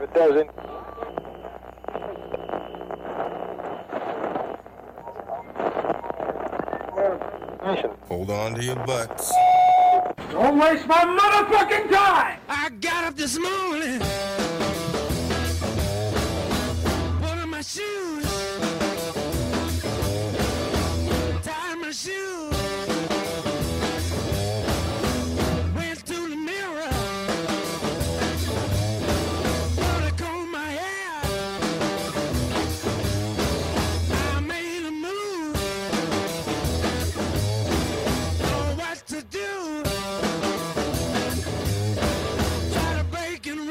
it doesn't. Hold on to your butts. Don't waste my motherfucking time! I got up this morning. Put on my shoes. Tied my shoes. Went to the mirror. Thought I combed my hair. I made a move. Know what to do. Try to break and run.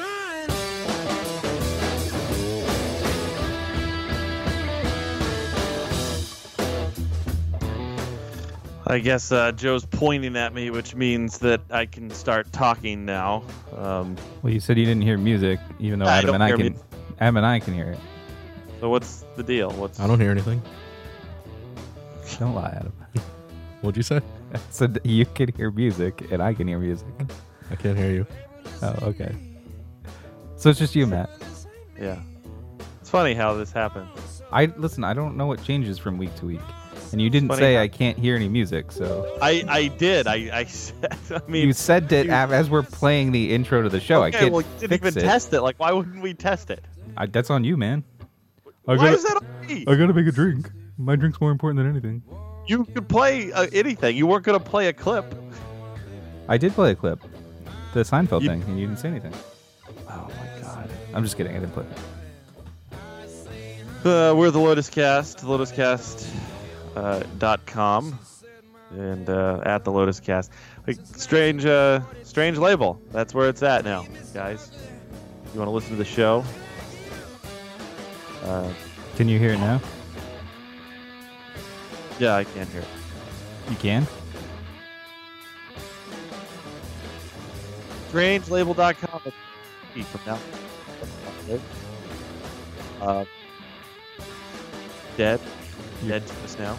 I guess uh, Joe's pointing at me, which means that I can start talking now. Um, Well, you said you didn't hear music, even though I Adam don't and I hear can. mu- Adam and I can hear it. so what's the deal? What's I don't hear anything. Don't lie, Adam. What'd you say? So d- you can hear music, and I can hear music. I can't hear you. Oh, okay. So it's just you, Matt. yeah. It's funny how this happened. I listen. I don't know what changes from week to week, and you didn't Funny say how- I can't hear any music. So I I did. I I said. I mean, you said that you- av- as we're playing the intro to the show. I okay, can't well, you didn't fix even it. test it. Like, why wouldn't we test it? I, that's on you, man. I why gotta, is that on me? I gotta make a drink. My drink's more important than anything. You could play uh, anything. You weren't gonna play a clip. I did play a clip, the Seinfeld You- thing, and you didn't say anything. Oh my god. I'm just kidding. I didn't play. It. Uh, we're the Lotus Cast, lotuscast.com, uh, dot com, and uh, at the Lotus Cast. Like, strange, uh, strange label. That's where it's at now, guys. You want to listen to the show? Uh, Can you hear it now? yeah, I can't hear it. You can. Strangelabel.com. It's free From now. Uh, dead. Dead to us now.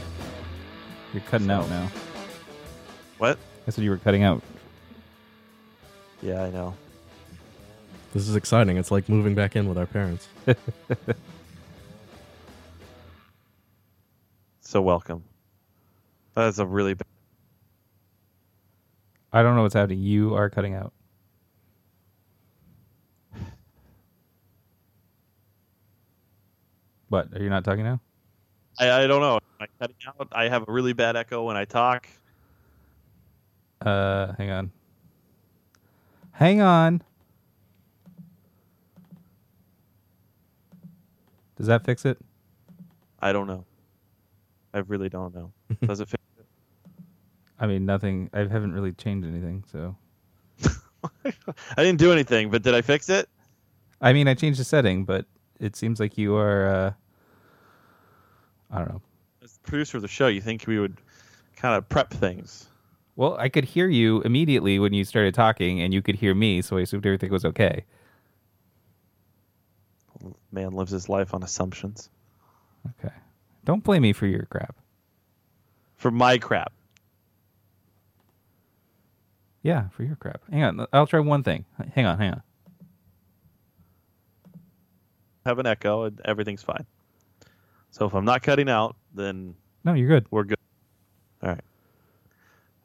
You're cutting out now. What? I said you were cutting out. Yeah, I know. This is exciting. It's like moving back in with our parents. So welcome. That's a really bad. I don't know what's happening. You are cutting out. What? Are you not talking now? I, I don't know. Am I cutting out? I have a really bad echo when I talk. Uh, hang on. Hang on. Does that fix it? I don't know. I really don't know. Does it fit? I mean, nothing. I haven't really changed anything, so. I didn't do anything, but did I fix it? I mean, I changed the setting, but it seems like you are. Uh, I don't know. As the producer of the show, you think we would kind of prep things. Well, I could hear you immediately when you started talking, and you could hear me, so I assumed everything was okay. Man lives his life on assumptions. Okay. Don't blame me for your crap. For my crap. Yeah, for your crap. Hang on. I'll try one thing. H- Hang on, hang on. Have an echo and everything's fine. So if I'm not cutting out, then No, you're good. we're good. All right.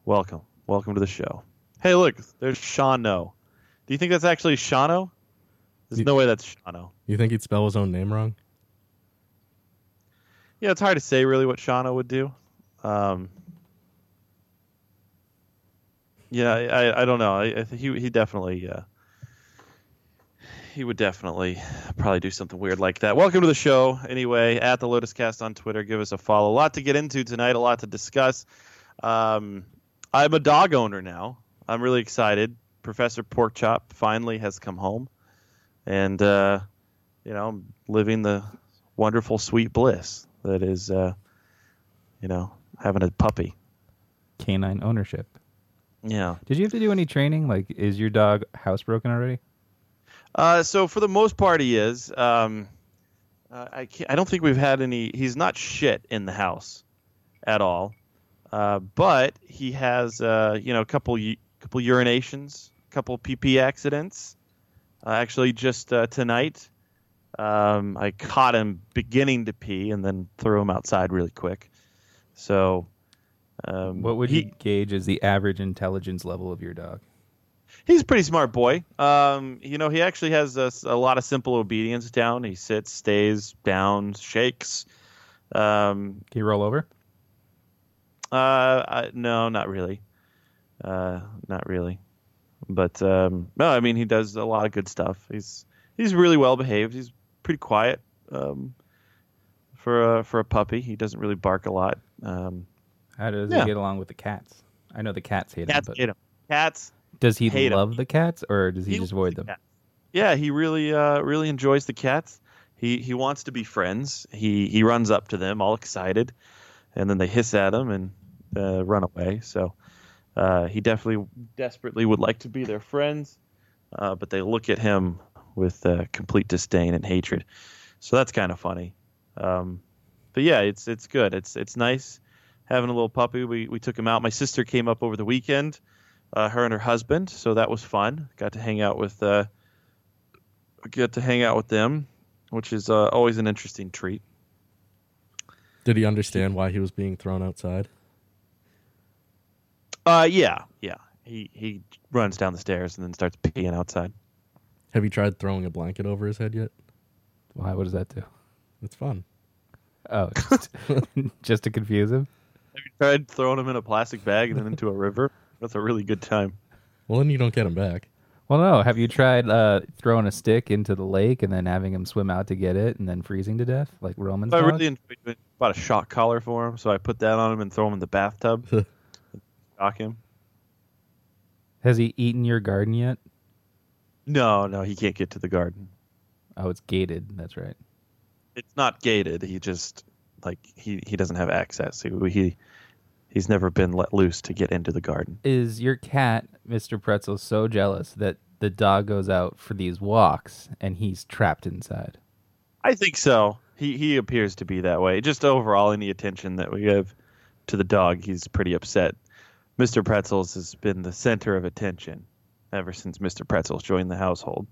Welcome. Welcome to the show. Hey, look, there's Shano. Do you think that's actually Shano? There's You- no way that's Shano. You think he'd spell his own name wrong? Yeah, it's hard to say really what Shano would do. Um, yeah, I, I, I don't know. I, I think he he definitely uh, he would definitely probably do something weird like that. Welcome to the show, anyway. At the Lotus Cast on Twitter, give us a follow. A lot to get into tonight. A lot to discuss. Um, I'm a dog owner now. I'm really excited. Professor Porkchop finally has come home, and uh, you know, I'm living the wonderful, sweet bliss that is, uh, you know, having a puppy. Canine ownership. Yeah. Did you have to do any training? Like, is your dog housebroken already? Uh, so for the most part, he is. Um, uh, I can't, I don't think we've had any. He's not shit in the house at all. Uh, but he has, uh, you know, a couple u- couple urinations, couple PP accidents. Uh, actually, just uh, tonight, um, I caught him beginning to pee and then threw him outside really quick. So, um, What would he? you gauge as the average intelligence level of your dog? He's a pretty smart boy. Um, you know, he actually has a, s- a lot of simple obedience down. He sits, stays down, shakes. Um, Can you roll over? uh, I, no, not really. Uh, not really. But um, no, I mean, he does a lot of good stuff. He's he's really well behaved. He's pretty quiet um, for a, for a puppy. He doesn't really bark a lot. Um, How does Yeah. he get along with the cats? I know the cats hate cats him, but hate him. Cats does he hate him. love the cats or does he, just loves avoid the them? cats. Yeah, he really uh, really enjoys the cats. He he wants to be friends. He he runs up to them all excited, and then they hiss at him and uh, run away. So uh, he definitely desperately would like to be their friends, uh, but they look at him with uh, complete disdain and hatred. So that's kind of funny. Um, but yeah, it's it's good. It's it's nice having a little puppy. We we took him out. My sister came up over the weekend, uh, her and her husband. So that was fun. Got to hang out with uh, get to hang out with them, which is uh, always an interesting treat. Did he understand why he was being thrown outside? Uh, yeah, yeah. He he runs down the stairs and then starts peeing outside. Have you tried throwing a blanket over his head yet? Why? What does that do? It's fun. Oh, just, just to confuse him. Tried throwing him in a plastic bag and then into a river. That's a really good time. Well, then you don't get him back. Well, no. Have you tried uh, throwing a stick into the lake and then having him swim out to get it and then freezing to death like Roman's I dog? really enjoyed it. Bought a shock collar for him, so I put that on him and throw him in the bathtub. shock him. Has he eaten your garden yet? No, no, he can't get to the garden. Oh, it's gated. That's right. It's not gated. He just like he he doesn't have access. He he he's never been let loose to get into the garden. Is your cat, Mr. Pretzel, so jealous that the dog goes out for these walks and he's trapped inside? I think so. He he appears to be that way. Just overall, any attention that we give to the dog, he's pretty upset. Mr. Pretzels has been the center of attention ever since Mr. Pretzels joined the household.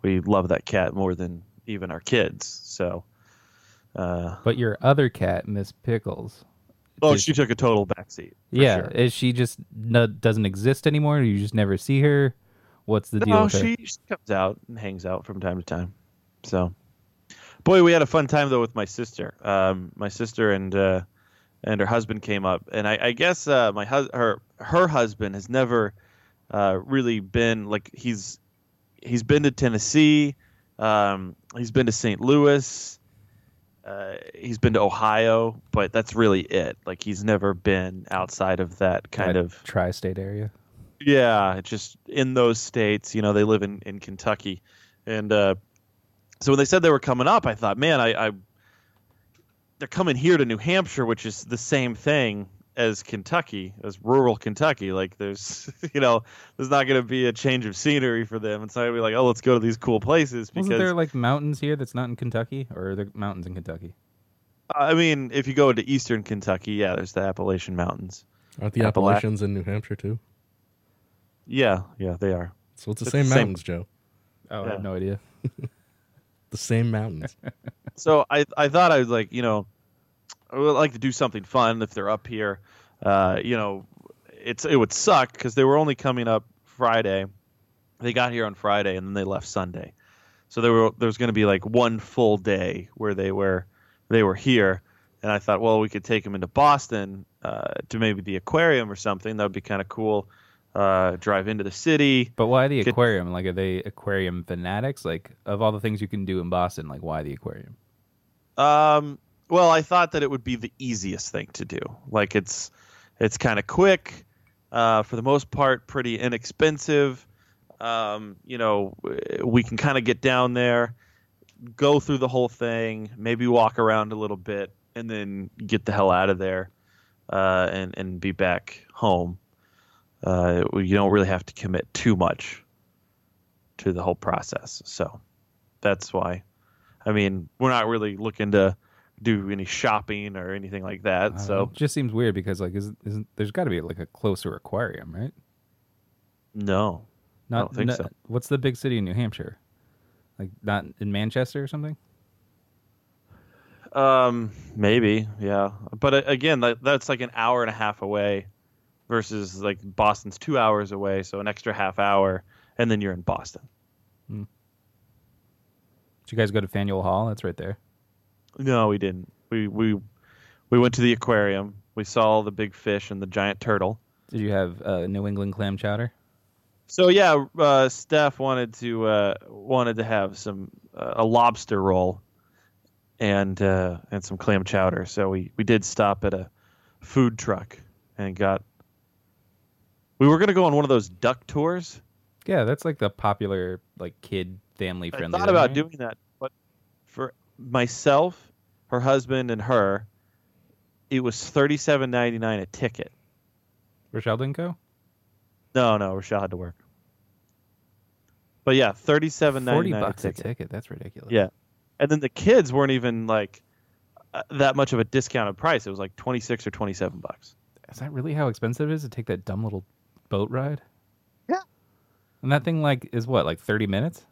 We love that cat more than even our kids. So, uh, But your other cat, Miss Pickles, oh, Did- she took a total backseat. for yeah, sure. is she just no, doesn't exist anymore? You just never see her? What's the deal No, with her? she, she comes out and hangs out from time to time. So, boy, we had a fun time though with my sister. Um, my sister and uh, and her husband came up, and I, I guess uh, my hus- her her husband has never uh, really been like he's he's been to Tennessee, um, he's been to St. Louis, uh, he's been to Ohio, but that's really it. Like he's never been outside of that kind Like, of tri-state area. yeah, it's just in those states, you know, they live in, in Kentucky. And uh, so when they said they were coming up, I thought, man, I, I they're coming here to New Hampshire, which is the same thing as Kentucky, as rural Kentucky. Like there's, you know, there's not going to be a change of scenery for them. It's not going to be like, oh, let's go to these cool places because Wasn't there like mountains here that's not in Kentucky, or are there mountains in Kentucky? I mean, if you go to eastern Kentucky, yeah, there's the Appalachian Mountains. Aren't the Appalach- Appalachians in New Hampshire too? Yeah, yeah, they are. So it's the It's same the same- mountains, Joe. Oh, I Yeah. have no idea. The same mountains. so I I thought I was like you know I would like to do something fun if they're up here. Uh, you know, it's it would suck because they were only coming up Friday. They got here on Friday and then they left Sunday, so there were there was going to be like one full day where they were they were here. And I thought, well, we could take them into Boston uh, to maybe the aquarium or something. That would be kind of cool. Uh, drive into the city. But why the Could- aquarium? Like, are they aquarium fanatics? Like, of all the things you can do in Boston, like, why the aquarium? Um, well, I thought that it would be the easiest thing to do. Like it's it's kind of quick, uh, for the most part, pretty inexpensive. Um, you know, w- we can kind of get down there, go through the whole thing, maybe walk around a little bit, and then get the hell out of there, uh, and and be back home. Uh, you don't really have to commit too much to the whole process, so that's why. I mean, we're not really looking to do any shopping or anything like that. I don't know. so Uh, it just seems weird because like, is, isn't there's got to be like a closer aquarium, right? no, Not, don't think no- so. What's the big city in New Hampshire? Like not in Manchester or something? Um, maybe, yeah. But uh, again, that, that's like an hour and a half away, versus like Boston's two hours away, so an extra half hour, and then you're in Boston. Did you guys go to Faneuil Hall? That's right there. No, we didn't. We we we went to the aquarium. We saw the big fish and the giant turtle. Did you have uh, New England clam chowder? So yeah, uh, Steph wanted to uh, wanted to have some uh, a lobster roll and uh, and some clam chowder. So we we did stop at a food truck and got. We were gonna go on one of those duck tours. Yeah, that's like the popular like kid family I friendly. thought about doing that, but for myself, her husband, and her, it was thirty seven ninety nine a ticket. for Sheldon Co. No, no, Rochelle had to work. But yeah, thirty seven ninety Forty nine a bucks a ticket. ticket. That's ridiculous. Yeah. And then the kids weren't even like uh, that much of a discounted price. It was like 26 or 27 bucks. Is that really how expensive it is to take that dumb little boat ride? Yeah. And that thing like is what like thirty minutes?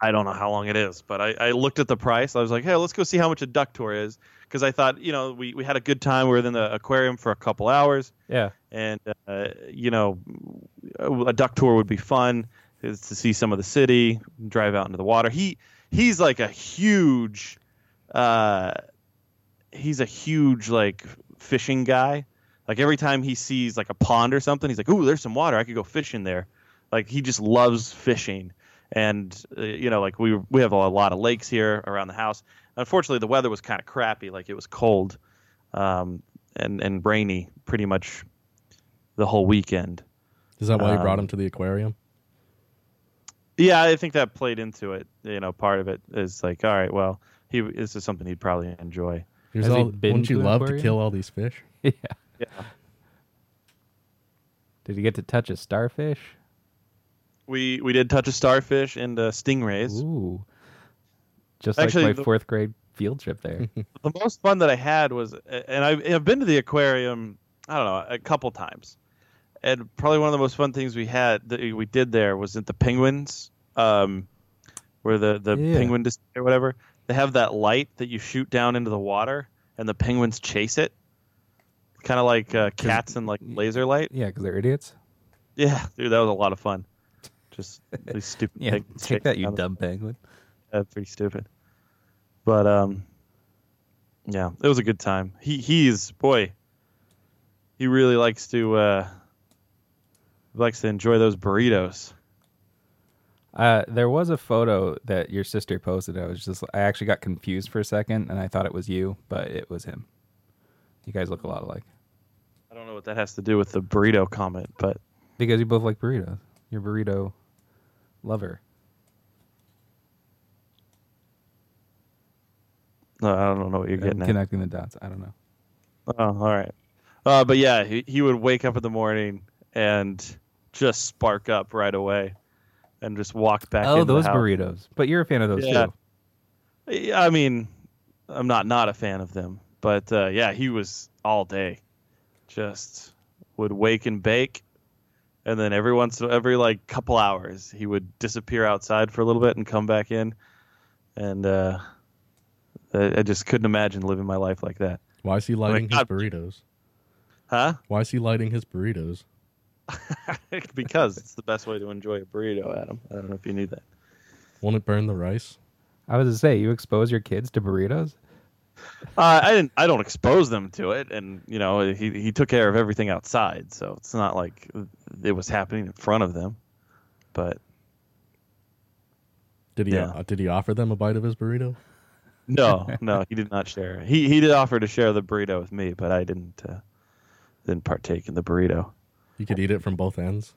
I don't know how long it is, but I, I looked at the price. I was like, hey, let's go see how much a duck tour is. Because I thought, you know, we, we had a good time. We were in the aquarium for a couple hours. Yeah. And, uh, you know, a duck tour would be fun is to see some of the city, drive out into the water. He He's like a huge, uh, he's a huge, like, fishing guy. Like every time he sees like a pond or something, he's like, "Ooh, there's some water. I could go fish in there." Like he just loves fishing, and uh, you know, like we we have a lot of lakes here around the house. Unfortunately, the weather was kind of crappy. Like it was cold, um, and and rainy pretty much the whole weekend. Is that why you brought Um, him to the aquarium? Yeah, I think that played into it. You know, part of it is like, all right, well, he this is something he'd probably enjoy. Here's has he all, been wouldn't to you an love aquarium? to kill all these fish? yeah. Yeah. Did you get to touch a starfish? We we did touch a starfish and uh, stingrays. Ooh. Just Actually, like my the- fourth grade field trip there. the most fun that I had was, and I've, I've been to the aquarium, I don't know, a couple times, and probably one of the most fun things we had that we did there was at the penguins, um, where the the Yeah. penguin display or whatever. They have that light that you shoot down into the water, and the penguins chase it, kind of like uh, cats and like laser light. yeah, because they're idiots. Yeah, dude, that was a lot of fun. Just these stupid. Yeah, penguins take that, you chasing down the- dumb penguin. uh, pretty stupid. But um, yeah, it was a good time. He he's boy. He really likes to uh, likes to enjoy those burritos. Uh, there was a photo that your sister posted. I was just, I actually got confused for a second, and I thought it was you, but it was him. You guys look a lot alike I don't know what that has to do with the burrito comment, but because you both like burritos. You're a burrito lover. uh, I don't know what you're I'm getting at. connecting the dots. I don't know. Oh, all right. Uh, but yeah, he, he would wake up in the morning and just spark up right away, and just walk back. oh, into those the house. burritos. But you're a fan of those Yeah. too. Yeah, I mean, I'm not not a fan of them, but uh, yeah, he was all day, just would wake and bake, and then every once every like couple hours he would disappear outside for a little bit and come back in, and uh, I, I just couldn't imagine living my life like that, Why is he lighting his God. burritos? huh? Why is he lighting his burritos? because it's the best way to enjoy a burrito, Adam. I don't know if you knew that. Won't it burn the rice? I was to say, you expose your kids to burritos. Uh, I didn't. I don't expose them to it, and you know he he took care of everything outside, so it's not like it was happening in front of them. But Did he Yeah. uh, did he offer them a bite of his burrito? no, no, he did not share. He he did offer to share the burrito with me, but I didn't uh, didn't partake in the burrito. You could eat it from both ends.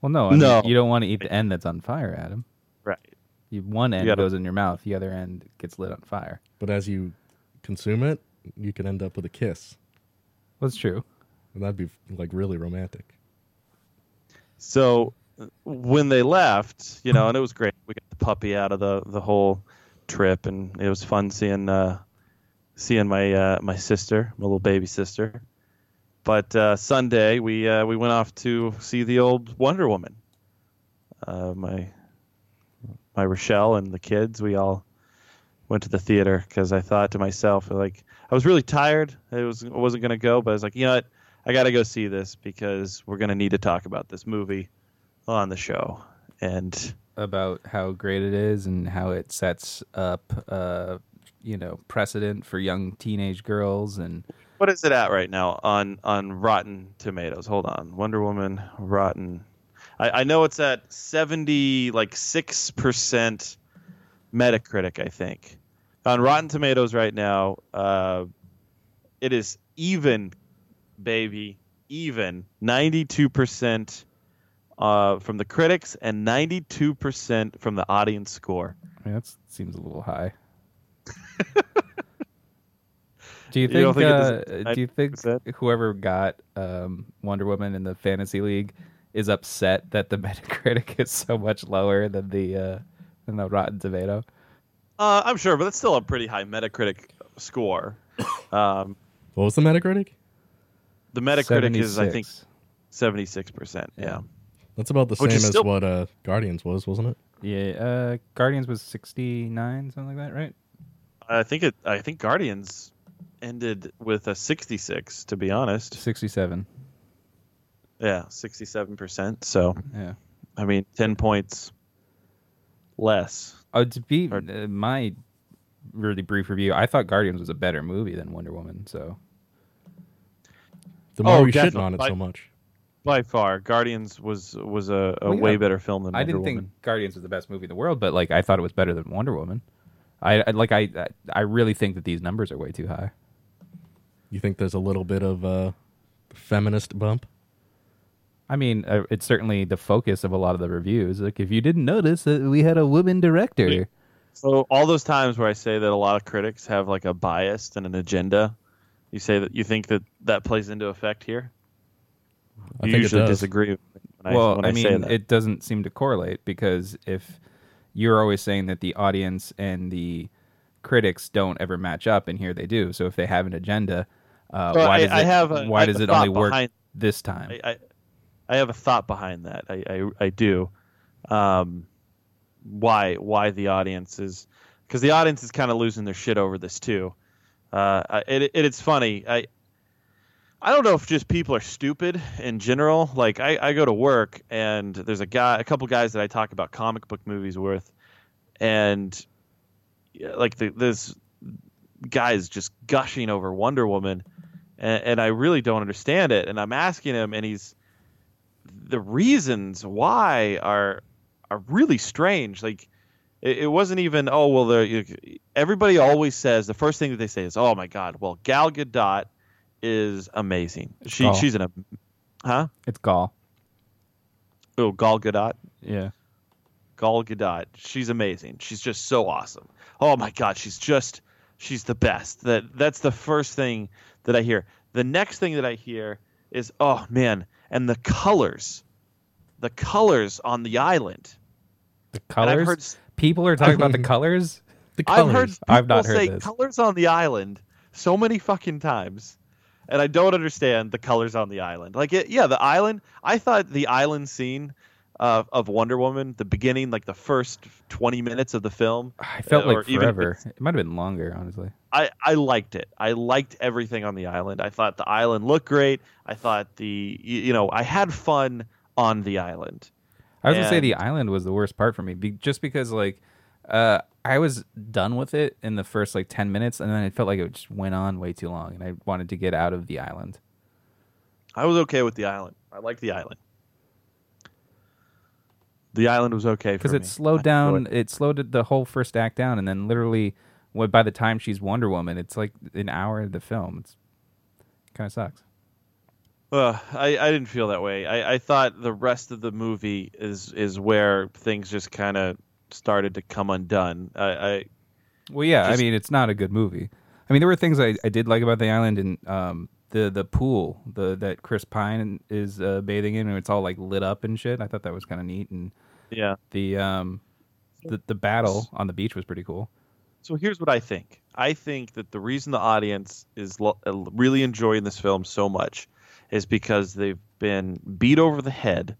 Well, no, I mean, No. you don't want to eat the end that's on fire, Adam. Right. You, one end gotta- goes in your mouth, the other end gets lit on fire. But as you consume it, you could end up with a kiss, That's true. and that'd be like really romantic. So uh, when they left, you know, and it was great. We got the puppy out of the the whole trip, and it was fun seeing uh, seeing my uh, my sister, my little baby sister. But uh, Sunday we uh, we went off to see the old Wonder Woman. Uh, my my Rochelle and the kids. We all went to the theater because I thought to myself, like, I was really tired. It was I wasn't gonna go, but I was like, you know what, I gotta go see this because we're gonna need to talk about this movie on the show. And about how great it is and how it sets up, uh, you know, precedent for young teenage girls and what is it at right now on on Rotten Tomatoes? Hold on, Wonder Woman Rotten. I, I know it's at seventy like six percent Metacritic. I think on Rotten Tomatoes right now, uh, it is even, baby, even ninety two percent uh, from the critics and ninety two percent from the audience score. I mean, that seems a little high. Do you You don't think? think it uh, doesn't- do you think 90%? whoever got um, Wonder Woman in the fantasy league is upset that the Metacritic is so much lower than the uh, than the Rotten Tomato? Uh, I'm sure, but that's still a pretty high Metacritic score. Um, What was the Metacritic? the Metacritic is, I think, 76. seventy six percent. Yeah. That's about the Which same is as Oh, still- what uh, Guardians was, wasn't it? Yeah, uh, Guardians was sixty nine, something like that, right? I think it. I think Guardians ended with a 66. To be honest, Sixty seven. yeah, 67 percent. So Yeah. I mean, 10 points less. Oh, to be Or- uh, my really brief review, I thought Guardians was a better movie than Wonder Woman. So The more Oh, we shitting definitely. on it Like- so much. By far, Guardians was was a, a Well, yeah. way better film than I Wonder didn't Woman. think Guardians was the best movie in the world, but like I thought it was better than Wonder Woman. I, I like I I- I really think that these numbers are way too high. You think there's a little bit of uh, feminist bump? I mean, uh, it's certainly the focus of a lot of the reviews. Like if you didn't notice that we had a woman director. Yeah. So all those times where I say that a lot of critics have like a bias and an agenda, you say that you think that that plays into effect here. I you think it usually does. disagree when I, well, when I, I, say mean, that. it doesn't seem to correlate because if you're always saying that the audience and the critics don't ever match up, and here they do. So if they have an agenda, uh, Well, why I- does it, I have a- why like does a it only thought work behind- this time? I, I, I have a thought behind that. I, I, I do. Um, why why the audience is because the audience is kind of losing their shit over this too. Uh, I- it, it it's funny. I I don't know if just people are stupid in general. Like I, I go to work and there's a guy, a couple guys that I talk about comic book movies with, and yeah, like the, this guy is just gushing over Wonder Woman, and, and I really don't understand it. And I'm asking him, and he's the reasons why are are really strange. Like it, it wasn't even oh well. The you- everybody always says the first thing that they say is oh my god. Well, Gal Gadot is amazing. She Gal. she's an am- huh it's Gall. oh Gal Gadot. Yeah. Gal Gadot. She's amazing. She's just so awesome. Oh my god, she's just she's the best. That that's the first thing that I hear. The next thing that I hear is oh man, and the colors. The colors on the island. The And colors. I've heard People are talking about the colors. The I've colors. heard people I've not heard say this. colors on the island so many fucking times. And I don't understand the colors on the island. Like, it, yeah, the island. I thought the island scene uh, of Wonder Woman, the beginning, like the first 20 minutes of the film, I felt uh, or like even if forever. it's- It might have been longer, honestly. I, I liked it. I liked everything on the island. I thought the island looked great. I thought the you, you know I had fun on the island. I was gonna say And- the island was the worst part for me, be- just because like uh, I was done with it in the first like ten minutes, and then it felt like it just went on way too long, and I wanted to get out of the island. I was okay with the island. I liked the island. The island was okay because because it slowed down. It slowed the whole first act down, and then literally, what by the time she's Wonder Woman, it's like an hour of the film. It's kind of sucks. Uh, I, I didn't feel that way. I, I thought the rest of the movie is is where things just kind of started to come undone. I, I Well, yeah, Just- I mean, it's not a good movie. I mean, there were things I, I did like about the island and um the the pool the that Chris Pine is uh, bathing in, and it's all like lit up and shit. I thought that was kind of neat, and yeah. the um the the battle on the beach was pretty cool. So here's what I think. I think that the reason the audience is lo- uh, really enjoying this film so much is because they've been beat over the head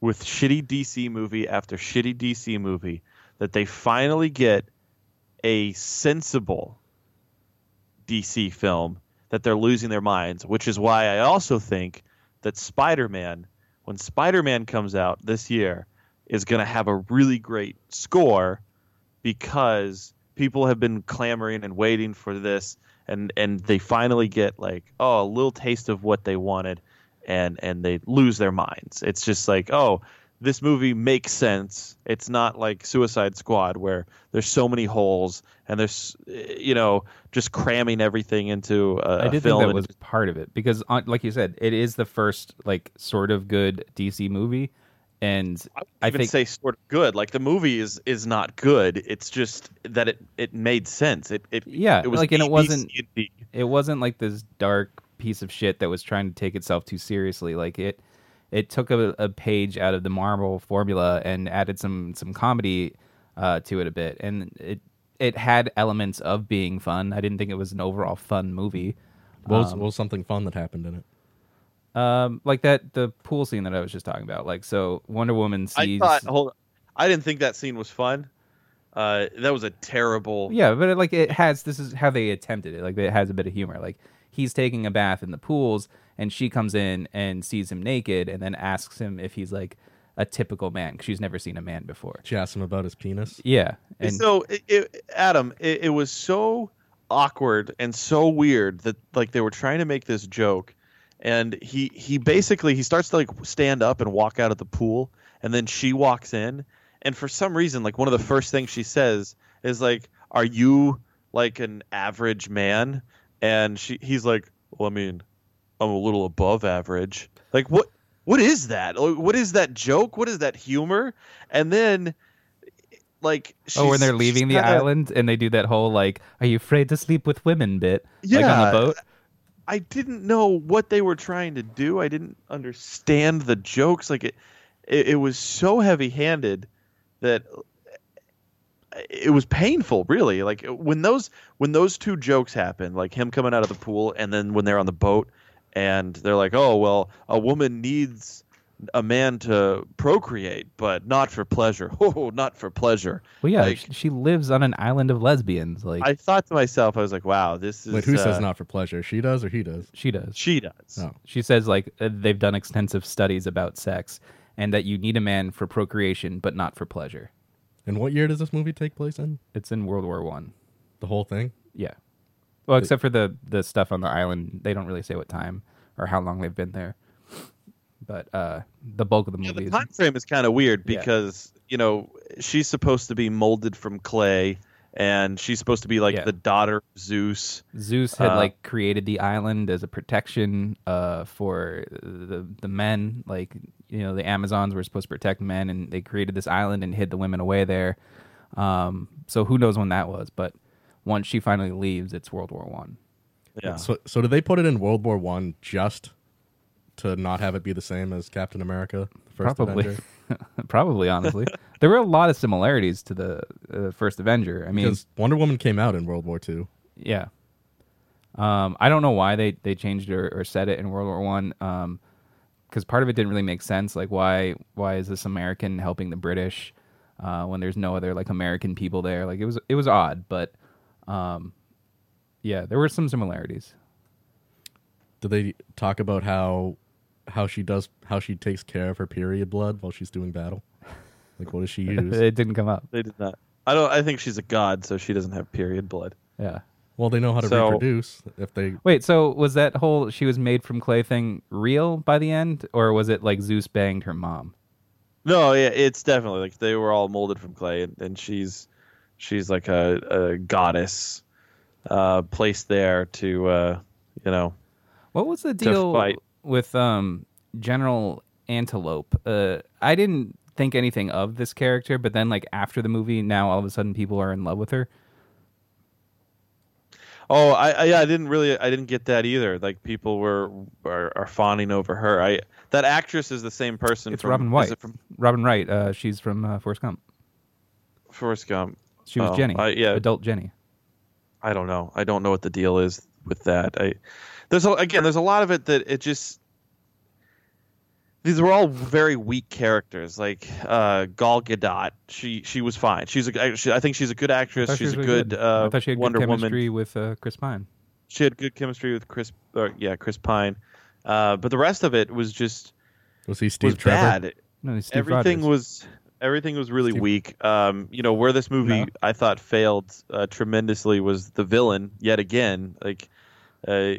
with shitty DC movie after shitty DC movie that they finally get a sensible DC film that they're losing their minds, which is why I also think that Spider Man, when Spider Man comes out this year, is going to have a really great score because people have been clamoring and waiting for this and and they finally get like oh a little taste of what they wanted and and they lose their minds it's just like oh this movie makes sense it's not like suicide squad where there's so many holes and there's eh, you know just cramming everything into a, I a did film think that and was part of it because, on, like you said, it is the first like sort of good DC movie, and I, even think say sort of good. Like the movie is is not good. It's just that it it made sense. It it Yeah, It was like, and it ABC wasn't- and D. it wasn't like this dark piece of shit that was trying to take itself too seriously. Like it, it took a, a page out of the Marvel formula and added some some comedy uh, to it a bit, and it it had elements of being fun. I didn't think it was an overall fun movie. What um, was, what was something fun that happened in it? Um, like that the pool scene that I was just talking about. Like so, Wonder Woman I sees. thought. Hold on. I didn't think that scene was fun. Uh, that was a terrible. Yeah, but it, like it has this is how they attempted it. Like it has a bit of humor. Like he's taking a bath in the pools and she comes in and sees him naked and then asks him if he's like a typical man 'cause she's never seen a man before. She asked him about his penis. Yeah. And so it, it, Adam, it, it was so awkward and so weird that like they were trying to make this joke, and he he basically he starts to like stand up and walk out of the pool, and then she walks in, and for some reason like one of the first things she says is like, "Are you like an average man?" And she he's like, "Well, I mean, I'm a little above average." Like what? What is that? Like, What is that joke? What is that humor? And then, like, oh, when she's- they're she's leaving the kinda- island and they do that whole like, "Are you afraid to sleep with women?" bit. Like on Yeah. the boat. I didn't know what they were trying to do. I didn't understand the jokes. Like it, it, it was so heavy-handed that it was painful. Really, like when those when those two jokes happened, like him coming out of the pool, and then when they're on the boat, and they're like, "Oh well, a woman needs." A man to procreate, but not for pleasure. Oh, not for pleasure. Well, yeah, Like- sh she lives on an island of lesbians. Like I thought to myself, I was like, "Wow, this is." Wait, who uh, says not for pleasure? She does or he does? she does. She does. Oh. She says like uh, they've done extensive studies about sex and that you need a man for procreation but not for pleasure. And what year does this movie take place in? It's in World War One. The whole thing? Yeah. Well, except for the the stuff on the island, they don't really say what time or how long they've been there. But uh, the bulk of the Yeah, the movie is time frame is kind of weird Yeah. because you know she's supposed to be molded from clay, and she's supposed to be like Yeah. the daughter of Zeus. Zeus had uh, like created the island as a protection uh, for the the men. Like you know, the Amazons were supposed to protect men, and they created this island and hid the women away there. Um, so who knows when that was? But once she finally leaves, it's World War One. Yeah, So, so did they put it in World War One just to not have it be the same as Captain America, the first Probably, Avenger? probably. Honestly, there were a lot of similarities to the uh, first Avenger. I mean, Because Wonder Woman came out in World War Two. Yeah. Um, I don't know why they, they changed it or, or said it in World War One. Um 'cause because part of it didn't really make sense. Like, why why is this American helping the British uh, when there's no other like American people there? Like, it was it was odd, but um, yeah, there were some similarities. Did they talk about how how she does how she takes care of her period blood while she's doing battle? Like what does she use? it didn't come up. they did not. I don't. I think she's a god, so she doesn't have period blood. Yeah. well, they know how to So- reproduce if they Wait, so was that whole she was made from clay thing real by the end, or was it like Zeus banged her mom? No, yeah, it's definitely like they were all molded from clay, and, and she's she's like a, a goddess uh, placed there to uh, you know. What was the deal fight. with um, General Antelope? Uh, I didn't think anything of this character, but then like after the movie, now all of a sudden people are in love with her. Oh, I, I yeah, I didn't really I didn't get that either. Like people were are, are fawning over her. I that actress is the same person. It's from, Robin is White. it from Robin Wright. Uh, she's from uh, Forrest Gump. Forrest Gump. She was Oh, Jenny. I- yeah. Adult Jenny. I don't know. I don't know what the deal is with that. I there's a, again, there's a lot of it that it just these were all very weak characters. Like uh, Gal Gadot, she she was fine. She's a she, I think she's a good actress. thought she She's was a really good, Uh, I thought she had Wonder good Woman. chemistry with uh, Chris Pine. She had good chemistry with Chris. Or, yeah, Chris Pine. Uh, but the rest of it was just Was he Steve was Trevor? bad. No, it's Steve everything Rogers. was everything was really Steve- weak. Um, you know where this movie No. I thought failed uh, tremendously was the villain yet again. Like, uh,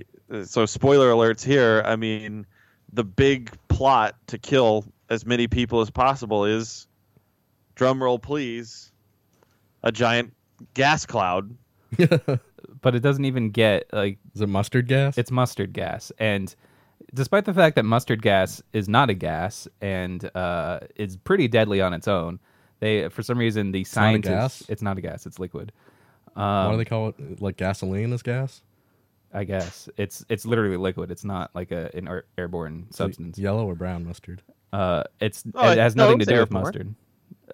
so spoiler alerts here. I mean, the big plot to kill as many people as possible is, drum roll please, a giant gas cloud. but it doesn't even get like Is it mustard gas? it's mustard gas and despite the fact that mustard gas is not a gas and uh, is pretty deadly on its own they for some reason the not a scientists gas? it's not a gas it's liquid Why do they call it like gasoline is gas? i guess it's it's literally liquid it's not like a an air- airborne substance Yellow or brown mustard? uh, it's Oh, it has no, nothing to it's do with airborne. mustard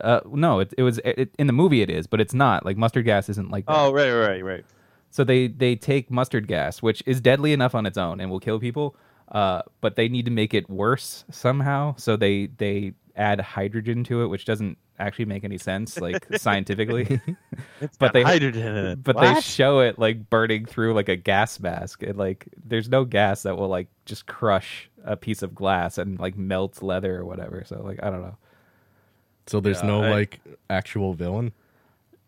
uh, no it, it was it, in the movie it is but it's not like mustard gas isn't like that. Oh right right right. So they they take mustard gas, which is deadly enough on its own and will kill people. Uh, but they need to make it worse somehow. So they they add hydrogen to it, which doesn't actually make any sense, like scientifically. It's But got they- hydrogen in it. but they What? show it like burning through like a gas mask, and like there's no gas that will like just crush a piece of glass and like melt leather or whatever. So like I don't know. So there's Yeah, no I- like actual villain.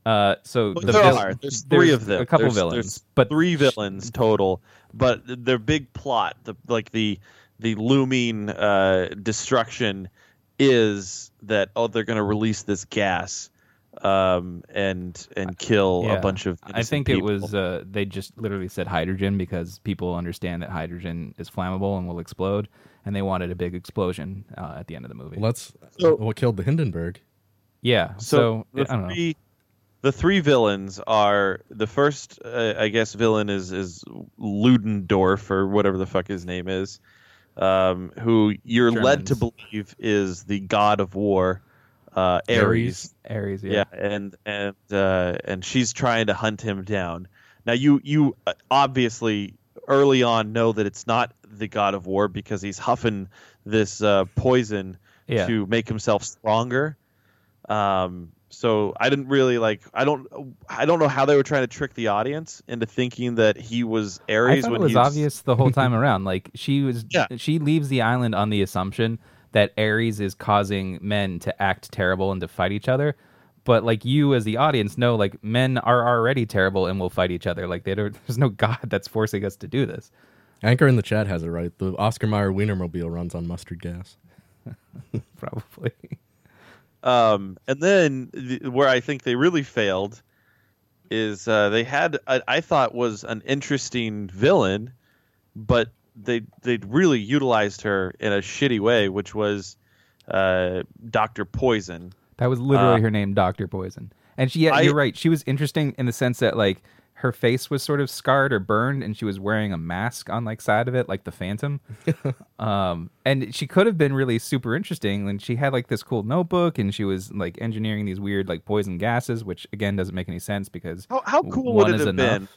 Uh, so Well, the there vil- are. There's three there's of them. A couple There's- villains, there's but three villains total. But their big plot, the like the the looming uh, destruction, is that oh they're going to release this gas, um, and and kill Yeah. a bunch of. I innocent think people. it was uh, they just literally said hydrogen because people understand that hydrogen is flammable and will explode, and they wanted a big explosion uh, at the end of the movie. Well, that's So- what killed the Hindenburg. yeah, so, the I don't know. three, The three villains are the first, uh, I guess, villain is is Ludendorff or whatever the fuck his name is, um, who you're led to Germans. believe is the god of war, uh, Ares. Aries, yeah. Yeah. and and uh, and she's trying to hunt him down. Now you you uh, obviously early on know that it's not the god of war because he's huffing this uh, poison Yeah. to make himself stronger. Um, so I didn't really like. I don't. I don't know how they were trying to trick the audience into thinking that he was I Ares thought it when was he was obvious the whole time around. Like she was, Yeah. she leaves the island on the assumption that Ares is causing men to act terrible and to fight each other. But like you as the audience know, like men are already terrible and will fight each other. Like they don't, there's no god that's forcing us to do this. Anchor in the chat has it right. The Oscar Mayer Wienermobile runs on mustard gas. Probably. Um, and then the, where I think they really failed is uh, they had I, I thought was an interesting villain, but they they really utilized her in a shitty way, which was uh, Doctor Poison. That was literally Uh, her name, Doctor Poison. And she, yeah, I- you're right. She was interesting in the sense that like her face was sort of scarred or burned, and she was wearing a mask on like side of it, like the Phantom. um, and she could have been really super interesting. And she had like this cool notebook, and she was like engineering these weird like poison gases, which again doesn't make any sense because How how w- cool one would it is have enough, been?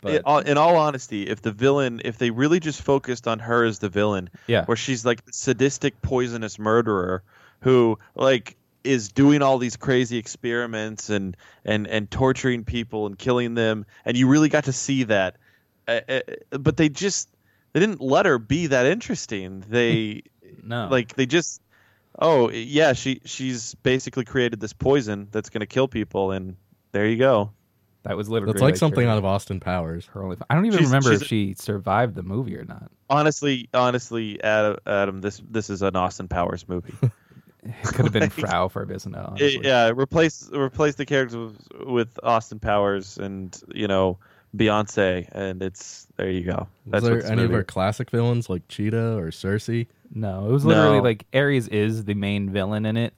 But in, all, in all honesty, if the villain, if they really just focused on her as the villain, Yeah. where she's like the sadistic, poisonous murderer who like is doing all these crazy experiments and and and torturing people and killing them, and you really got to see that. Uh, uh, but they just they didn't let her be that interesting. They no, like they just oh yeah she she's basically created this poison that's going to kill people, and there you go. that was literally That's like something her, out of Austin Powers. her only. I don't even She's- remember she's if a- she survived the movie or not. honestly, honestly, Adam, Adam, this this is an Austin Powers movie. It could have been Frau Farbissina. honestly. It- yeah, replace replace the character with, with Austin Powers and you know Beyonce, and it's there you go. Is That's what there this any of movie our is. classic villains like Cheetah or Cersei? No, it was literally No. like Ares is the main villain in it.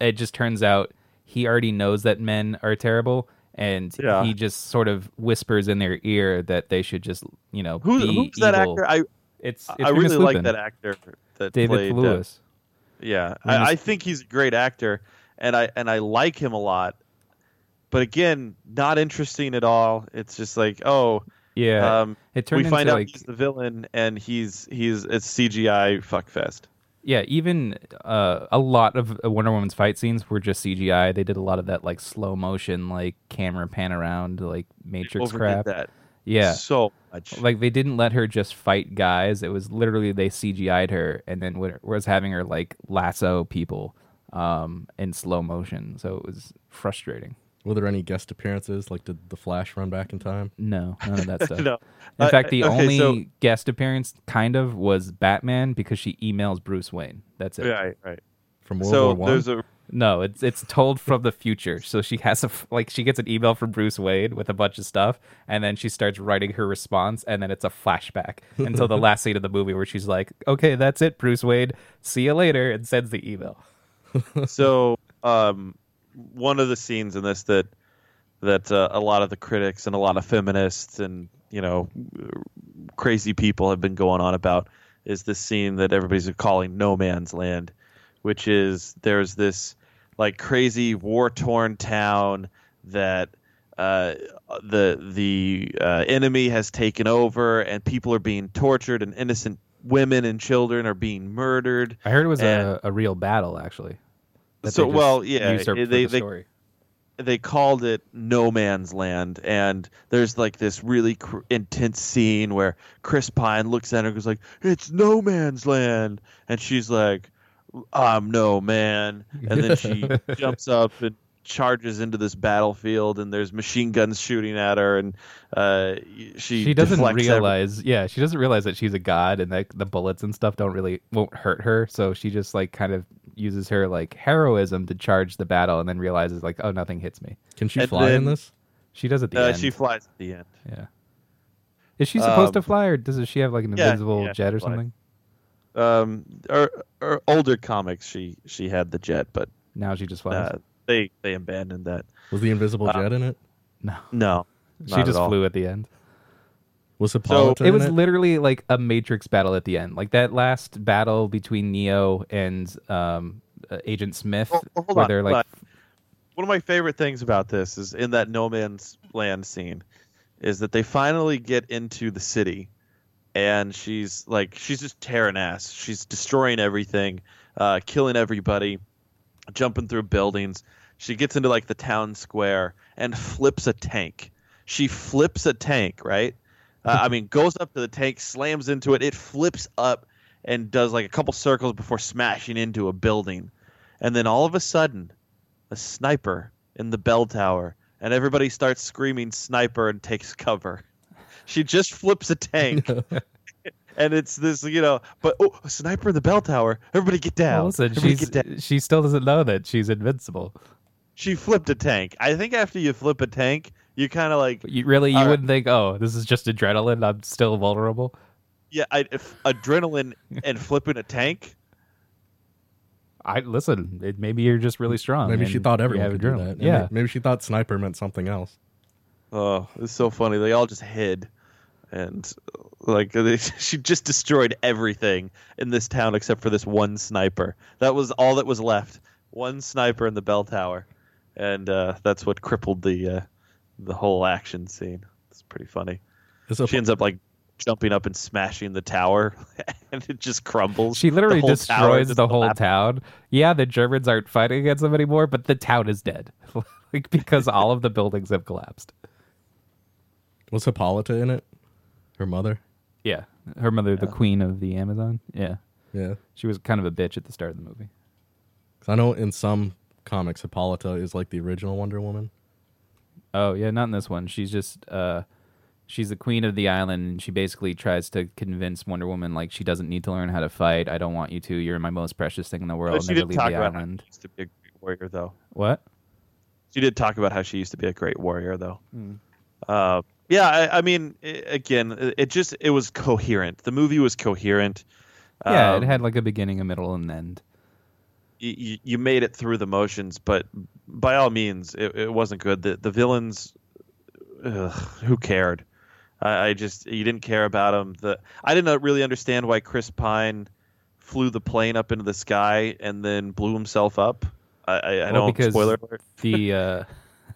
It just turns out he already knows that men are terrible, and Yeah. he just sort of whispers in their ear that they should just, you know, Who's, be who's that evil. actor? I It's, it's I really Remus like Lupin, that actor that David played. uh, Lewis. yeah, Remus- I, I think he's a great actor, and I and I like him a lot. But again, not interesting at all. It's just like oh. yeah, Um, it turned we into find out like he's the villain, and he's he's it's CGI fuckfest. yeah, even uh, a lot of Wonder Woman's fight scenes were just CGI. They did a lot of that like slow motion, like camera pan around, like Matrix Overdid crap. that Yeah, so much. like they didn't let her just fight guys. It was literally they CGI'd her and then wa- was having her like lasso people um, in slow motion. So it was frustrating. Were there any guest appearances? Like, did the Flash run back in time? No, none of that stuff. No. In Uh, fact, the okay, only so- guest appearance kind of was Batman because she emails Bruce Wayne. That's it. right, right. From World So War One. there's a No, it's it's told from the future. So she has a f- like she gets an email from Bruce Wayne with a bunch of stuff, and then she starts writing her response, and then it's a flashback until the last scene of the movie where she's like, "Okay, that's it, Bruce Wayne. See you later," and sends the email. so um, one of the scenes in this that that uh, a lot of the critics and a lot of feminists and you know crazy people have been going on about is this scene that everybody's calling no man's land which is there's this like crazy war torn town that uh, the the uh, enemy has taken over and people are being tortured and innocent women and children are being murdered I heard it was And- a, a real battle actually. that So, they just well, yeah, usurped it- for they- the they- story. they called it no man's land and there's like this really cr- intense scene where chris pine looks at her and goes like it's no man's land and she's like i'm no man and then she jumps up and charges into this battlefield and there's machine guns shooting at her and uh, she she doesn't deflects every- realize yeah she doesn't realize that she's a god and that the bullets and stuff don't really won't hurt her so she just like kind of uses her like heroism to charge the battle and then realizes like oh nothing hits me Can she and fly then- in this? she does at the uh, end she flies at the end yeah is she supposed to Um, fly or does she have like an yeah, invisible yeah, jet or fly. something um or, or older comics she she had the jet but now she just flies uh, they they abandoned that Was the invisible uh, jet in it? no no not she at just all. flew at the end Was Hippolyta So- in it was it? literally like a matrix battle at the end like that last battle between neo and um uh, agent smith Well, well, hold where on, they're like hold one of my favorite things about this is in that no man's land scene is that they finally get into the city and she's like she's just tearing ass she's destroying everything uh, killing everybody jumping through buildings she gets into like the town square and flips a tank she flips a tank right uh, i mean goes up to the tank slams into it it flips up and does like a couple circles before smashing into a building and then all of a sudden a sniper in the bell tower, and everybody starts screaming sniper and takes cover. She just flips a tank. And it's this, you know, but oh, a sniper in the bell tower. Everybody get down. Well, listen, Everybody she's, get down. she still doesn't know that she's invincible. She flipped a tank. I think after you flip a tank, you kind of like, You really, you All right. wouldn't think, oh, this is just adrenaline. I'm still vulnerable. yeah, I, if adrenaline and flipping a tank. I listen. It, maybe you're just really strong. Maybe she and thought you everyone have could do that. adrenaline. And Yeah, may- Maybe she thought sniper meant something else. Oh, it's so funny. They all just hid, and like they, she just destroyed everything in this town except for this one sniper. That was all that was left. One sniper in the bell tower, and uh, that's what crippled the uh, the whole action scene. It's pretty funny. Is Hippo- She ends up like jumping up and smashing the tower, and it just crumbles. she literally The whole tower destroys just the whole collapses. town. Yeah, the Germans aren't fighting against them anymore, but the town is dead, like because all of the buildings have collapsed. was Hippolyta in it? Her mother? Yeah, her mother, the queen of the Amazon. Yeah, Yeah. she was kind of a bitch at the start of the movie. 'Cause I know in some comics, Hippolyta is like the original Wonder Woman. Oh yeah, not in this one. She's just uh she's the queen of the island and she basically tries to convince Wonder Woman like she doesn't need to learn how to fight. I don't want you to. You're my most precious thing in the world. But she Never did leave talk the about how island. she used to be a great warrior, though. What? she did talk about how she used to be a great warrior though Hmm. uh, yeah I, I mean i again it, it just it was coherent the movie was coherent Yeah, Um, it had like a beginning, a middle, and an end. y- y- you made it through the motions but by all means it, it wasn't good the, the villains ugh, who cared I, I just you didn't care about them the i didn't uh, really understand why chris pine flew the plane up into the sky and then blew himself up i, I, I Well, don't because spoiler alert the uh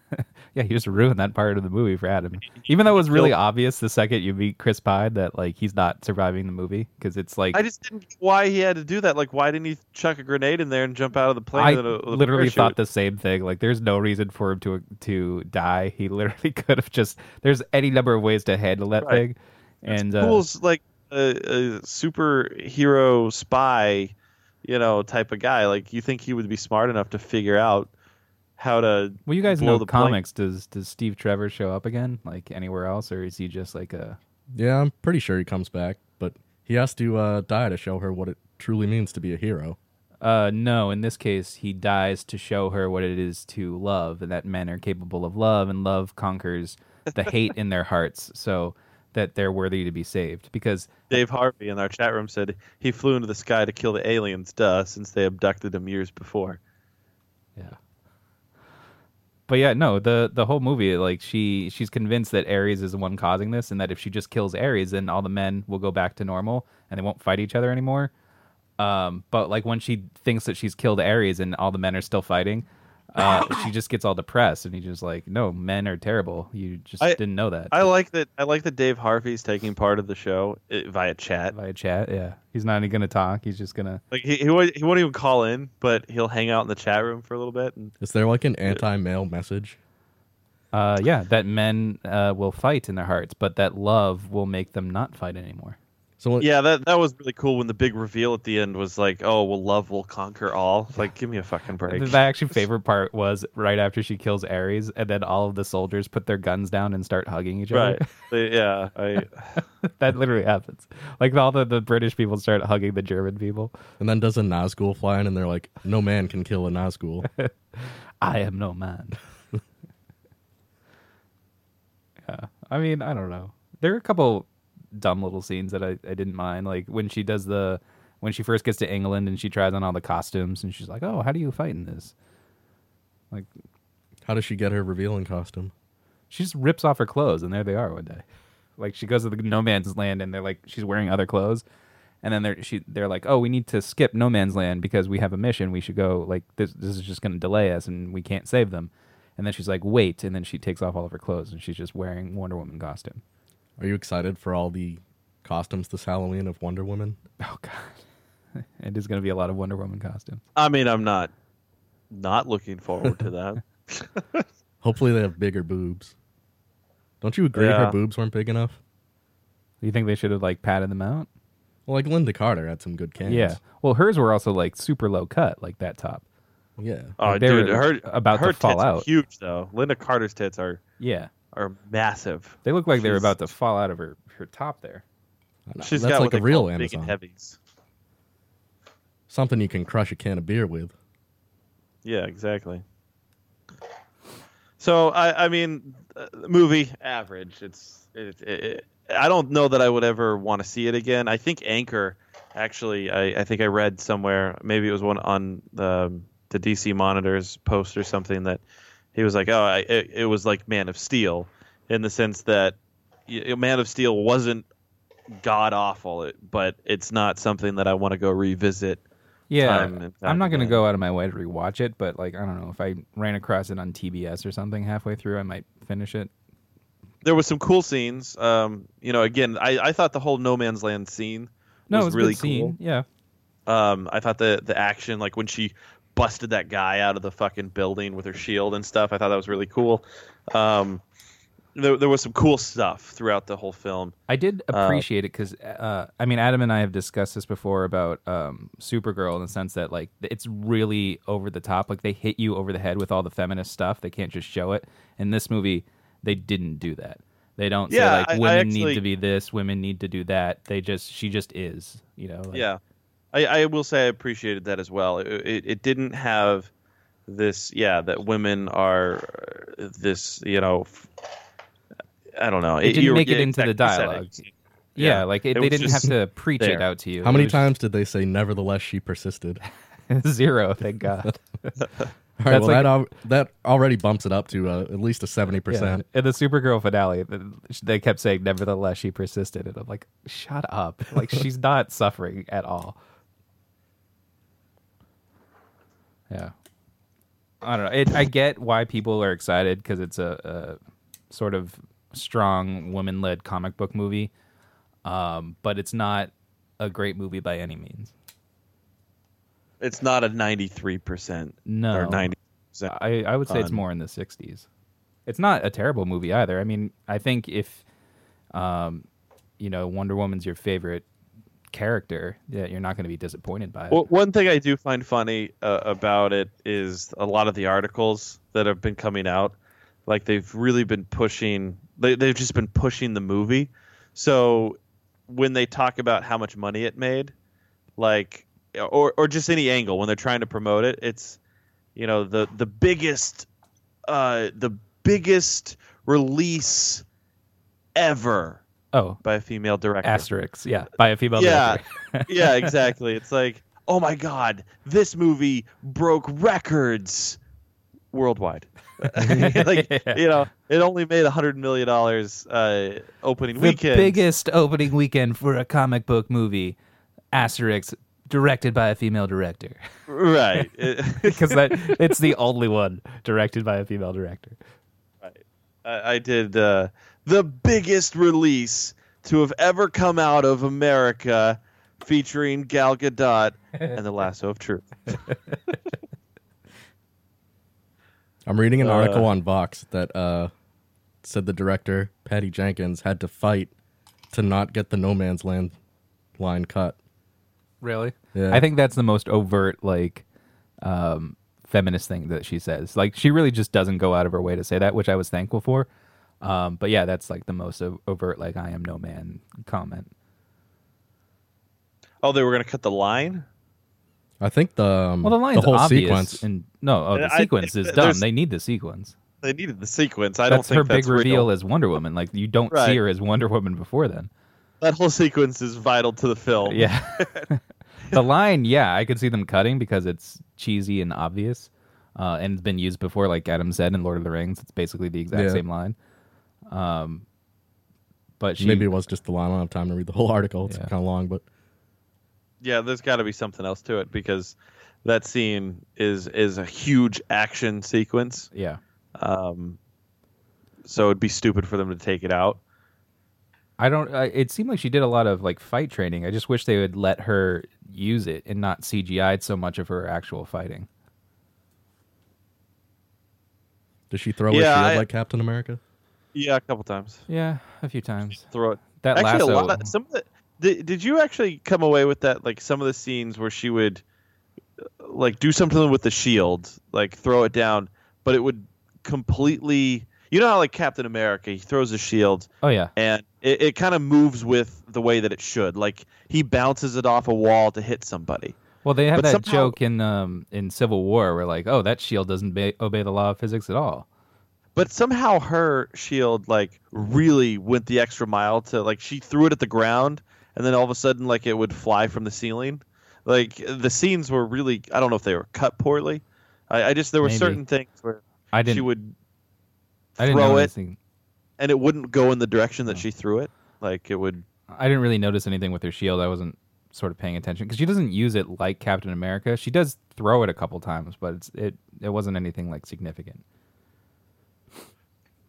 yeah, you just ruined that part of the movie for Adam. Even though it was really obvious the second you meet Chris Pine that like he's not surviving the movie because it's like I just didn't get why he had to do that. Like, why didn't he chuck a grenade in there and jump out of the plane? I with a- with a literally parachute? thought the same thing. Like, there's no reason for him to to die. He literally could have just. There's any number of ways to handle that Right. thing, and uh, Cool's like a, a superhero spy, you know, type of guy. Like you think he would be smart enough to figure out how to? well, you guys blow know the the plane. comics. Does does Steve Trevor show up again, like anywhere else, or is he just like a? Yeah, I'm pretty sure he comes back, but he has to uh, die to show her what it truly means to be a hero. Uh, no, in this case, he dies to show her what it is to love, and that men are capable of love, and love conquers the hate in their hearts, so that they're worthy to be saved. Because Dave Harvey in our chat room said he flew into the sky to kill the aliens, duh, since they abducted him years before. Yeah. But yeah, no, the the whole movie, like she she's convinced that Ares is the one causing this, and that if she just kills Ares, then all the men will go back to normal and they won't fight each other anymore. Um, but like when she thinks that she's killed Ares and all the men are still fighting, uh, she just gets all depressed, and he's just like, "No, men are terrible. You just I- didn't know that." I like that. I like that Dave Harvey's taking part of the show eh, via chat. Via chat, yeah, he's not even gonna talk. He's just gonna. Like he he won't, he won't even call in, but he'll hang out in the chat room for a little bit. And Is there like an anti male message? Uh, yeah, that men uh, will fight in their hearts, but that love will make them not fight anymore. So what- yeah, that that was really cool when the big reveal at the end was like, "Oh, well, love will conquer all." Like, give me a fucking break. My actually favorite part was right after she kills Ares, and then all of the soldiers put their guns down and start hugging each right? other. They- yeah, I, that literally happens. Like all the, the British people start hugging the German people. And then does a Nazgul fly in and they're like, no man can kill a Nazgul. I am no man. yeah, I mean, I don't know. There are a couple dumb little scenes that I, I didn't mind, like when she does the when she first gets to England and she tries on all the costumes and she's like, "Oh, how do you fight in this?" Like How does she get her revealing costume? she just rips off her clothes and there they are one day like she goes to the no man's land and they're like she's wearing other clothes and then they're she they're like oh we need to skip no man's land because we have a mission we should go like this this is just going to delay us and we can't save them and then she's like wait and then she takes off all of her clothes and she's just wearing wonder woman costume Are you excited for all the costumes this Halloween of Wonder Woman? oh god it is going to be a lot of wonder woman costumes I mean, I'm not not looking forward to that. Hopefully they have bigger boobs. Don't you agree Yeah. her boobs weren't big enough? you think they should have like padded them out Well, like Linda Carter had some good cans. yeah well hers were also like super low cut like that top Yeah. Oh, Like, they dude, were her about to her fall tits are out. Huge though. Linda Carter's tits are yeah are massive. they look like they were She's- about to fall out of her her top there She's That's got like what a they real call big and Amazon. heavies. Something you can crush a can of beer with. Yeah, exactly. So I, I mean, uh, movie average. It's it, it, it- I don't know that I would ever want to see it again. I think Anchor. Actually, I, I think I read somewhere. Maybe it was one on the um, the DC Monitor's post or something that he was like, oh, I, it, it was like Man of Steel in the sense that y- Man of Steel wasn't god awful, it- but it's not something that I want to go revisit. yeah, time and time I'm not going to again. go out of my way to rewatch it, but like I don't know if I ran across it on TBS or something halfway through, I might finish it. there was some cool scenes. Um, you know, again, I, I thought the whole No Man's Land scene No, was, it was really a good scene. cool. Yeah, Um, I thought the the action, like when she busted that guy out of the fucking building with her shield and stuff, I thought that was really cool. Um, there there was some cool stuff throughout the whole film. I did Uh, appreciate it 'cause it because uh, I mean Adam and I have discussed this before about um, Supergirl in the sense that like it's really over the top. Like they hit you over the head with all the feminist stuff. They can't just show it. In this movie, they didn't do that. They don't Yeah, say like I- I women need actually- to be this, women need to do that. They just she just is. You know. like- yeah, I, I will say I appreciated that as well. It, it, it didn't have this, yeah, that women are uh, this, you know. F- I don't know. It didn't you're- make it yeah, into the exactly said it. dialogue. Yeah. Yeah, like it, It they was didn't have just to preach it there. out to you. How many It was times did they say, nevertheless, she persisted? just- Zero, thank God. All right, That's like- well, that, al- that already bumps it up to uh, at least a 70%. In the Supergirl finale, th- they kept saying, "Nevertheless, she persisted," and I'm like, "Shut up! Like she's not suffering at all." Yeah. I don't know. It, I get why people are excited because it's a, a sort of strong woman-led comic book movie, um, but it's not a great movie by any means. It's not a 93% No. or 90%. I, I would say it's Fun. more in the 60s. It's not a terrible movie either. I mean, I think if, um, you know, Wonder Woman's your favorite character, yeah, you're not going to be disappointed by it. Well, one thing I do find funny uh, about it is a lot of the articles that have been coming out, like they've really been pushing. They, they've just been pushing the movie. So when they talk about how much money it made, like or or just any angle when they're trying to promote it, it's you know the the biggest uh, the biggest release ever oh, by a female director asterisks, yeah, by a female yeah director. yeah exactly it's like oh my god this movie broke records worldwide like you know it only made 100 million dollars uh opening The weekend biggest opening weekend for a comic book movie, asterisks, directed by a female director. right Because that it's the only one directed by a female director. I, I did uh, the biggest release to have ever come out of america featuring gal gadot and the lasso of truth I'm reading an Uh, article on Vox that uh, said the director Patty Jenkins had to fight to not get the No Man's Land line cut. Really? Yeah. I think that's the most overt like um, feminist thing that she says. Like she really just doesn't go out of her way to say that, which I was thankful for. Um, but yeah, that's like the most o- overt like I am no man comment. oh they were going to cut the line I think the um, Well, the line's whole obvious sequence. and no, oh, the I- sequence is dumb. there's- They need the sequence. they needed the sequence i that's don't think her big that's real. reveal as Wonder Woman. Like you don't see Right. her as Wonder Woman before then. that whole sequence is vital to the film Yeah. the line, yeah, I could see them cutting because it's cheesy and obvious. Uh, and it's been used before, like Adam said in Lord of the Rings. It's basically the exact Yeah. same line. Um, but she, Maybe it was just the line. I don't have time to read the whole article. It's Yeah. kind of long, but yeah there's got to be something else to it because that scene is is a huge action sequence yeah. so it'd be stupid for them to take it out I don't. I, it seemed like she did a lot of like fight training. I just wish they would let her use it and not CGI'd so much of her actual fighting. does she throw Yeah, a shield I- like Captain America? yeah a couple times Yeah, a few times. throw it That actually a lasso- lot of some of the did, did you actually come away with that like some of the scenes where she would uh, like do something with the shield like throw it down but it would completely you know how like captain america he throws a shield Oh yeah, and it, it kind of moves with the way that it should. Like he bounces it off a wall to hit somebody. Well, they have But that somehow- joke in um, in Civil War where like, oh, that shield doesn't ba- obey the law of physics at all. But somehow her shield like really went the extra mile to like she threw it at the ground and then all of a sudden like it would fly from the ceiling. Like the scenes were really I don't know if they were cut poorly. I, I just there were Maybe. certain things where I she didn't. would I didn't throw know it. anything- and it wouldn't go in the direction Oh. that she threw it. Like it would I didn't really notice anything with her shield. I wasn't sort of paying attention because she doesn't use it like Captain America. She does throw it a couple times, but it's, it it wasn't anything like significant.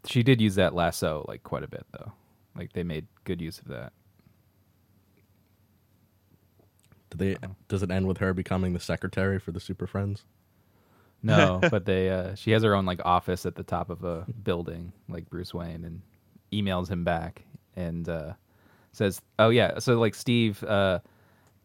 She did use that lasso like quite a bit though. Like they made good use of that. Do they? Oh. Does it end with her becoming the secretary for the Super Friends? No, but they uh, she has her own like office at the top of a building, like Bruce Wayne, and emails him back and uh, says, "Oh yeah, so like Steve uh,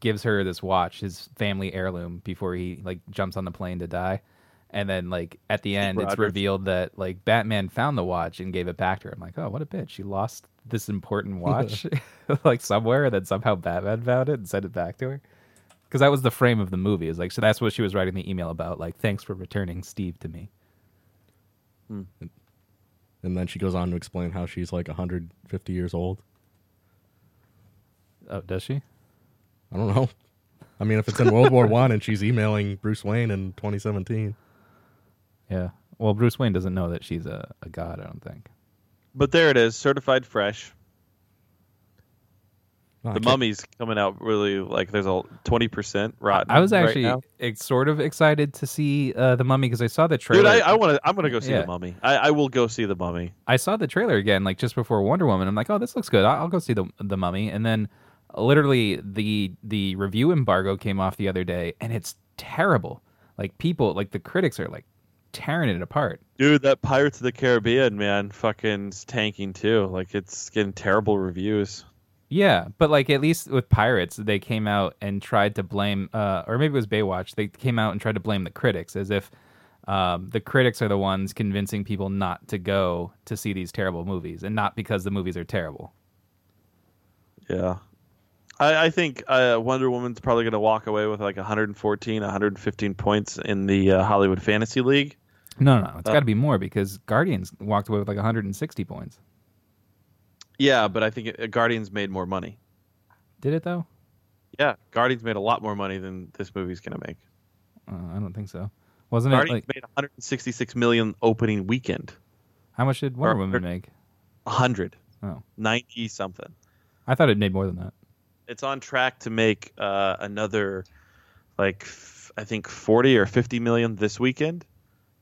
gives her this watch, his family heirloom, before he like jumps on the plane to die." And then, like at the end, it's Rogers. revealed that like Batman found the watch and gave it back to her. I'm like, oh, what a bitch! She lost this important watch, like somewhere, and then somehow Batman found it and sent it back to her because that was the frame of the movie. Is like so that's what she was writing the email about. Like, thanks for returning Steve to me. And then she goes on to explain how she's like 150 years old. Oh, does she? I don't know. I mean, if it's in World War One and she's emailing Bruce Wayne in 2017, Yeah. Well, Bruce Wayne doesn't know that she's a, a god. I don't think. but there it is, certified fresh. Oh, I The can't- mummy's coming out really like there's a twenty percent rotten. I was Uh, right actually now. ex- sort of excited to see uh, the Mummy because I saw the trailer. dude. I, I want to. I'm gonna go see Yeah. the mummy. I, I will go see the mummy. I saw the trailer again, like just before Wonder Woman. I'm like, oh, this looks good. I- I'll go see the the Mummy. And then, literally, the the review embargo came off the other day, and it's terrible. Like people, like the critics are like tearing it apart. Dude, that Pirates of the Caribbean man, fucking is tanking too. Like it's getting terrible reviews. Yeah, but like at least with pirates, they came out and tried to blame, uh, or maybe it was Baywatch. They came out and tried to blame the critics, as if um, the critics are the ones convincing people not to go to see these terrible movies, and not because the movies are terrible. Yeah. I, I think uh, Wonder Woman's probably going to walk away with like 114, 115 points in the uh, Hollywood Fantasy League. No, no, no it's Uh, got to be more because Guardians walked away with like 160 points. Yeah, but I think it, Guardians made more money. Did it though? Yeah, Guardians made a lot more money than this movie's going to make. Uh, I don't think so. Wasn't it Guardians like made 166 million opening weekend. how much did Wonder or- Woman make? 100, Oh, 90 something. I thought it made more than that. It's on track to make uh, another, like, f- I think 40 or 50 million this weekend.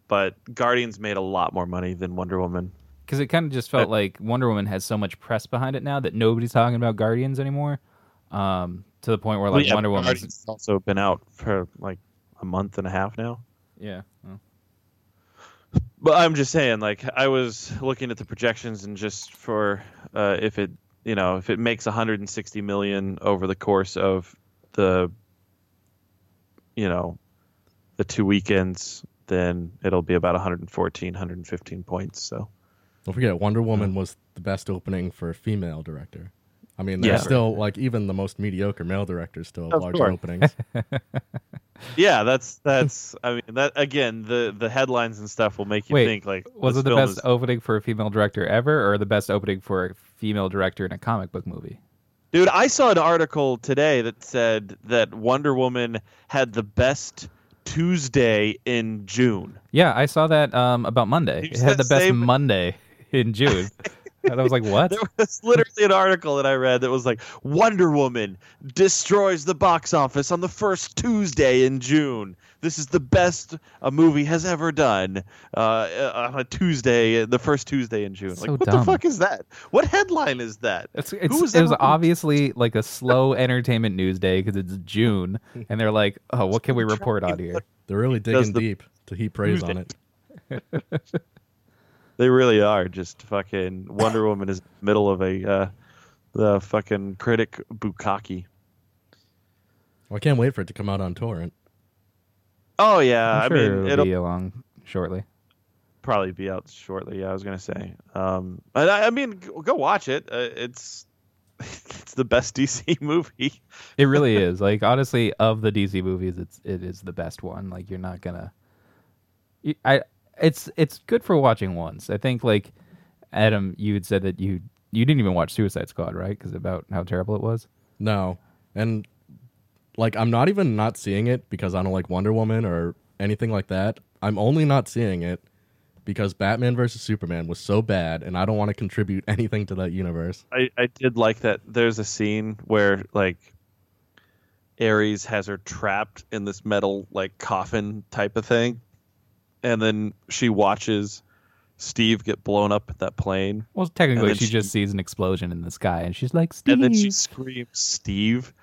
But Guardians made a lot more money than Wonder Woman. because it kind of just felt like Wonder Woman has so much press behind it now that nobody's talking about Guardians anymore. Um, to the point where like Yeah, Wonder Woman's Guardians has also been out for like a month and a half now. yeah. But I'm just saying, like I was looking at the projections and just for uh, if it you know if it makes 160 million over the course of the you know the two weekends, then it'll be about 114, 115 points. So Don't forget, Wonder Woman was the best opening for a female director. I mean, there's Yeah. still like even the most mediocre male directors still have Of larger course. openings. yeah, that's that's I mean that again the the headlines and stuff will make you Wait, think like Was this it the film best is- opening for a female director ever, or the best opening for a female director in a comic book movie? Dude, I saw an article today that said that Wonder Woman had the best Tuesday in June. Yeah, I saw that um, about Monday. You It had the said best same- Monday in June, and I was like, "What?" There was literally an article that I read that was like Wonder Woman destroys the box office on the first Tuesday in June. This is the best a movie has ever done uh, uh, on a Tuesday, the first Tuesday in June. So like, what dumb. the fuck is that? What headline is that? It's, it's, was it was ever- obviously like a slow entertainment news day because it's June, and they're like, "Oh, what can we report on here?" They're really Does digging the- deep to heap praise on it. They really are just fucking Wonder Woman is in the middle of a uh, the fucking critic bukkake. Well, I can't wait for it to come out on torrent. Oh yeah, I'm I sure mean it'll it'll be along shortly. probably be out shortly. Yeah, I was gonna say. Um, and I, I mean, g- go watch it. Uh, it's it's the best DC movie. It really is. Like honestly, of the DC movies, it's it is the best one. Like you're not gonna. You- I it's it's good for watching once. I think like Adam, you had said that you you didn't even watch Suicide Squad, right? Because about how terrible it was. No, and like I'm not even not seeing it because I don't like Wonder Woman or anything like that. I'm only not seeing it because Batman versus Superman was so bad, and I don't want to contribute anything to that universe. I, I did like that. There's a scene where like Ares has her trapped in this metal like coffin type of thing, and then she watches Steve get blown up at that plane, Well, And technically, then she, she- just sees an explosion in the sky, and she's like, "Steve." and then she screams, "Steve,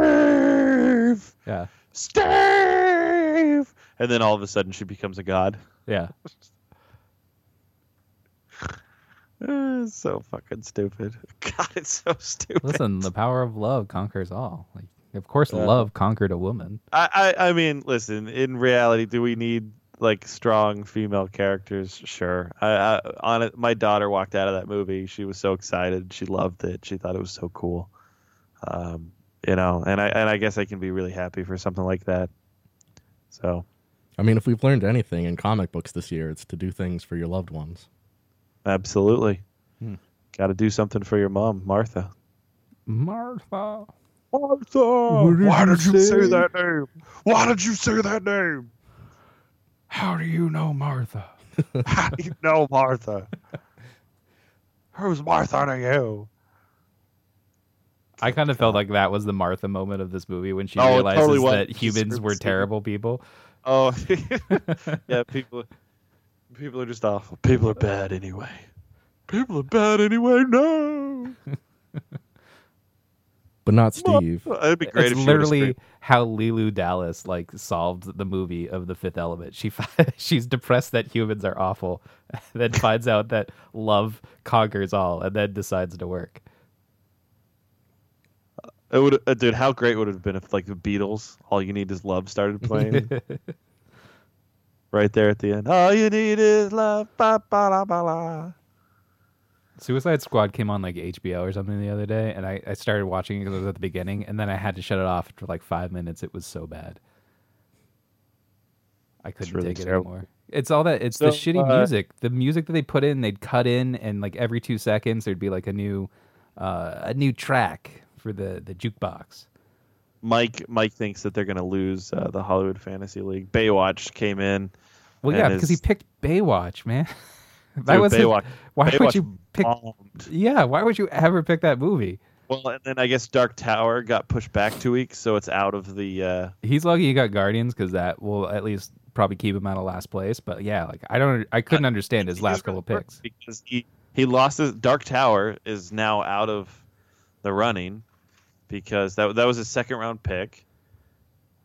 Steve, yeah, Steve!" And then all of a sudden, she becomes a god. yeah. Uh, it's so fucking stupid. God, it's so stupid. Listen, the power of love conquers all. Like, of course, Yeah. love conquered a woman. I, I, I mean, listen. In reality, do we need like strong female characters? Sure. I, I on it, my daughter walked out of that movie. She was so excited. She loved it. She thought it was so cool. Um, you know, and I and I guess I can be really happy for something like that. So I mean, if we've learned anything in comic books this year, it's to do things for your loved ones. absolutely, got to do something for your mom, Martha. Martha. Martha, Oh, why did you say that name? Why did you say that name? How do you know Martha? How do you know Martha? Who's Martha to you? I kind of felt like that was the Martha moment of this movie when she Oh, it realizes totally was. that humans Super were stupid. terrible people. Oh, yeah. People, people are just awful. People are bad anyway. People are bad anyway. No, but not Steve. it'd be great. It's if she would've literally screamed. how Lulu Dallas like solved the movie of The Fifth Element. She fi- she's depressed that humans are awful, then finds out that love conquers all, and then decides to work. It would, uh, dude. How great would it have been if like the Beatles, "All You Need Is Love" started playing right there at the end. All you need is love. Ba, ba, la, ba, la. Suicide Squad came on like HBO or something the other day, and I, I started watching it because it was at the beginning, and then I had to shut it off for like five minutes. It was so bad. I couldn't really take it terrible. anymore. It's all that. It's the So, shitty uh, music. The music that they put in, they'd cut in, and like every two seconds, there'd be like a new, uh, a new track for the the jukebox. Mike, Mike thinks that they're gonna lose uh, the Hollywood Fantasy League. Baywatch came in. Well, And yeah, because he it's- picked Baywatch, man. that Dude, was Baywatch- Why Baywatch would you pick? bombed. Yeah, why would you ever pick that movie? Well, and then I guess Dark Tower got pushed back two weeks, so it's out of the. Uh, he's lucky he got Guardians because that will at least probably keep him out of last place. But yeah, like I don't, I Uh, couldn't understand his last couple picks. because he he lost his Dark Tower is now out of the running because that that was his second round pick.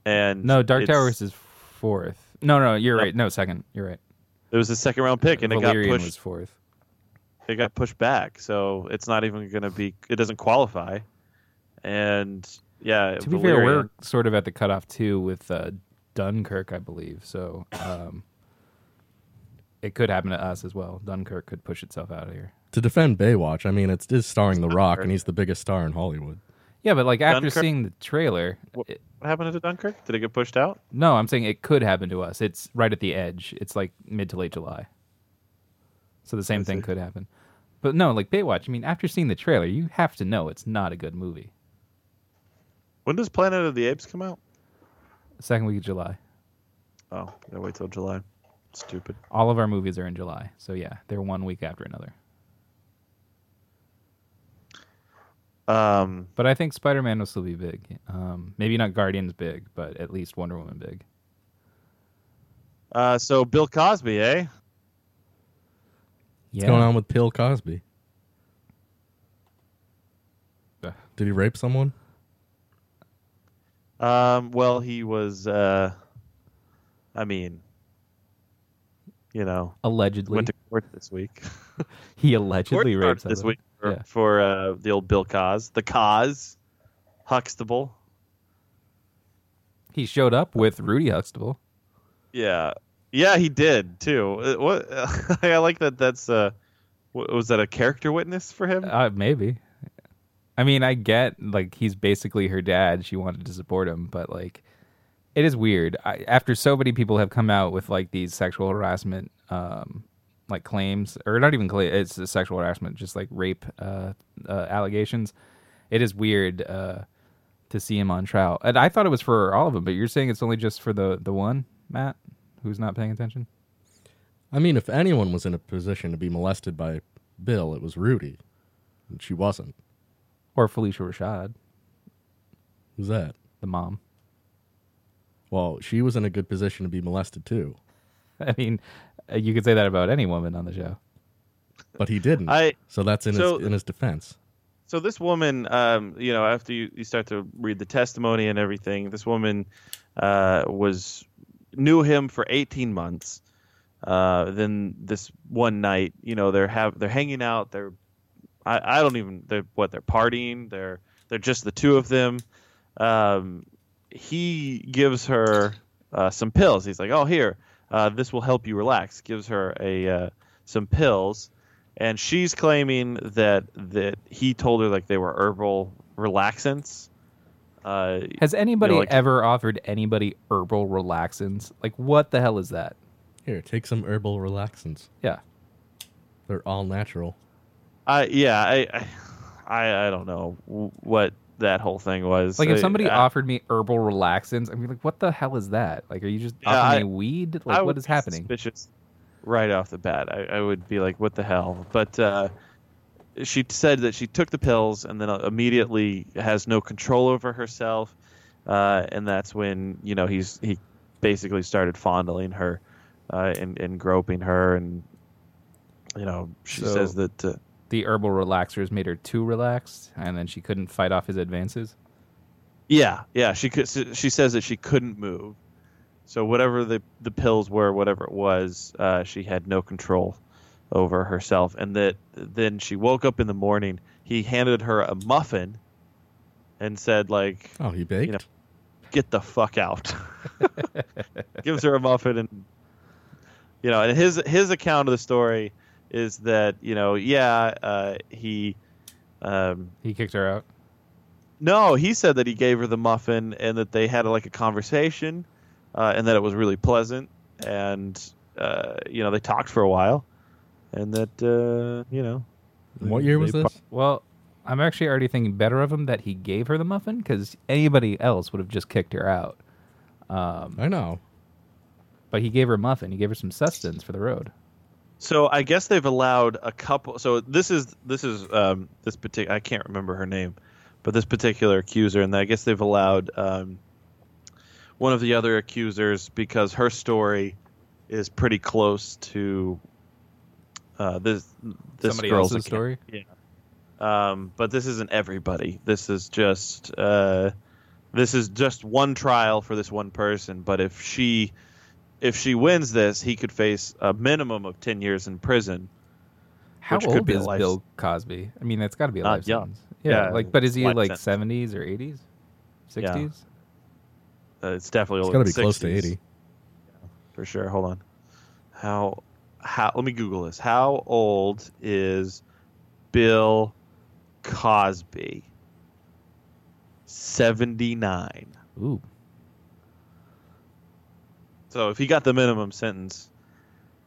And No, Dark it's- Tower was his fourth. No, no, you're Yep. right. No, second. You're right. it was his second round pick, and it Valyrian got was pushed. fourth. It got pushed back, so it's not even going to be. It doesn't qualify, and yeah. To be fair, Valyrian- we're sort of at the cutoff too with uh, Dunkirk, I believe. So um, it could happen to us as well. Dunkirk could push itself out of here. To defend Baywatch, I mean, it's is starring The Rock, and he's the biggest star in Hollywood. Yeah, but like after Dunkirk- seeing the trailer, What- it- what happened to Dunkirk? Did it get pushed out? no, I'm saying it could happen to us. It's right at the edge. It's like mid to late July. So the same thing see. could happen. But no, like Baywatch, I mean, after seeing the trailer, you have to know it's not a good movie. When does Planet of the Apes come out? Second week of July. Oh, gotta wait till July. Stupid. All of our movies are in July. So yeah, they're one week after another. Um, But I think Spider Man will still be big. Um, maybe not Guardians big, but at least Wonder Woman big. uh, so Bill Cosby, eh? Yeah. What's going on with Bill Cosby? Ugh. Did he rape someone? Um, well, he was. Uh, I mean, you know, Allegedly. went to court this week. he allegedly court raped started this someone. week for, Yeah. for uh, the old Bill Cos, the Cos, Huxtable. He showed up with Rudy Huxtable. Yeah, yeah, he did too. Uh, What I like that. That's uh, wa- was that a character witness for him? Uh, maybe. I mean, I get like he's basically her dad. She wanted to support him, but like, it is weird. I, after so many people have come out with like these sexual harassment, um, like claims, or not even claim, it's a sexual harassment, just like rape uh, uh, allegations. It is weird uh, to see him on trial, and I thought it was for all of them, but you're saying it's only just for the the one Matt who's not paying attention. I mean, if anyone was in a position to be molested by Bill, it was Rudy. And she wasn't. Or Felicia Rashad, Who's that? the mom. Well, she was in a good position to be molested too, I mean, uh, you could say that about any woman on the show. but he didn't. I so that's in so- his in his defense. So this woman, um, you know, after you, you start to read the testimony and everything, this woman uh, was knew him for 18 months. Uh, then this one night, you know, they're have they're hanging out. They're I, I don't even they're what they're partying. They're they're just the two of them. Um, he gives her uh, some pills. He's like, oh here, uh, this will help you relax. Gives her a uh, some pills and she's claiming that that he told her like they were herbal relaxants. Uh, Has anybody like- ever offered anybody herbal relaxants? Like, what the hell is that? Here, take some herbal relaxants. Yeah. They're all natural. I yeah, I, I I I don't know what that whole thing was. Like, if I- somebody I- offered me herbal relaxants, I'd be like, what the hell is that? Like, are you just Yeah, offering I- me weed? I Like, would what is be happening? Suspicious right off the bat. I, I would be like, what the hell? But uh, she said that she took the pills and then uh, immediately has no control over herself, uh, and that's when you know he's he basically started fondling her, uh, and and groping her, and you know she So- says that. Uh, The herbal relaxers made her too relaxed, and then she couldn't fight off his advances. Yeah, yeah. She could. She says that she couldn't move. So whatever the the pills were, whatever it was, uh, she had no control over herself, and that then she woke up in the morning. He handed her a muffin, and said like, Oh, he baked. You know, "Get the fuck out." Gives her a muffin, and you know, and his his account of the story is that you know, yeah, uh, he. Um, He kicked her out. no, he said that he gave her the muffin and that they had like a conversation, uh, and that it was really pleasant. And uh, you know, they talked for a while, and that uh, you know, what year was They this? pro- Well, I'm actually already thinking better of him that he gave her the muffin because anybody else would have just kicked her out. I know. But he gave her a muffin. He gave her some sustenance for the road. So I guess they've allowed a couple. So this is this is um, this particular. I can't remember her name, but this particular accuser, and I guess they've allowed um, one of the other accusers because her story is pretty close to uh, this this Somebody girl's account. else's story? Yeah. Um, but this isn't everybody. This is just uh, this is just one trial for this one person. But if she if she wins this, he could face a minimum of ten years in prison. How Which old could be a is life- Bill Cosby? I mean, that's got to be a Not life young. sentence. Yeah, Yeah, like, but is he life like sentence. 70s or 80s, 60s? Uh, it's definitely It's older got to be than close to 60s, eighty. for sure. Hold on. How how? Let me Google this. How old is Bill Cosby? Seventy nine. Ooh, So if he got the minimum sentence,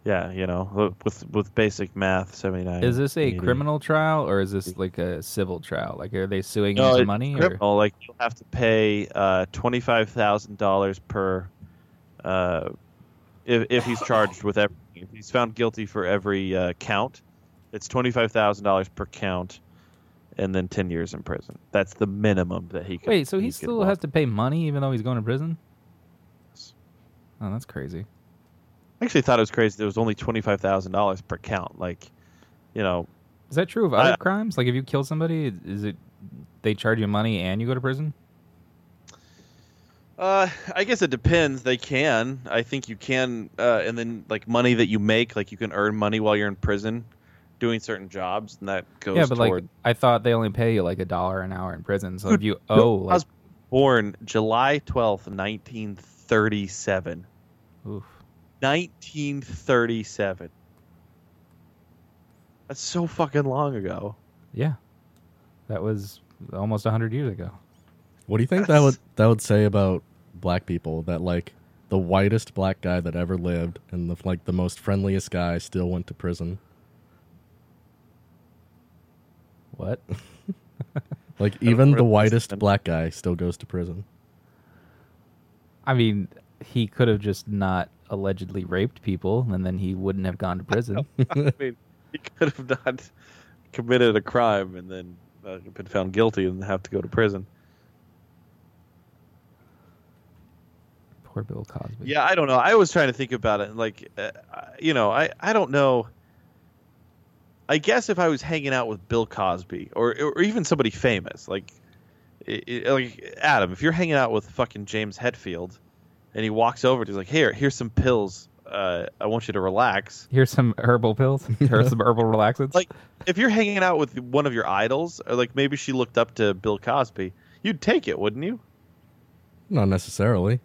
yeah, you know, with with basic math, seventy nine. is this a criminal trial or is this like a civil trial? Like, are they suing him for it's money? Or? criminal. Oh, Like you'll have to pay uh, twenty five thousand dollars per, uh, if if he's charged with everything. If he's found guilty for every uh, count, it's twenty five thousand dollars per count, and then ten years in prison. That's the minimum that he. Could, Wait, so he could still want. has to pay money even though he's going to prison? Oh, that's crazy. I actually thought it was crazy. There was only twenty five thousand dollars per count. Like, you know, Is that true of other I- crimes? Like, if you kill somebody, is it they charge you money and you go to prison? Uh, I guess it depends. They can. I think you can, uh, and then like money that you make, like you can earn money while you're in prison, doing certain jobs, and that goes. yeah, but toward, like, I thought they only pay you like a dollar an hour in prison. So if you owe, I like, was born July twelfth, nineteen thirty-seven. oof. Nineteen thirty-seven. That's so fucking long ago. yeah, that was almost hundred years ago. What do you think that would that would say about black people? That like the whitest black guy that ever lived and the like the most friendliest guy still went to prison. What? Like even the really whitest understand. black guy still goes to prison. I mean, he could have just not allegedly raped people, and then he wouldn't have gone to prison. I mean, he could have not committed a crime and then uh, been found guilty and have to go to prison. Poor Bill Cosby. Yeah, I don't know. I was trying to think about it. and, Like, uh, you know, I, I don't know. I guess if I was hanging out with Bill Cosby or or even somebody famous, like i- i- like Adam, if you're hanging out with fucking James Hetfield, and he walks over, and he's like, "Here, here's some pills. Uh, I want you to relax." Here's some herbal pills. Here's some herbal relaxants. Like, if you're hanging out with one of your idols, or like maybe she looked up to Bill Cosby, you'd take it, wouldn't you? Not necessarily.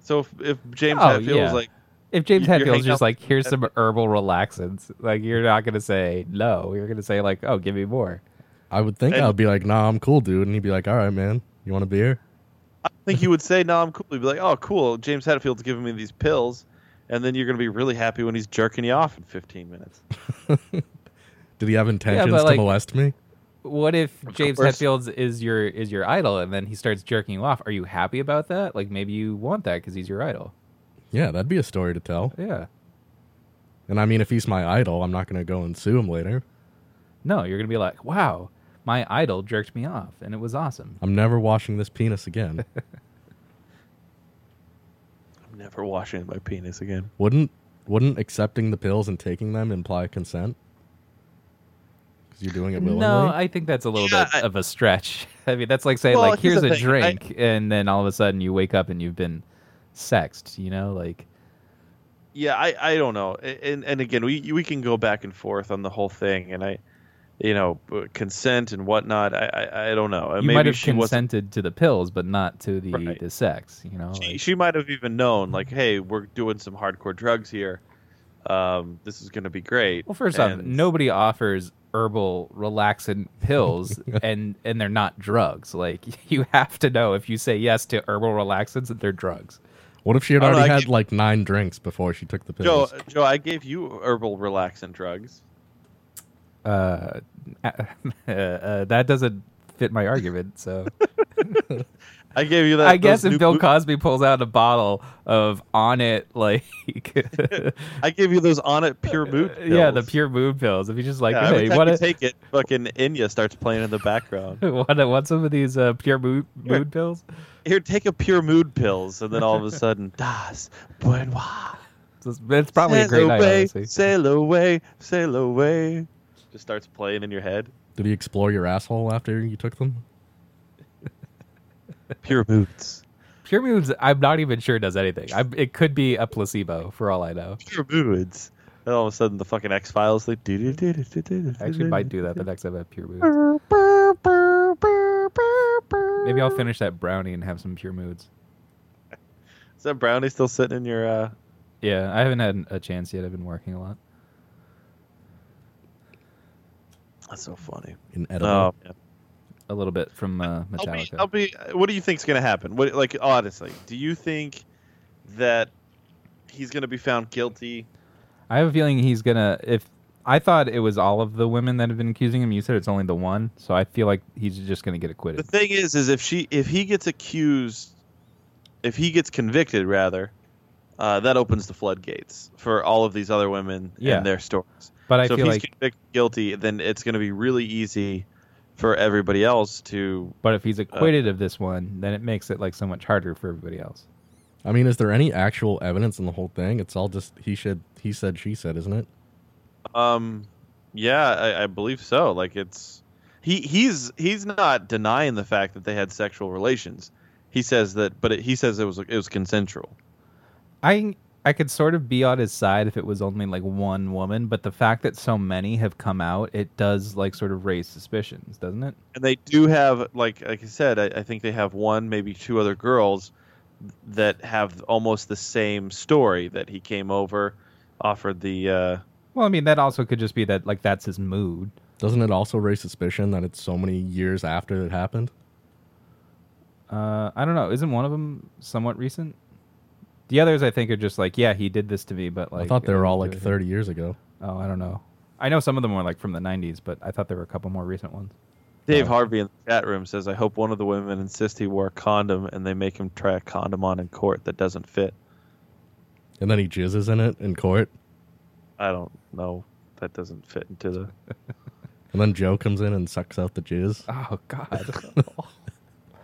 So if, if James Oh, Hetfield yeah. was like, if James you're Hetfield's hanging just out- like, here's some herbal relaxants, like you're not gonna say no. You're gonna say like, oh, give me more. I would think And- I would be like, "Nah, I'm cool, dude," and he'd be like, "All right, man, you want a beer?" think you would say, "No, I'm cool." You'd be like, "Oh, cool. James Hetfield's giving me these pills," and then you're going to be really happy when he's jerking you off in 15 minutes. Did he have intentions to like- molest me? What if James course. Hetfield's is your is your idol, and then he starts jerking you off? Are you happy about that? Like maybe you want that because he's your idol. Yeah, that'd be a story to tell. Yeah. And I mean, if he's my idol, I'm not going to go and sue him later. No, you're gonna be like, wow, my idol jerked me off, and it was awesome. I'm never washing this penis again. I'm never washing my penis again. wouldn't wouldn't accepting the pills and taking them imply consent? Because you're doing it willingly. No, I think that's a little Yeah, bit I- of a stretch. I mean, that's like saying, Well, like, here's here's the a thing, I- drink, and then all of a sudden you wake up and you've been sexed. You know, like yeah i i don't know A- and and again we we can go back and forth on the whole thing and i you know b- consent and whatnot i i, I don't know you maybe might have she wasn't consented to the pills, but not to the Right. the sex. You know, she, like- she might have even known like hey we're doing some hardcore drugs here um this is gonna be great Well, first off, And- nobody offers herbal relaxant pills, and and they're not drugs. Like you have to know if you say yes to herbal relaxants that they're drugs. What if she had I don't know, already I had keep- like nine drinks before she took the joe pills? joe i gave you herbal relaxant drugs Uh, uh, uh, that doesn't fit my argument. So i gave you that I guess those if new Bill blue- Cosby pulls out a bottle of on it, like i gave you those on it pure mood pills. Uh, yeah, the pure mood pills. If you just like, yeah, every hey, time what you a, take it fucking inya starts playing in the background want want some of these uh, pure mood mood pills? here take a pure mood pills and then all of a sudden das buenois It's, it's probably a great sail idea. away honestly. sail away sail away just starts playing in your head Did he explore your asshole after you took them? pure moods Pure Moods, I'm not even sure does anything. I, it could be a placebo for all I know. pure moods and all of a sudden the fucking x files like do do do do do do I actually might do that the next time I have Pure Moods. Maybe I'll finish that brownie and have some Pure Moods. is that brownie still sitting in your uh Yeah, I haven't had a chance yet. I've been working a lot. that's so funny Inedible. oh man. A little bit from uh, I'll be, Metallica. I'll be what do you think's gonna happen what like honestly do you think that he's gonna be found guilty I have a feeling he's gonna. If I thought it was all of the women that have been accusing him, you said it's only the one. So I feel like he's just gonna get The acquitted. thing is, is if she, if he gets accused, if he gets convicted, rather, uh, that opens the floodgates for all of these other women Yeah. and their stories. But I so if feel he's like, convicted guilty, then it's going to be really easy for everybody else to. but if he's uh, acquitted of this one, then it makes it like so much harder for everybody else. I mean, is there any actual evidence in the whole thing? It's all just he should he said she said, isn't it? Um, yeah, I, I believe so. Like it's he he's he's not denying the fact that they had sexual relations. He says that, but it, he says it was it was consensual. I I could sort of be on his side if it was only like one woman, but the fact that so many have come out, it does like sort of raise suspicions, doesn't it? and they do have like like I said, I, I think they have one, maybe two other girls that have almost the same story that he came over, offered the uh, Well, I mean, that also could just be that like that's his mood. Doesn't it also raise suspicion that it's so many years after it happened? Uh, I don't know. Isn't one of them somewhat recent? The others, I think, are just like, yeah, he did this to me, but like uh, I thought they were all didn't like do thirty years ago. anything. Oh, I don't know. I know some of them were like from the '90s, but I thought there were a couple more recent ones. Dave Harvey in the chat room says, "I hope one of the women insists he wore a condom, and they make him try a condom on in court that doesn't fit." And then he jizzes in it in court. I don't know. That doesn't fit into the. And then Joe comes in and sucks out the jizz. Oh God.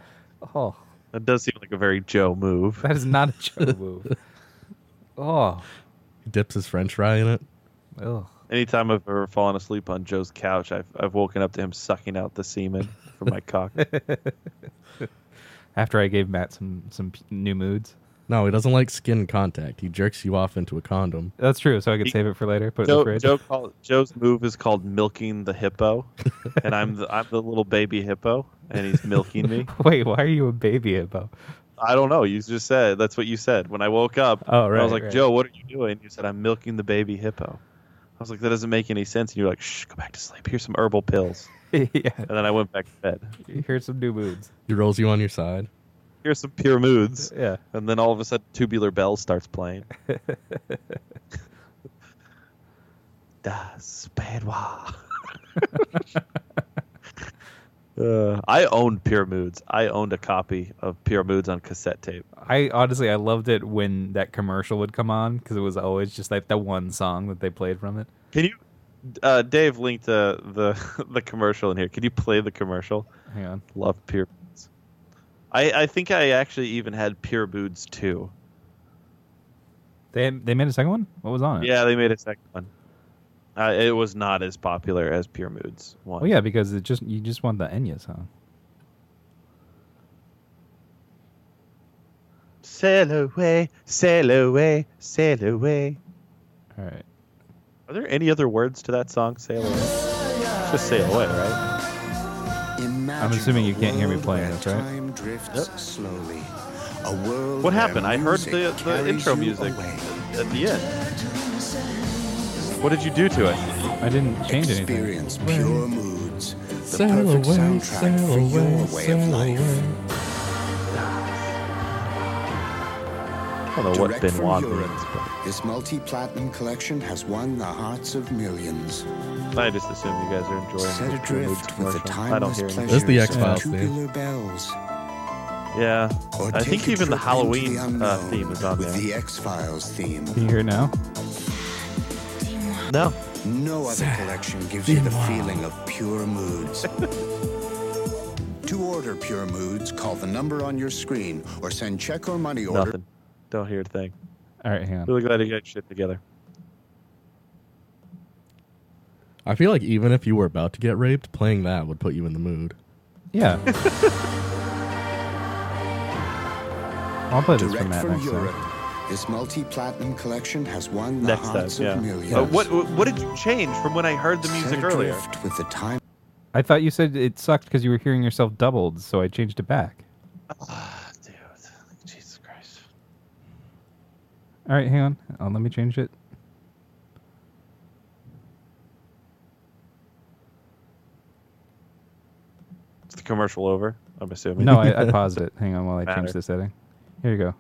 oh, That does seem like a very Joe move. that is not a Joe move. Oh, He dips his French fry in it. ugh. Anytime I've ever fallen asleep on Joe's couch, I've I've woken up to him sucking out the semen from my cock. after I gave Matt some some p- new moods. No, he doesn't like skin contact. He jerks you off into a condom. That's true. So I could save it for later. Put it in the Joe, fridge. Joe call, Joe's move is called milking the hippo, and I'm the, I'm the little baby hippo, and he's milking me. Wait, why are you a baby hippo? I don't know. You just said that's what you said when I woke up. Oh, and I right, was like, right. Joe, what are you doing? You said I'm milking the baby hippo. I was like, that doesn't make any sense. And you're like, shh, go back to sleep. Here's some herbal pills. yeah, And then I went back to bed. here's some new moods. He rolls you on your side. Here's some pure moods. Yeah, And then all of a sudden, tubular bell starts playing. das Bedouin. uh, I owned Pure Moods. I owned a copy of Pure Moods on cassette tape. I honestly I loved it when that commercial would come on because it was always just like the one song that they played from it. Can you uh, Dave linked uh, the the commercial in here. Could you play the commercial? Hang on. Love Pure Boots. I, I think I actually even had Pure Boots too. They they made a second one. What was on it? Yeah, they made a second one. Uh, it was not as popular as Pure Moods one. Well, Oh, yeah, because it just you just want the Enya song. Sail away, sail away, sail away. All right. Are there any other words to that song? Sail away. Just sail away, right? I'm assuming you can't hear me playing this, right? Time drifts slowly. A world What where happened? I heard the, music the carries intro you music away. at at the end. What did you do to it? I didn't change anything. Experience pure moods. The Sail perfect away, soundtrack sail for away, your way of sail life. away. I don't know what Direct from Benoit Europe, means, but this multi-platinum collection has won the hearts of millions. I just assume you guys are enjoying Set the Pure Moods adrift with the commercial. I don't timeless hear anything. pleasures the of X-Files theme. tubular bells. Yeah, Or I take think a even trip into the Halloween uh, unknown theme is on with there. the X-Files theme. Can you hear it now? No, No other collection gives you the feeling of pure moods. to order Pure Moods, call the number on your screen or send check or money order. nothing. Don't hear a thing. All right, hang on. Really glad you got shit together. I feel like even if you were about to get raped, playing that would put you in the mood. Yeah. I'll play this for Direct Matt from next Europe, time. this multi-platinum collection has won the Next time, hearts of millions. yeah. Uh, what what did you change from when I heard the Set music earlier? adrift with the time. I thought you said it sucked because you were hearing yourself doubled, so I changed it back. Dude, Jesus Christ. All right, hang on. Uh, let me change it. Is the commercial over? I'm assuming. No, I, I paused it. Hang on while I Matter. change the setting. Here you go.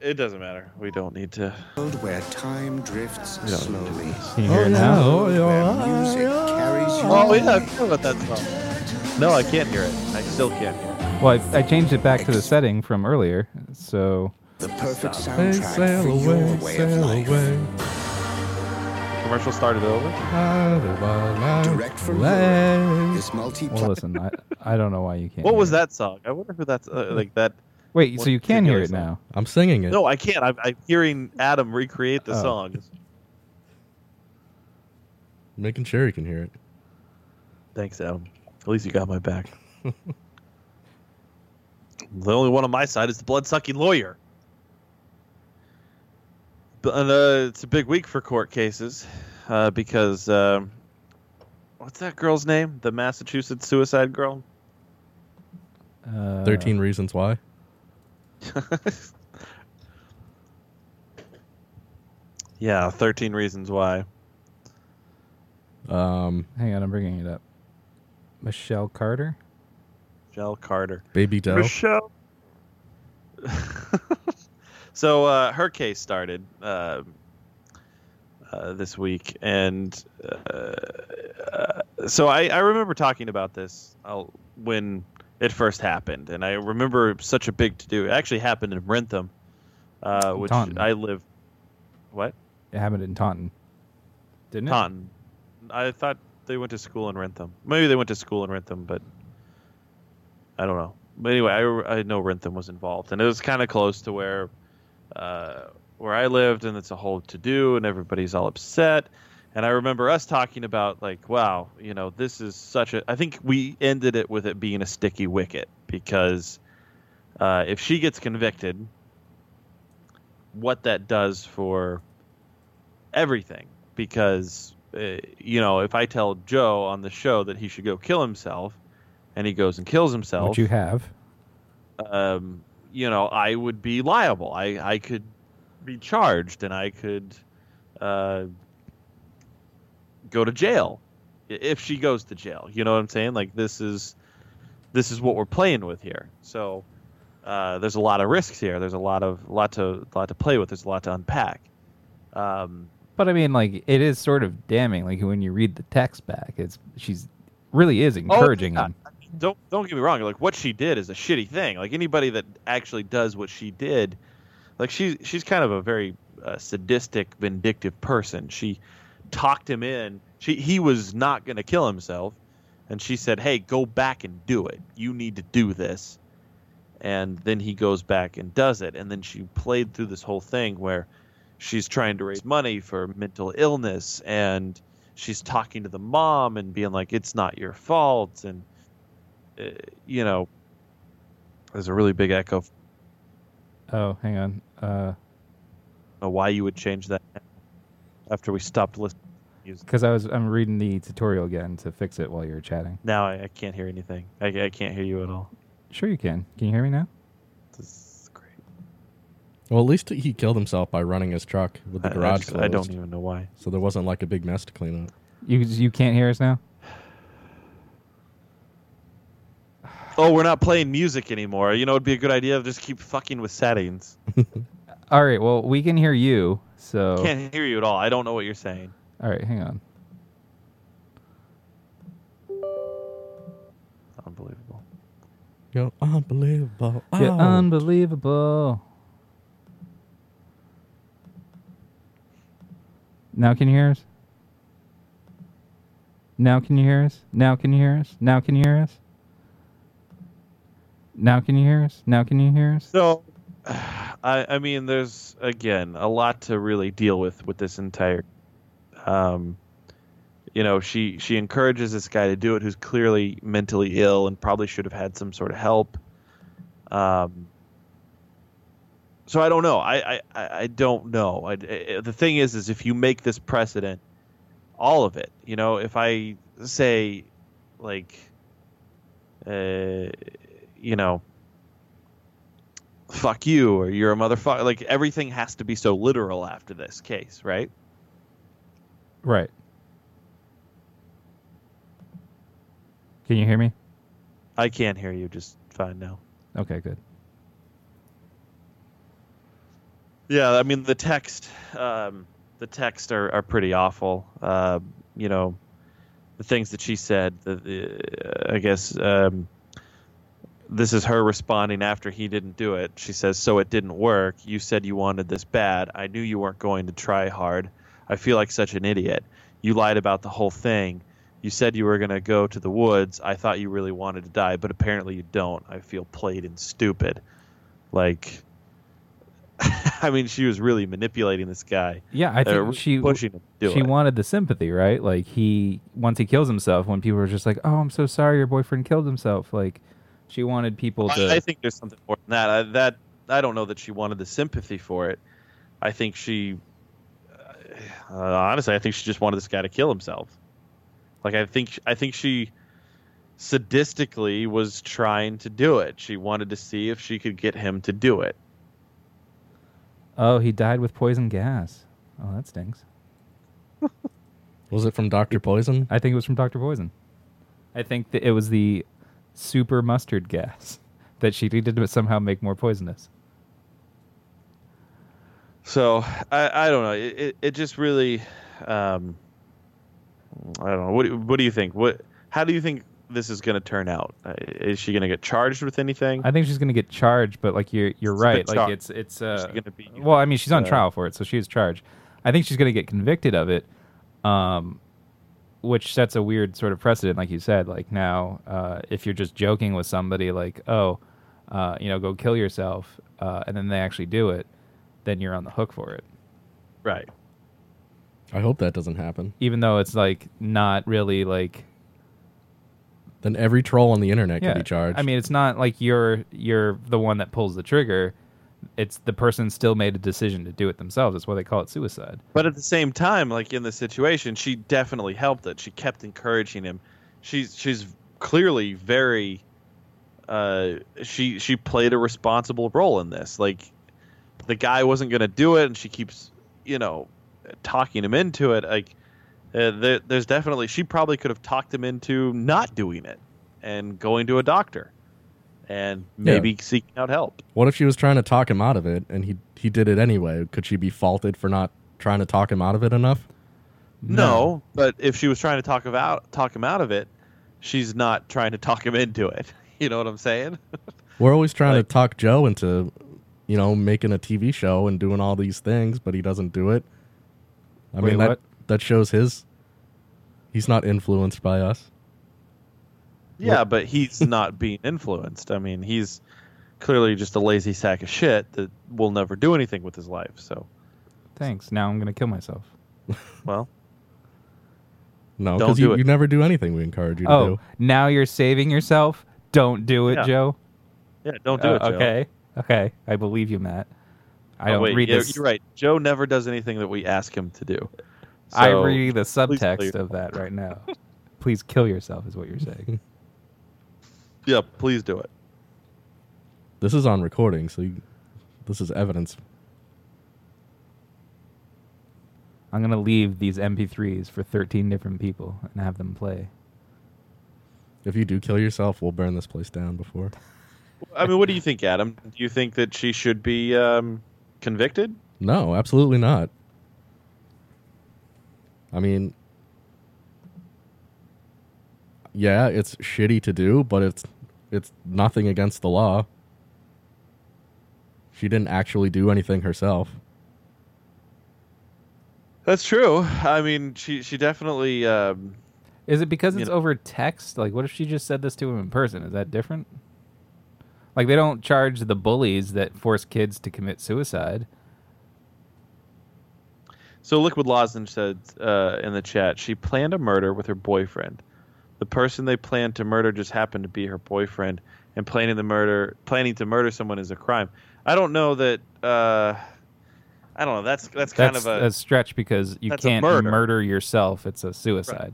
it doesn't matter. We don't need to. World where time drifts We don't need to do slowly. this. Can Oh, you hear it now? Where music carries you Oh yeah, I away. forgot about that song. No, I can't hear it. I still can't hear it. Well, I, I changed it back to the setting from earlier, so The perfect Hey, soundtrack sail for your away, way of sail life. away. Commercial started over. Direct from Europe, Direct this multi well, listen, I, I don't know why you can't. What hear was it. that song? I wonder who that's uh, like that. Wait, What so you can hear it particular now? I'm singing it. No, I can't. I'm, I'm hearing Adam recreate the Oh. song. Making sure you can hear it. Thanks, Adam. At least you got my back. the only one on my side is the blood sucking lawyer. But uh, it's a big week for court cases uh, because um what's that girl's name? The Massachusetts suicide girl. Uh, 13 Reasons Why. Yeah, thirteen reasons why. Um, Hang on, I'm bringing it up. Michelle Carter. Michelle Carter. Baby Doe. Michelle. so uh, her case started uh, uh, this week, and uh, so I, I remember talking about this uh, when it first happened, and I remember such a big to do. It actually happened in Rentham, uh, which Taunton. I live. What It happened in Taunton, didn't it? Taunton? I thought they went to school in Rentham. Maybe they went to school in Rentham, but I don't know. But anyway, I, I know Rentham was involved, and it was kind of close to where uh, where I lived, and it's a whole to do, and everybody's all upset. And I remember us talking about like, wow, you know, this is such a. I think we ended it with it being a sticky wicket because uh, if she gets convicted, what that does for everything because uh, you know if I tell Joe on the show that he should go kill himself, and he goes and kills himself, Which you have. um, you know, I would be liable. I, I could be charged and I could uh, go to jail i- if she goes to jail. You know what I'm saying? Like this is this is what we're playing with here. So uh, there's a lot of risks here. There's a lot of lot to lot to play with. There's a lot to unpack. Um, But I mean, like, it is sort of damning. Like when you read the text back, it's she's really is encouraging Oh, yeah. him. don't don't get me wrong. Like what she did is a shitty thing. Like anybody that actually does what she did, like she she's kind of a very uh, sadistic, vindictive person. She talked him in. She, he was not going to kill himself, and she said, "Hey, go back and do it. You need to do this." And then he goes back and does it, and then she played through this whole thing where she's trying to raise money for mental illness, and she's talking to the mom and being like, "It's not your fault," and uh, you know, there's a really big echo. Oh, hang on. Uh, Of why you would change that after we stopped listening? to music. because I was I'm reading the tutorial again to fix it while you were chatting. Now I, I can't hear anything. I, I can't hear you at all. Sure, you can. Can you hear me now? This is great. Well, at least he killed himself by running his truck with the I- I garage just- closed. I don't even know why. So there wasn't like a big mess to clean up. You you can't hear us now. Oh, we're not playing music anymore. You know, it'd be a good idea to just keep fucking with settings. All right. Well, we can hear you. Oh. So Can't hear you at all. I don't know what you're saying. all right, hang on. Unbelievable. Yo, unbelievable. Yeah, Ow. unbelievable. Now can you hear us? Now can you hear us? Now can you hear us? Now can you hear us? Now can you hear us? Now can you hear us? So, I, I mean, there's again a lot to really deal with with this entire. Um, you know, she she encourages this guy to do it, who's clearly mentally ill and probably should have had some sort of help. Um. So I don't know. I I, I I don't know. I, I- the thing is, is if you make this precedent, all of it. You know, if I say, like, uh, you know, fuck you or you're a motherfucker like everything has to be so literal after this case right Right. Can you hear me? i can't hear you just fine now Okay, good. yeah i mean the text um, the text are, are pretty awful uh, you know the things that she said the, the, i guess um, this is her responding after he didn't do it she says so it didn't work you said you wanted this bad i knew you weren't going to try hard i feel like such an idiot you lied about the whole thing you said you were going to go to the woods i thought you really wanted to die but apparently you don't i feel played and stupid like I mean, she was really manipulating this guy. Yeah, I They were think really she pushing him to do she it. wanted the sympathy, right? Like he once he kills himself, when people were just like, "Oh, I'm so sorry, your boyfriend killed himself," like she wanted people to. I, I think there's something more than that. I, that I don't know that she wanted the sympathy for it. I think she, uh, honestly, I think she just wanted this guy to kill himself. Like I think I think she sadistically was trying to do it. She wanted to see if she could get him to do it. oh, he died with poison gas. Oh, that stings. Was it from Doctor Poison? I think it was from Doctor Poison. I think that it was the super mustard gas that she needed to somehow make more poisonous. So I, I don't know. It, it, it just really, um, I don't know. What do- what do you think? What how do you think this is going to turn out? Uh, Is she going to get charged with anything? I think she's going to get charged, but like you're you're It's a right. bit Like shock. it's it's uh, She's gonna be- well, I mean, she's on uh, trial for it, so she is charged. I think she's going to get convicted of it, um, which sets a weird sort of precedent, like you said. Like now, uh, if you're just joking with somebody, like oh, uh, you know, go kill yourself, uh, and then they actually do it, then you're on the hook for it, right. I hope that doesn't happen. even though it's like not really like Then every troll on the internet yeah. could be charged. I mean, it's not like you're you're the one that pulls the trigger. It's the person still made a decision to do it themselves. That's why they call it suicide. But at the same time, like in the situation, she definitely helped it. She kept encouraging him. She's she's clearly very. Uh, she she played a responsible role in this. Like, the guy wasn't going to do it, and she keeps you know talking him into it. Like, uh, there, there's definitely she probably could have talked him into not doing it and going to a doctor, and maybe seeking out help. what if she was trying to talk him out of it and he he did it anyway? Could she be faulted for not trying to talk him out of it enough? No, but if she was trying to talk about talk him out of it, she's not trying to talk him into it. You know what I'm saying? We're always trying to talk Joe into, you know, making a TV show and doing all these things, but he doesn't do it. I Wait, mean that what? that shows his. He's not influenced by us. Yeah, but he's not being influenced. I mean, he's clearly just a lazy sack of shit that will never do anything with his life. So, Thanks. Now I'm gonna kill myself. well, No, Don't because do you, it. you never do anything we encourage you to Oh, do. now you're saving yourself. Don't do it, Yeah. Joe. yeah, don't do Uh, it. Joe. Okay. Okay. I believe you, Matt. I Oh, don't wait, read you're, this. you're right. Joe never does anything that we ask him to do. I So- read the please. subtext of that right now. please kill yourself is what you're saying. Yeah, please do it. This is on recording, so you, this is evidence. I'm gonna leave these MP3s for 13 different people and have them play. If you do kill yourself, we'll burn this place down before. I mean, what do you think, Adam? Do you think that she should be um, convicted? No, absolutely not. I mean, yeah, it's shitty to do, but it's it's nothing against the law. She didn't actually do anything herself. That's true. I mean, she she definitely. Um, Is it because You it's know- over text? Like, what if she just said this to him in person? Is that different? Like, they don't charge the bullies that force kids to commit suicide. So Liquid Lozenge said uh, in the chat, she planned a murder with her boyfriend. The person they planned to murder just happened to be her boyfriend, and planning the murder, planning to murder someone is a crime. I don't know that. Uh, I don't know. That's that's kind That's of a a stretch because you that's a can't murder. murder. yourself. It's a suicide.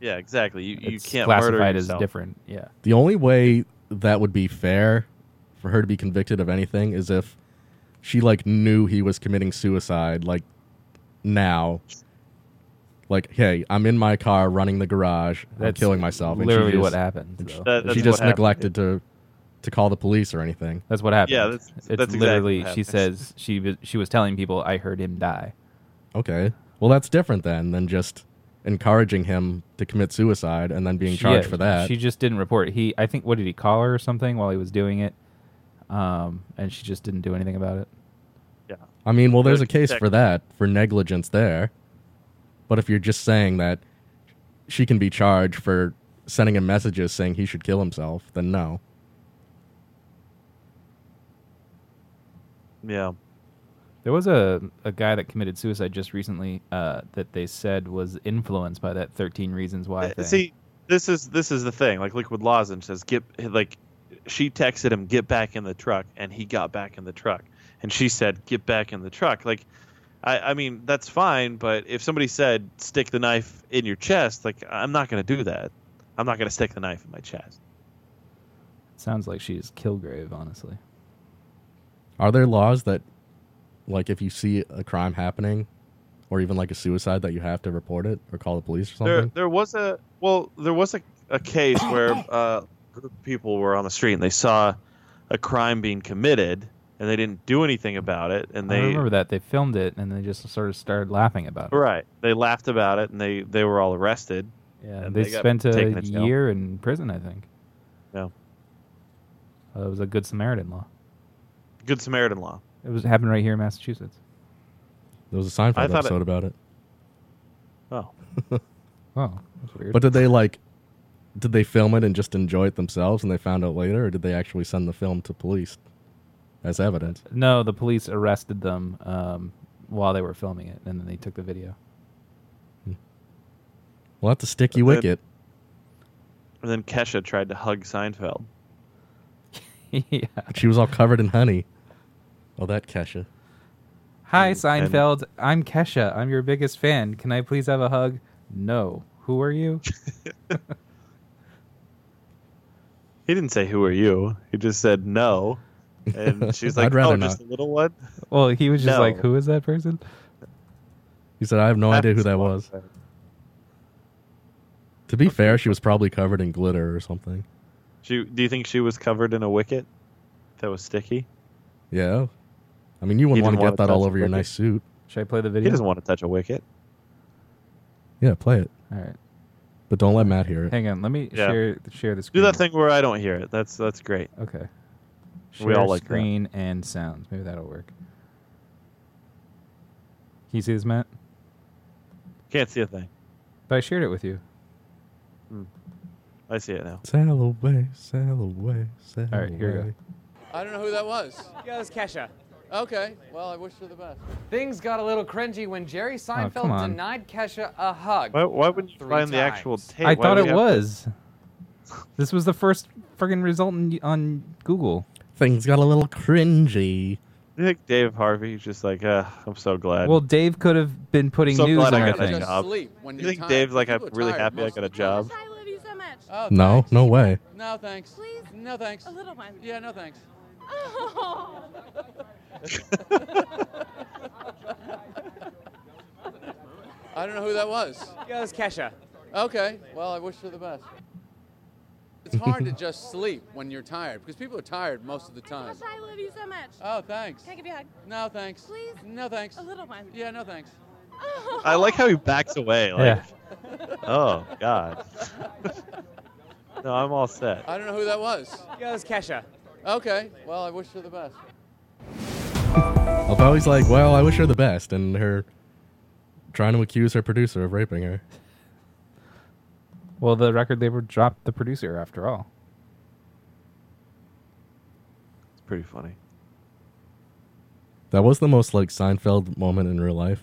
yeah, exactly. You you It's can't classified murder as yourself. different. Yeah. The only way that would be fair for her to be convicted of anything is if she like knew he was committing suicide like now. Like, hey, I'm in my car running the garage. I'm That's killing myself. and she Literally what just- happened. though. That- that's she just what happened. neglected to to call the police or anything. That's what happened. Yeah, that's- it's that's exactly literally. what she happened. says she was, she was telling people, "I heard him die." Okay. Well, that's different then than just encouraging him to commit suicide and then being She- charged yeah, for that. She just didn't report. it. He, I think, what did he call her or something while he was doing it? Um, and she just didn't do anything about it. Yeah. I mean, well, there's Good a case tech- for that for negligence there. But if you're just saying that she can be charged for sending him messages saying he should kill himself, then no. Yeah. There was a, a guy that committed suicide just recently uh, that they said was influenced by that 13 Reasons Why Uh, thing. See, this is this is the thing. Like Liquid Lozenge says, get like she texted him, get back in the truck, and he got back in the truck, and she said, get back in the truck. Like, I, I mean, that's fine, but if somebody said, stick the knife in your chest, like I'm not gonna do that. I'm not gonna stick the knife in my chest. Sounds like she's Kilgrave, honestly. Are there laws that, like, if you see a crime happening or even like a suicide, that you have to report it or call the police or There, something? there was a well, there was a, a case where uh, a group of people were on the street and they saw a crime being committed and they didn't do anything about it, and I they remember that they filmed it and they just sort of started laughing about it. Right. They laughed about it and they, they were all arrested. Yeah, And they, they got spent taken a to jail. year in prison, I think. Yeah. Uh, it was a Good Samaritan law. Good Samaritan law. It was happened right here in Massachusetts. There was a I Seinfeld thought it- episode about it. Oh. Wow, that's weird. But did they, like, did they film it and just enjoy it themselves and they found out later, or did they actually send the film to police as evidence? no, the police arrested them um, while they were filming it, and then they took the video. Well, that's a sticky But then- wicket. And then Kesha tried to hug Seinfeld. yeah. She was all covered in honey. Oh, that Kesha. Hi, And- and- Seinfeld. I'm Kesha. I'm your biggest fan. Can I please have a hug? No. Who are you? He didn't say who are you. He just said no. And she's like, I'd rather Oh, just a little one? Well, he was just No. like, who is that person? He said, I have no idea who that was. To be fair, she was probably covered in glitter or something. She do you think she was covered in a wicket that was sticky? Yeah. I mean, You you wouldn't didn't want to wanna get that touch all the over your wicket? nice suit. Should I play the He video? doesn't want to touch a wicket. Yeah, play it. All right. But don't let Matt hear it. Hang on. Let me Yeah. share share Do the screen. that thing where I don't hear it. That's that's great. Okay. Share We all like that. screen and sounds. Maybe that'll work. Can you see this, Matt? Can't see a thing. But I shared it with you. Oh, I see it now. Sail away, sail away, sail All right, here we go. away. I don't know who that was. Yeah, that was Kesha. Okay, well, I wish her the best. Things got a little cringy when Jerry come Seinfeld on. denied Kesha a hug. Why, why wouldn't you Three find the times. actual tape? I Why thought would it you have to- was. This was the first friggin' result in, on Google. Things got a little cringy. You think Dave Harvey's just like, uh, I'm so glad. Well, Dave could have been putting So news glad on I our got that thing. job. Just sleep when you you're think tired. Dave's like, I'm People are really tired happy I most got a of the job? time. I love you so much. Oh, No, thanks. no way. No thanks. Please? No thanks. A little one. Yeah, no thanks. Oh. I don't know who that was. Yeah, that was Kesha. Okay, well, I wish her the best. It's hard to just sleep when you're tired because people are tired most of the time. Gosh, I love you so much. Oh, thanks. Can I give you a hug? No thanks. Please? No thanks. A little one. Yeah, no thanks. Oh. I like how he backs away. Like, Yeah. oh God. no, I'm all set. I don't know who that was. Yeah, that was Kesha. Okay, well, I wish her the best. Although always like, well, I wish her the best, and her trying to accuse her producer of raping her. Well, the record label dropped the producer after all. It's pretty funny. That was the most like Seinfeld moment in real life.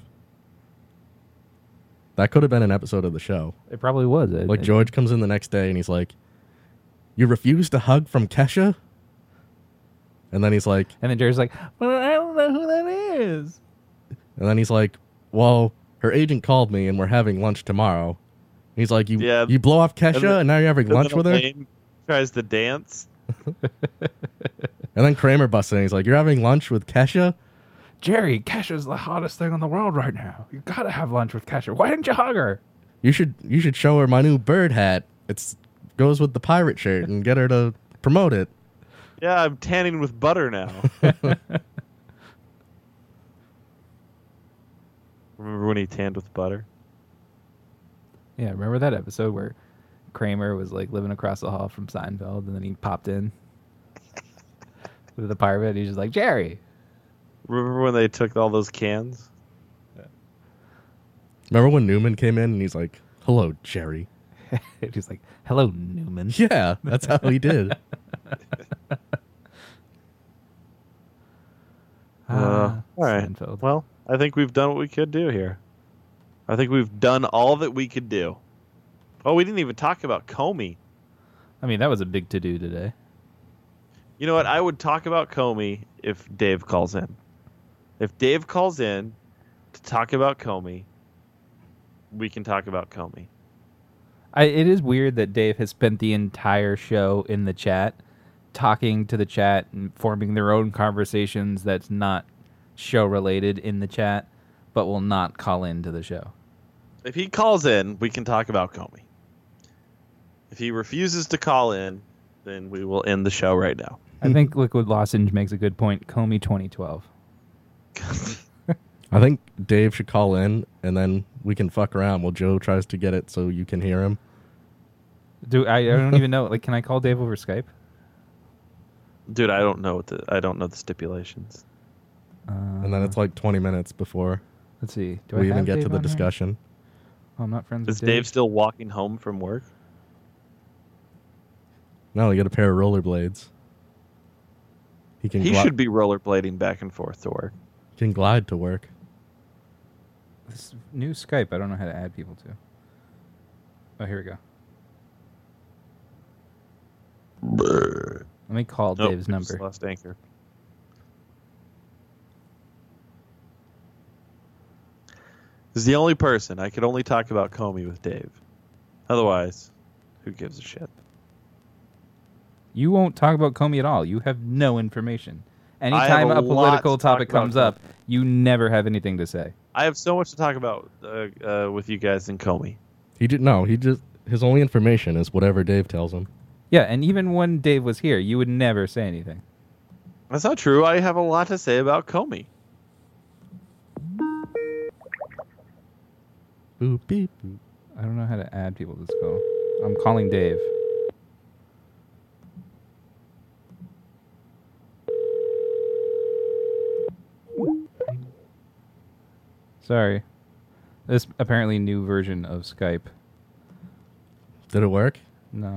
That could have been an episode of the show. It probably was. I Like think. George comes in the next day and he's like, "You refused a hug from Kesha," and then he's like, And then Jerry's like, well, I don't know who that is. and then he's like, "Well, her agent called me and we're having lunch tomorrow." And he's like, "You Yeah. you blow off Kesha And the- and now you're having lunch with her." Elaine Tries to dance. And then Kramer busts in. He's like, "You're having lunch with Kesha?" Jerry, Kesha's the hottest thing in the world right now. You gotta have lunch with Kesha. Why didn't you hug her? You should you should show her my new bird hat. It's goes with the pirate shirt and get her to promote it. Yeah, I'm tanning with butter now. Remember when he tanned with butter? Yeah, remember that episode where Kramer was like living across the hall from Seinfeld, and then he popped in with the pirate. And he's just like Jerry. Remember when they took all those cans? Remember when Newman came in and he's like, "Hello, Jerry." And he's like, "Hello, Newman." Yeah, that's how he did. Uh, all right. Ah, Seinfeld. Well, I think we've done what we could do here. I think we've done all that we could do. Oh, we didn't even talk about Comey. I mean, that was a big to do today. You know what? I would talk about Comey if Dave calls in. If Dave calls in to talk about Comey, we can talk about Comey. I, it is weird that Dave has spent the entire show in the chat, talking to the chat and forming their own conversations that's not show related in the chat, but will not call into the show. If he calls in, we can talk about Comey. If he refuses to call in, then we will end the show right now. I think Liquid Lozenge makes a good point. Comey 2012. I think Dave should call in and then we can fuck around while Joe tries to get it so you can hear him. Do I, I don't even know. Like, can I call Dave over Skype? Dude, I don't know what the I don't know the stipulations. And then it's like 20 minutes before Uh, Let's see. Do we I even have get to Dave the on here? discussion. Oh, I'm not friends Is with Dave. Dave still walking home from work? No, you get a pair of rollerblades. He can He gli- should be rollerblading back and forth to work. can glide to work. This new Skype, I don't know how to add people to. Oh, here we go. Let me call Nope, Dave's we just number. Lost anchor. This is the only person I could only talk about Comey with Dave. Otherwise, who gives a shit? You won't talk about Comey at all. You have no information. have Anytime a a lot political to talk topic about comes Comey. up, you never have anything to say. I have so much to talk about uh, uh, with you guys and Comey. He did no, he just his only information is whatever Dave tells him. Yeah, and even when Dave was here, you would never say anything. That's not true. I have a lot to say about Comey. Boop beep boop. I don't know how to add people to this call. I'm calling Dave. Sorry. This apparently new version of Skype. Did it work? No.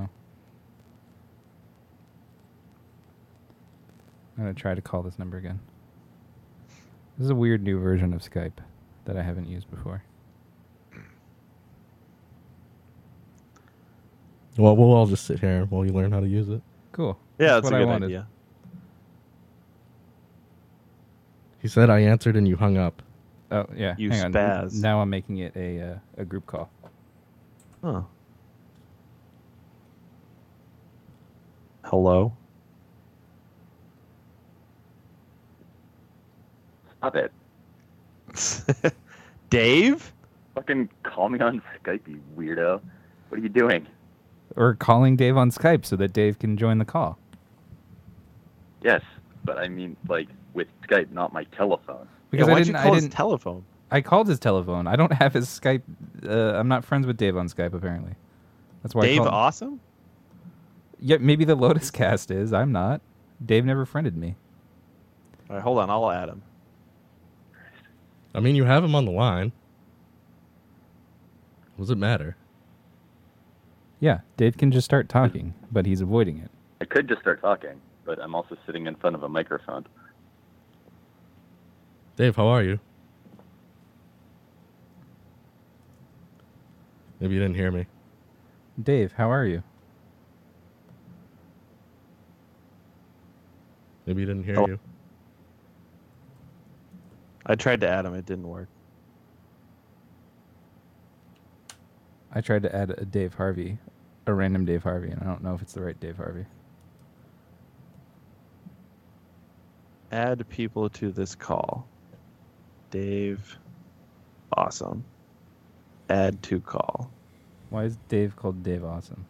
I'm gonna try to call this number again. This is a weird new version of Skype that I haven't used before. Well, we'll all just sit here while you learn how to use it. Cool. Yeah, that's, That's what a I good wanted. idea. He said, I answered and you hung up. Oh yeah. You hang on. spaz. Now I'm making it a uh, a group call. Huh. Hello. Stop it. Dave? Fucking call me on Skype, you weirdo. What are you doing? Or calling Dave on Skype so that Dave can join the call. Yes, but I mean, like, with Skype, not my telephone. Because yeah, I why'd didn't. you call I his didn't. telephone? I called his telephone. I don't have his Skype. Uh, I'm not friends with Dave on Skype apparently. That's why. I Dave called. Awesome? Yeah, maybe the Lotus Cast is. I'm not. Dave never friended me. All right, hold on. I'll add him. I mean, you have him on the line. What does it matter? Yeah, Dave can just start talking, but he's avoiding it. I could just start talking, but I'm also sitting in front of a microphone. Dave, how are you? Maybe you didn't hear me. Dave, how are you? Maybe you didn't hear Hello? you. I tried to add him. It didn't work. I tried to add a Dave Harvey, a random Dave Harvey, and I don't know if it's the right Dave Harvey. Add people to this call. Dave Awesome. Add to call. Why is Dave called Dave Awesome?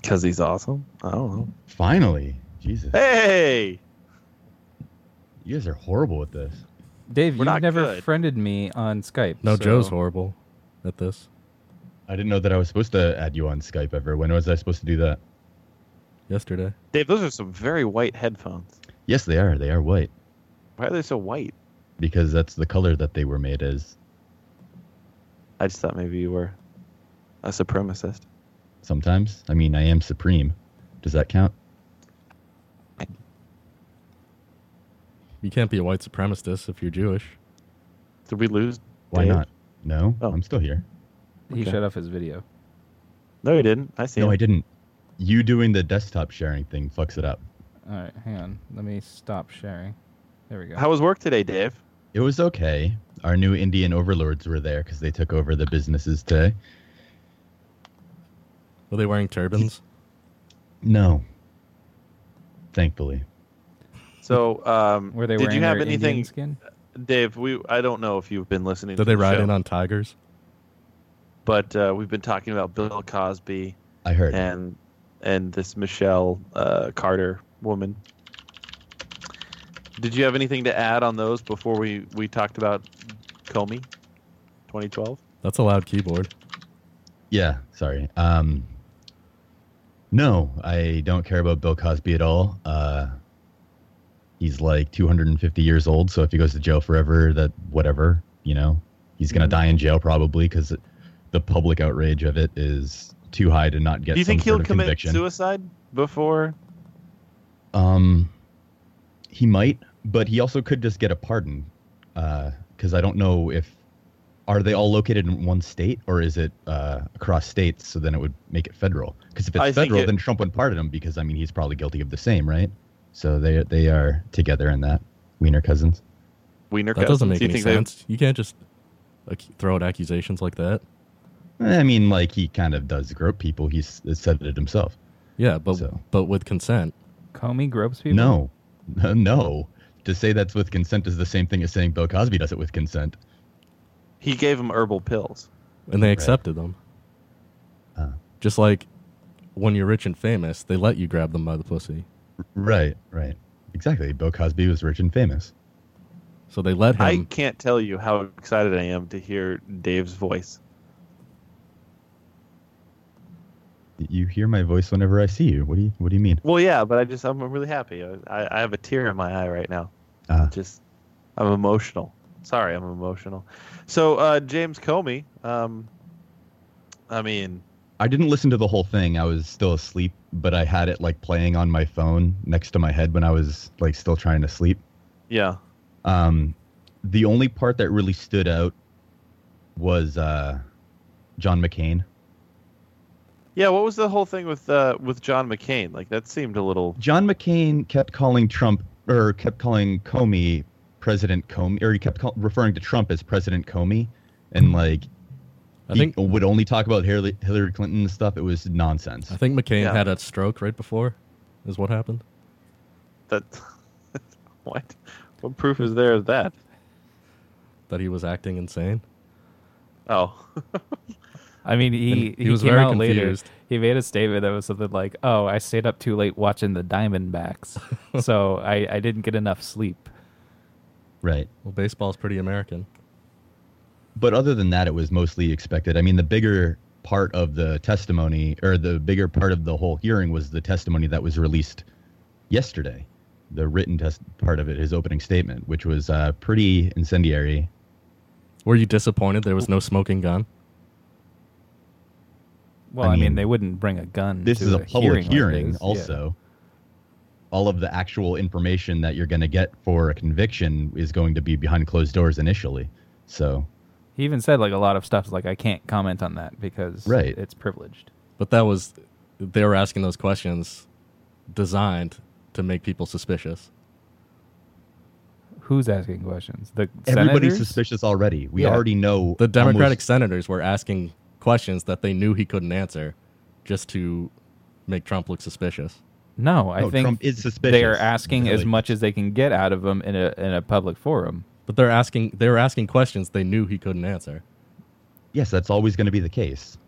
Because he's awesome? I don't know. Finally, Jesus, Hey! you guys are horrible with this. Dave, We're you've not never good. friended me on Skype. No, so- Joe's horrible at this. I didn't know that I was supposed to add you on Skype ever. When was I supposed to do that? Yesterday. Dave, those are some very white headphones. Yes, they are. They are white Why are they so white? because that's the color that they were made as I just thought maybe you were a supremacist. sometimes. I mean, I am supreme. Does that count? You can't be a white supremacist if you're Jewish. Did we lose? Why Dave? not? No, I'm still here. He Okay. shut off his video. No, you didn't. I see. No, him. I didn't. You doing the desktop sharing thing fucks it up. All right, hang on. Let me stop sharing. There we go. How was work today, Dave? It was okay. Our new Indian overlords were there because they took over the businesses today. Were they wearing turbans? No. Thankfully. So, um, Were they did wearing you have their Indian anything, skin? Dave? We I don't know if you've been listening. Did to they the ride show, in on tigers? But uh, we've been talking about Bill Cosby I heard. and and this Michelle uh, Carter woman. Did you have anything to add on those before we we talked about Comey, 2012? That's a loud keyboard. Yeah, sorry. Um, no, I don't care about Bill Cosby at all. Uh, he's like 250 years old, so if he goes to jail forever, that whatever, you know, he's gonna Hmm. Mhm. die in jail probably because the public outrage of it is too high to not get. Do you think some sort he'll of commit conviction. suicide before? Um, he might, but he also could just get a pardon, because I don't know if are they all located in one state or is it uh, across states. So then it would make it federal. Because if it's I think federal, it- then Trump would pardon him because I mean he's probably guilty of the same, right? So they they are together in that. Wiener cousins. Wiener That doesn't cousins? make Do you any think they- sense. You can't just ac- throw out accusations like that. Eh, I mean, like he kind of does grope people. He's said it himself. Yeah, but So. but with consent. Comey gropes people? No, no. To say that's with consent is the same thing as saying Bill Cosby does it with consent. He gave him herbal pills. And they accepted them. Ah. Just like when you're rich and famous, they let you grab them by the pussy. Right, right. Exactly. Bill Cosby was rich and famous. So they let I him. can't tell you how excited I am to hear Dave's voice. You hear my voice whenever I see you. What do you What do you mean? Well, yeah, but I just I'm really happy. I, I have a tear in my eye right now. Uh, Just I'm emotional. Sorry, I'm emotional. So uh, James Comey, um, I mean, I didn't listen to the whole thing. I was still asleep, but I had it like playing on my phone next to my head when I was like still trying to sleep. yeah, Um, the only part that really stood out was uh, John McCain. yeah. What was the whole thing with uh, with John McCain? Like that seemed a little. John McCain kept calling Trump or kept calling Comey President Comey, or he kept call, referring to Trump as President Comey, and like I think would only talk about Hillary, Hillary Clinton and stuff. It was nonsense. I think McCain had a stroke right before, is what happened. That what? What proof is there of that? That he was acting insane. Oh, I mean, he And he, he was came very out later. confused. He made a statement that was something like, "Oh, I stayed up too late watching the Diamondbacks, so I, I didn't get enough sleep." Right. Well, baseball's pretty American. but other than that, it was mostly expected. I mean, the bigger part of the testimony or the bigger part of the whole hearing was the testimony that was released yesterday, the written test part of it, his opening statement, which was uh, pretty incendiary. Were you disappointed there was no smoking gun? Well, I mean, they wouldn't bring a gun. This to is a public like hearing, this. Yeah. also. All of the actual information that you're going to get for a conviction is going to be behind closed doors initially. So, He even said like a lot of stuff like, "I can't comment on that because Right. it's privileged." But that was, they were asking those questions designed to make people suspicious. Who's asking questions? The everybody's senators? suspicious already. We Yeah. already know The Democratic almost- senators were asking questions that they knew he couldn't answer just to make Trump look suspicious. No, I No, think Trump is They are suspicious. asking as Really. much as they can get out of him in a in a public forum. But they're asking they were asking questions they knew he couldn't answer. Yes, that's always going to be the case.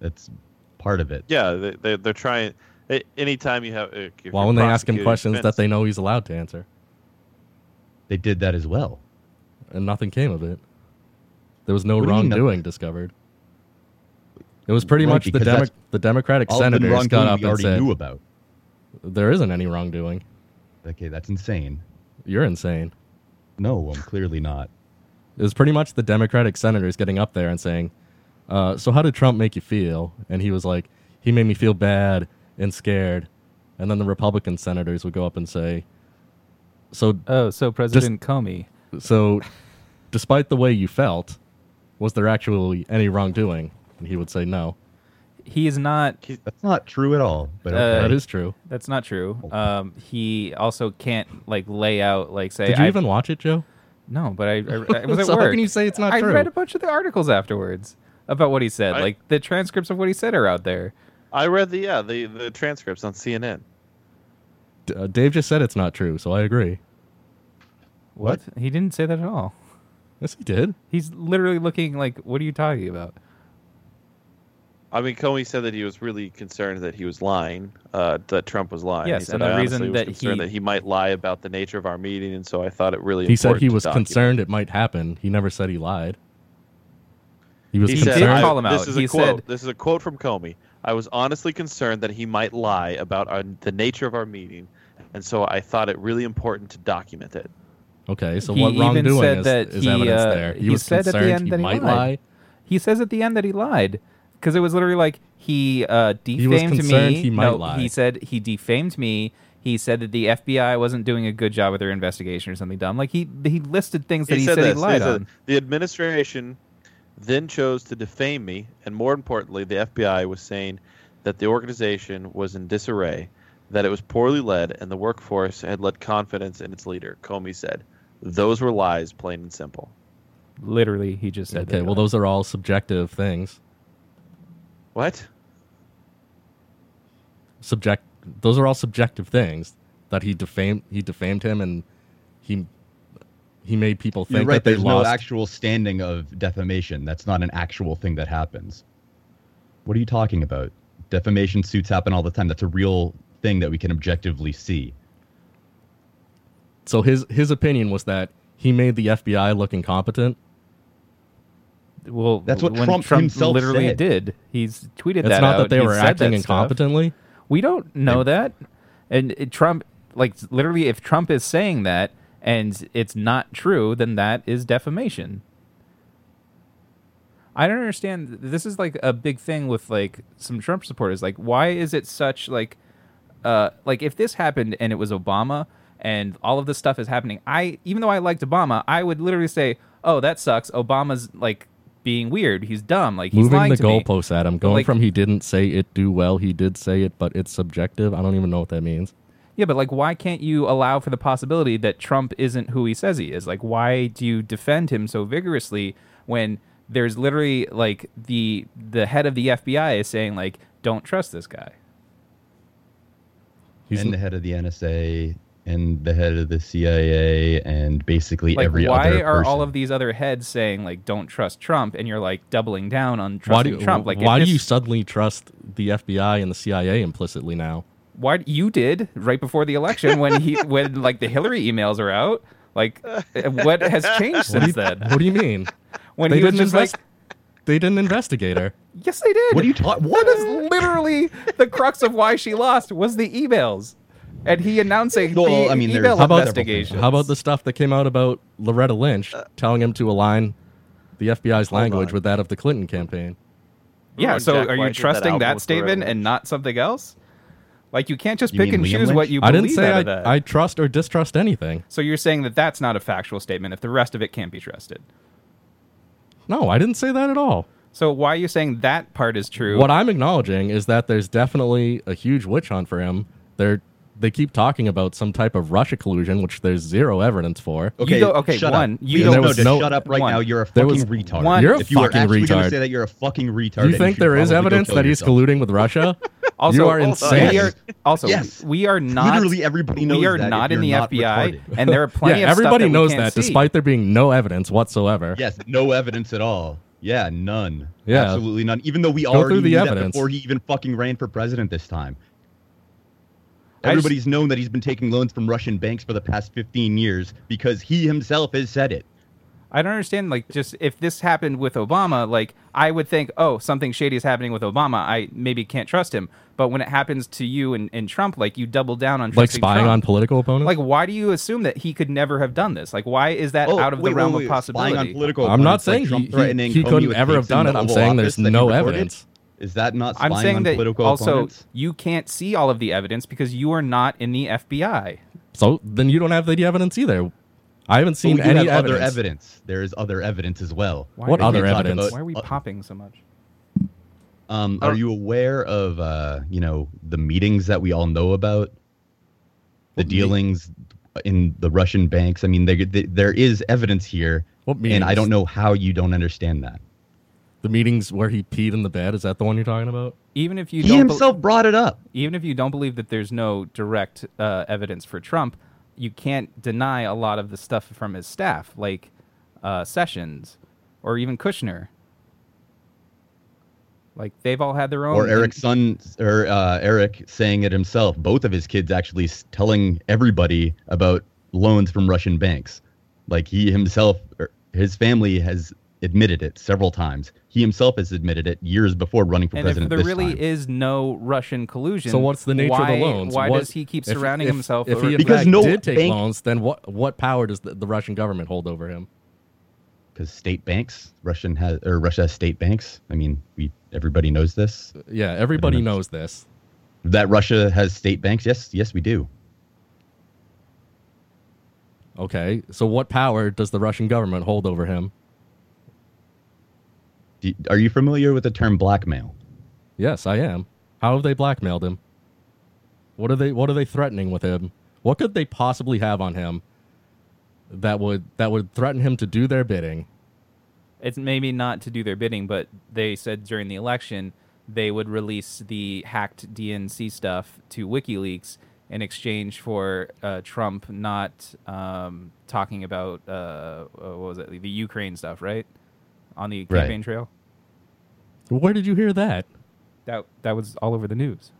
That's part of it. yeah. They, they they're trying. a- Anytime you have. if Why you're wouldn't they ask him prosecuting questions offense- that they know he's allowed to answer? They did that as well. And nothing came of it. There was no What do you mean wrongdoing discovered. It was pretty Right, much the because Demo- that's- the Democratic all of the senators wrongdoing got up we and already said, knew about. There isn't any wrongdoing. Okay, that's insane. You're insane. No, I'm clearly not. It was pretty much the Democratic senators getting up there and saying, uh, "So how did Trump make you feel?" And he was like, "He made me feel bad and scared." And then the Republican senators would go up and say, "So oh, so President Comey." So, despite the way you felt, was there actually any wrongdoing?" And he would say, "No." He is not. That's not true at all. But Uh, that is true. That's not true. Oh. Um, he also can't like lay out like say. Did you I've- even watch it, Joe? No, but I, I, I was at So how work. can you say it's not I true? read a bunch of the articles afterwards about what he said. I- like the transcripts of what he said are out there. I read the yeah the the transcripts on CNN. D- uh, Dave just said it's not true, so I agree. What? He didn't say that at all. Yes, he did. He's literally looking like, "What are you talking about?" I mean, Comey said that he was really concerned that he was lying, uh, that Trump was lying. Yes, he said, and the I reason honestly was that concerned he- that he might lie about the nature of our meeting, and so I thought it really. he said he important to was document. concerned it might happen. He never said he lied. He was He concerned. said, I- call him out. This is He a quote. said- this is a quote from Comey. I was honestly concerned that he might lie about our, the nature of our meeting, and so I thought it really important to document it. Okay, so He what even wrongdoing said is, that is he, evidence uh, there? He, he was said at the concerned end he that he lied. might lie. He says at the end that he lied because it was literally like he uh, was defamed concerned me. he might no, lie. he said he defamed me. He said that the FBI wasn't doing a good job with their investigation or something dumb. Like he he listed things that he, said, he this. lied said, on. the administration then chose to defame me, and more importantly, the FBI was saying that the organization was in disarray, that it was poorly led, and the workforce had let confidence in its leader. Comey said, "Those were lies, plain and simple." Literally, he just said. Okay, well, those are all subjective things. What? Subject. Those are all subjective things that he defamed. He defamed him, and he he made people You're think right. that they There's no lost. actual standing of defamation. That's not an actual thing that happens. What are you talking about? Defamation suits happen all the time. That's a real thing that we can objectively see. so his his opinion was that he made the FBI look incompetent. Well, That's what when Trump himself literally said. did. He's tweeted It's that. not that out. they He's were said that acting stuff. incompetently? We don't know that. And it- Trump, like literally, if Trump is saying that, and it's not true, then that is defamation. I don't understand. This is like a big thing with like some Trump supporters. Like, why is it such like, uh, like if this happened and it was Obama and all of this stuff is happening, I even though I liked Obama, I would literally say, "Oh, that sucks. Obama's like being weird. He's dumb. Like he's Moving lying the to me." goalposts, Adam. But, Going like, from he didn't say it do well, he did say it, but it's subjective. I don't even know what that means. Yeah, but like, why can't you allow for the possibility that Trump isn't who he says he is? Like, why do you defend him so vigorously when there's literally like the the head of the FBI is saying like, don't trust this guy. He's and the head of the NSA and the head of the CIA and basically Like, every why other are person. all of these other heads saying like, don't trust Trump, and you're like doubling down on Why trusting do, Trump? Like, if why do this- you suddenly trust the FBI and the CIA implicitly now? Why you did right before the election when he when like the Hillary emails are out? Like, what has changed What do since you- then? What do you mean? When they he was didn't just like, they didn't investigate her. Yes, they did. What are you ta- What is literally the crux of why she lost was the emails, and he announcing the email how about, investigation. how about the stuff that came out about Loretta Lynch Uh, telling him to align the FBI's language with that of the Clinton campaign? yeah. when So Jack White are you did that trusting album that, with Loretta statement and not something else? Like you can't just You pick mean and Liam choose Lynch? what you believe I didn't say out of I- that. I trust or distrust anything. so you're saying that that's not a factual statement if the rest of it can't be trusted. No, I didn't say that at all. So why are you saying that part is true? What I'm acknowledging is that there's definitely a huge witch hunt for him. They're they keep talking about some type of Russia collusion, which there's zero evidence for. Okay, shut up. We don't know to shut up right now. You're a there fucking was- retard. You're a if you are fucking actually gonna retard. say that you're a fucking retard, Do and you think should there is probably go evidence kill that he's yourself. colluding with Russia? Also, you are hold on. insane. We are- also, Yes. we are not. Literally everybody knows We are that if not you're in the not FBI, retarded. and there are plenty yeah, of stuff everybody that we knows can't that, see. despite there being no evidence whatsoever. Yes, no evidence at all. Yeah, none. Yeah. absolutely none. Even though we Go already through the knew that evidence. before he even fucking ran for president this time. I just- Everybody's known that he's been taking loans from Russian banks for the past 15 years because he himself has said it. I don't understand. Like, just if this happened with Obama, like I would think, oh, something shady is happening with Obama. I maybe can't trust him. But when it happens to you and, and Trump, like you double down on Like trusting spying on Trump. political opponents? Like, why do you assume that he could never have done this? Like, why is that Oh, out of wait, the realm wait, wait, of spying on possibility? political I'm not opponents, like saying Trump he- he- threatening he Comey couldn't with ever have tapes in done the it. I'm Oval saying Office there's that he no recorded? evidence. Is that not spying I'm saying on that political also opponents? you can't see all of the evidence because you are not in the FBI. So then you don't have the evidence either. I haven't But we seen do any have evidence. other evidence. There is other evidence as well. Why What are we other talking evidence? about- Why are Uh, we popping so much? Um, are you aware of uh, you know the meetings that we all know about, the dealings in the Russian banks? I mean, there there is evidence here, What and I meetings? don't know how you don't understand that. The meetings where he peed in the bed, is that the one you're talking about? Even if you He don't himself brought it up. Even if you don't believe that there's no direct uh, evidence for Trump, you can't deny a lot of the stuff from his staff, like uh, Sessions or even Kushner. Like they've all had their own. Or Eric's son, or uh, Eric saying it himself. Both of his kids actually s- telling everybody about loans from Russian banks. Like he himself, or his family has admitted it several times. He himself has admitted it years before running for and if president. there this really time. is no Russian collusion, So what's the nature why, of the loans? Why What- does he keep if- surrounding if- himself? If over- he in Because fact no did take bank- loans, then what what power does the, the Russian government hold over him? because state banks, Russian has or Russia has state banks. I mean, we everybody knows this. Yeah, everybody knows this. That Russia has state banks. Yes, yes, we do. Okay, so what power does the Russian government hold over him? do are you familiar with the term blackmail? Yes, I am. How have they blackmailed him? What are they what are they threatening with him? What could they possibly have on him that would that would threaten him to do their bidding? it's maybe not to do their bidding, but they said during the election they would release the hacked DNC stuff to WikiLeaks in exchange for uh, Trump not um, talking about uh, uh, what was it the Ukraine stuff, right? On the Right. campaign trail, Where did you hear that? that that was all over the news.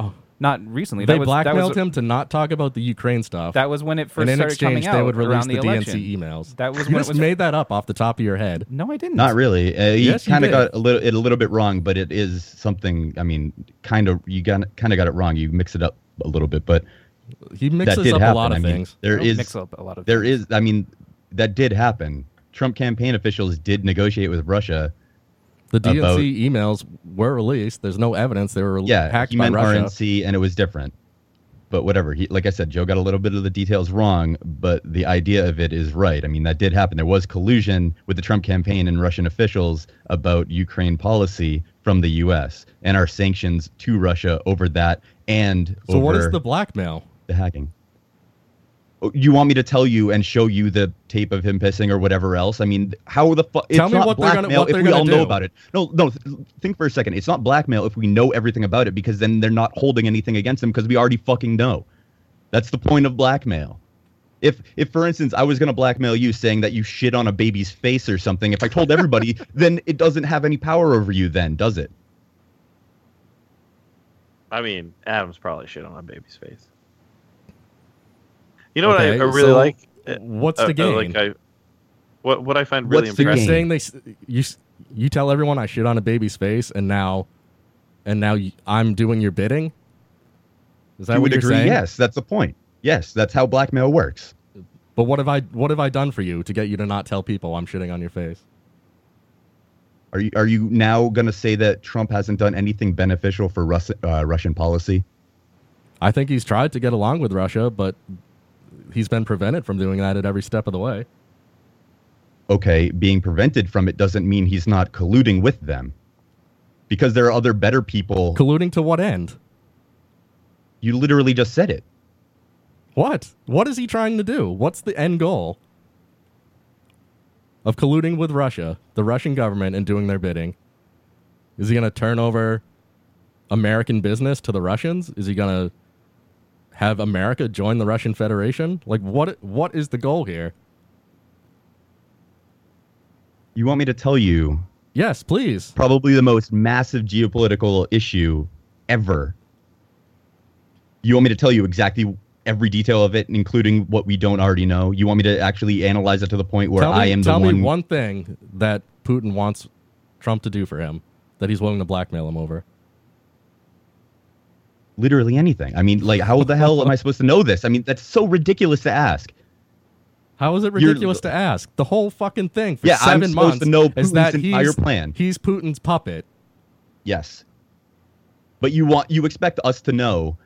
Oh. Not recently. They that was, blackmailed that was, him to not talk about the Ukraine stuff. That was when it first and in started exchange, coming They out would release around the the, election. DNC emails. That was you when it just was- made that up off the top of your head. No, I didn't. Not really. Uh, you Yes, you kind of did. got a little it a little bit wrong, but it is something. I mean, kind of you got kind of got it wrong. You mixed it up a little bit, but He mixes that did up happen. a lot of I mean, things. There He'll is mix up a lot of there is- I mean, that did happen. Trump campaign officials did negotiate with Russia. The DNC about- emails were released. There's no evidence they were rel- yeah, hacked he by meant Russia. RNC, and it was different. But whatever. He, like I said, Joe got a little bit of the details wrong, but the idea of it is right. I mean, that did happen. There was collusion with the Trump campaign and Russian officials about Ukraine policy from the U.S. and our sanctions to Russia over that and So over what is the blackmail? the hacking. Oh, You want me to tell you and show you the tape of him pissing or whatever else? I mean, how the fuck? Tell me what they're gonna- what if they're we gonna all do. know about it. No, no. th- Think for a second. It's not blackmail if we know everything about it because then they're not holding anything against them because we already fucking know. That's the point of blackmail. If, if for instance, I was gonna blackmail you saying that you shit on a baby's face or something, if I told everybody, then it doesn't have any power over you, then does it? I mean, Adam's probably shit on my baby's face. You know what I, Okay, I really so like? what's the uh, like gain? I, what what I find really impressive. You're saying they s- you s- you tell everyone I shit on a baby's face, and now, and now y- I'm doing your bidding. Is that you what would you're agree? saying? Yes, that's the point. Yes, that's how blackmail works. But what have I what have I done for you to get you to not tell people I'm shitting on your face? Are you are you now going to say that Trump hasn't done anything beneficial for Russ, uh, Russian policy? I think he's tried to get along with Russia, but he's been prevented from doing that at every step of the way. Okay, being prevented from it doesn't mean he's not colluding with them, because there are other better people. Colluding to what end? You literally just said it. What? What is he trying to do? What's the end goal of colluding with Russia, the Russian government, and doing their bidding? Is he going to turn over American business to the Russians? Is he going to have America join the Russian Federation? Like, what? What is the goal here? You want me to tell you? Yes, please. Probably the most massive geopolitical issue ever. You want me to tell you exactly every detail of it, including what we don't already know? You want me to actually analyze it to the point where tell me, I am tell the me one one thing that Putin wants Trump to do for him that he's willing to blackmail him over. literally anything. I mean, like, how the hell am I supposed to know this? I mean, that's so ridiculous to ask. How is it You're- ridiculous to ask? The whole fucking thing for Yeah, I'm 7 supposed months to know is Putin's that entire he's, plan. He's Putin's puppet. Yes, but you want you expect us to know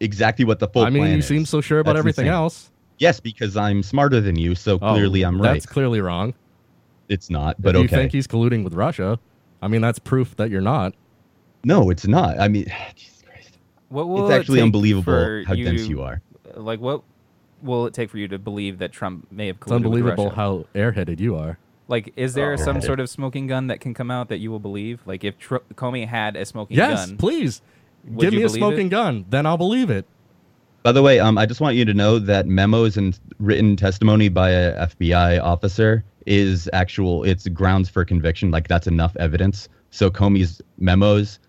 exactly what the full. I mean, plan you is. seem so sure about That's everything insane. else. Yes, because I'm smarter than you, so Oh, clearly I'm right. That's clearly wrong. It's not, but if you okay. think he's colluding with Russia, I mean, that's proof that you're not. no, it's not. I mean, What will It's it actually take unbelievable for how dense you are. Like, what will it take for you to believe that Trump may have colluded It's unbelievable with Russia? how airheaded you are. Like, is there Oh, some right. sort of smoking gun that can come out that you will believe? Like, if Tr- Comey had a smoking Yes, gun, please would give you me a believe smoking it? gun, then I'll believe it. By the way, um, I just want you to know that memos and written testimony by a FBI officer is actual. It's grounds for conviction. Like that's enough evidence. So Comey's memos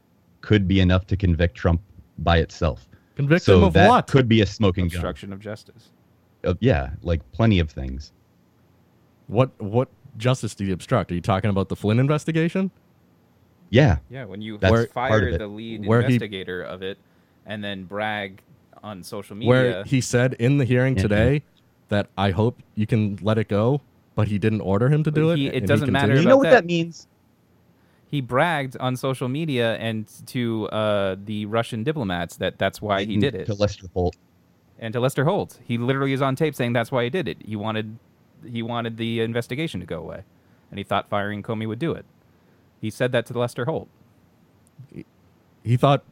could be enough to convict Trump by itself. Convict so him of that what? Could be a smoking obstruction of justice. gun. Uh, yeah, like plenty of things. What what justice do you obstruct? Are you talking about the Flynn investigation? Yeah. Yeah, when you That's part of fire it. the lead Where he- investigator of it, and then brag on social media. Where he said in the hearing Yeah. today that I hope you can let it go, but he didn't order him to do But it. he- it and he doesn't matter. continued. about means? He bragged on social media and to uh, the Russian diplomats that that's why he And did it. To Lester Holt. and to Lester Holt, he literally is on tape saying that's why he did it. He wanted he wanted the investigation to go away, and he thought firing Comey would do it. He said that to Lester Holt. he thought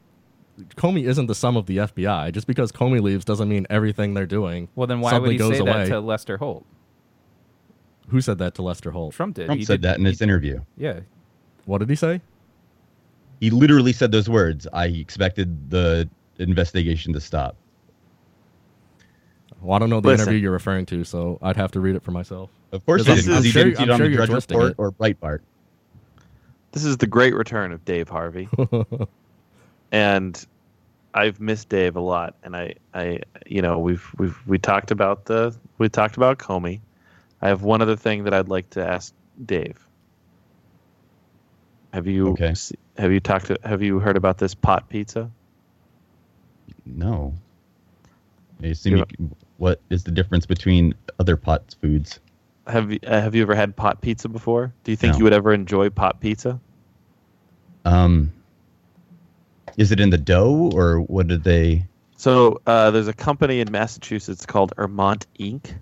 Comey isn't the sum of the FBI. Just because Comey leaves doesn't mean everything they're doing. Well, then why Something would he goes say away. that to Lester Holt? Who said that to Lester Holt? Trump did. Trump He said did- that in his interview. Yeah, What did he say? He literally said those words. I expected the investigation to stop. Well, I don't know the Listen. interview you're referring to, so I'd have to read it for myself. Of course, he Because didn't. I'm, 'cause he sure, didn't see it I'm on sure the you're Drudge twisting Report it. or Breitbart. This is the great return of Dave Harvey. and I've missed Dave a lot and I, I you know, we've we've we talked about the we talked about Comey. I have one other thing that I'd like to ask Dave. Have you se- have you talked to, have you heard about this pot pizza? No. I assume you, c- what is the difference between other pot foods? Have you, uh, have you ever had pot pizza before? Do you think No. you would ever enjoy pot pizza? Um, is it in the dough or what did they? So uh, there's a company in Massachusetts called Ermont Inc.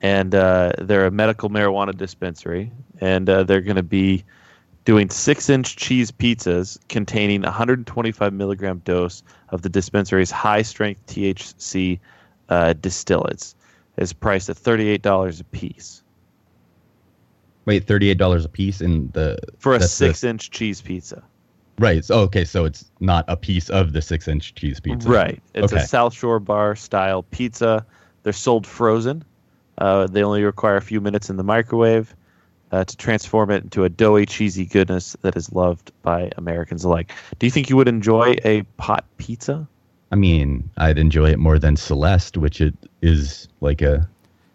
And uh, they're a medical marijuana dispensary, and uh, they're going to be doing six-inch cheese pizzas containing 125 milligram dose of the dispensary's high-strength THC uh, distillates. It's priced at $38 a piece Wait, thirty-eight dollars a piece in the for a that's the- six-inch cheese pizza. Right. So, okay. So it's not a piece of the six inch cheese pizza. Right. It's okay. a South Shore bar style pizza. They're sold frozen. Uh, they only require a few minutes in the microwave uh, to transform it into a doughy, cheesy goodness that is loved by Americans alike. Do you think you would enjoy a pot pizza? I mean, I'd enjoy it more than Celeste, which it is like a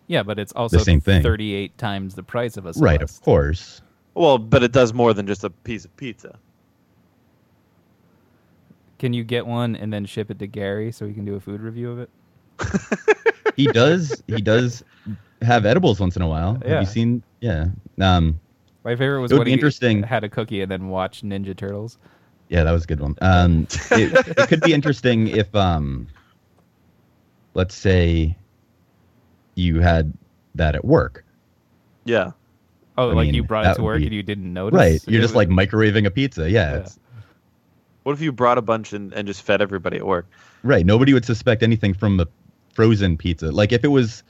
Yeah, but it's also the same thing. 38 times the price of a right. Celeste. Of course. Well, but it does more than just a piece of pizza. Can you get one and then ship it to Gary so he can do a food review of it? He does. he does have edibles once in a while. Have Yeah. you seen? Yeah. Um. My favorite was It would when be he interesting. had a cookie and then watched Ninja Turtles. Yeah, that was a good one. Um, it, it could be interesting if, um, let's say, you had that at work. Yeah. Oh, I like mean, you brought that it to would work be- and you didn't notice. Right. You're It just was- like microwaving a pizza. Yeah. It's, What if you brought a bunch and, and just fed everybody at work? right. Nobody would suspect anything from a frozen pizza. Like if it was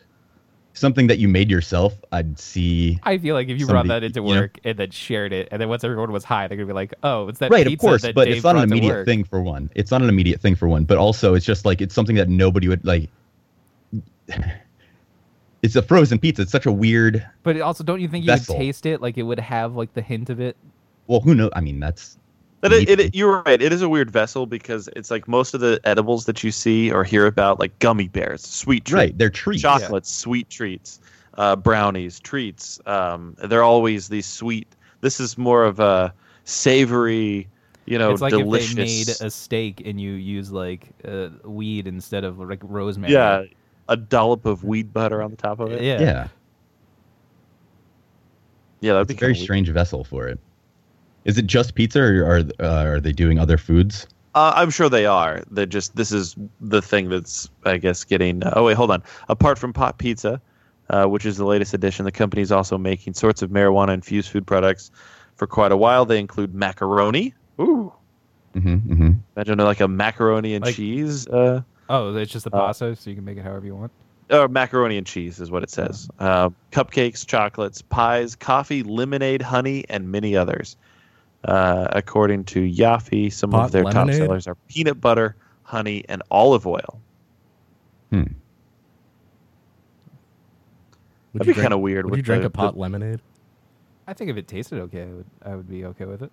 something that you made yourself, I'd see. I feel like if you somebody, brought that into you know? work and then shared it, and then once everyone was high, they're gonna be like, "Oh, it's that right, of pizza course, that but Dave it's not an brought to immediate work." thing for one. It's not an immediate thing for one, but also it's just like it's something that nobody would like. It's a frozen pizza. It's such a weird. But also, don't you think you Vessel. would taste it? Like it would have like the hint of it. Well, who knows? I mean, that's That it, it, you're right. It is a weird vessel because it's like most of the edibles that you see or hear about, like gummy bears, sweet treats, Right, they're treats. chocolates, sweet treats, uh, brownies, treats. Um, they're always these sweet. This is more of a savory, you Oh, know, it's like delicious. if they made a steak and you use like uh, weed instead of like rosemary. yeah, a dollop of weed butter on the top of it. Yeah. yeah. Yeah, that'd it's a be very kinda weird. strange vessel for it. Is it just pizza, or are uh, are they doing other foods? Uh, I'm sure they are. They just this is the thing that's I guess getting. oh wait, hold on. Apart from pot pizza, uh, which is the latest addition, the company is also making sorts of marijuana infused food products for quite a while. They include macaroni. Ooh, hmm hmm imagine like a macaroni and Like- cheese. Uh, Oh, it's just the Uh, pasta, so you can make it however you want. or macaroni and cheese is what it says. Uh, cupcakes, chocolates, pies, coffee, lemonade, honey, and many others. Uh, according to Yaffe, some Pot of their lemonade? top sellers are peanut butter, honey, and olive oil. Hmm. That'd you be drink- kind of weird. Would with you drink the- a pot the- lemonade? I think if it tasted okay, I would, I would be okay with it.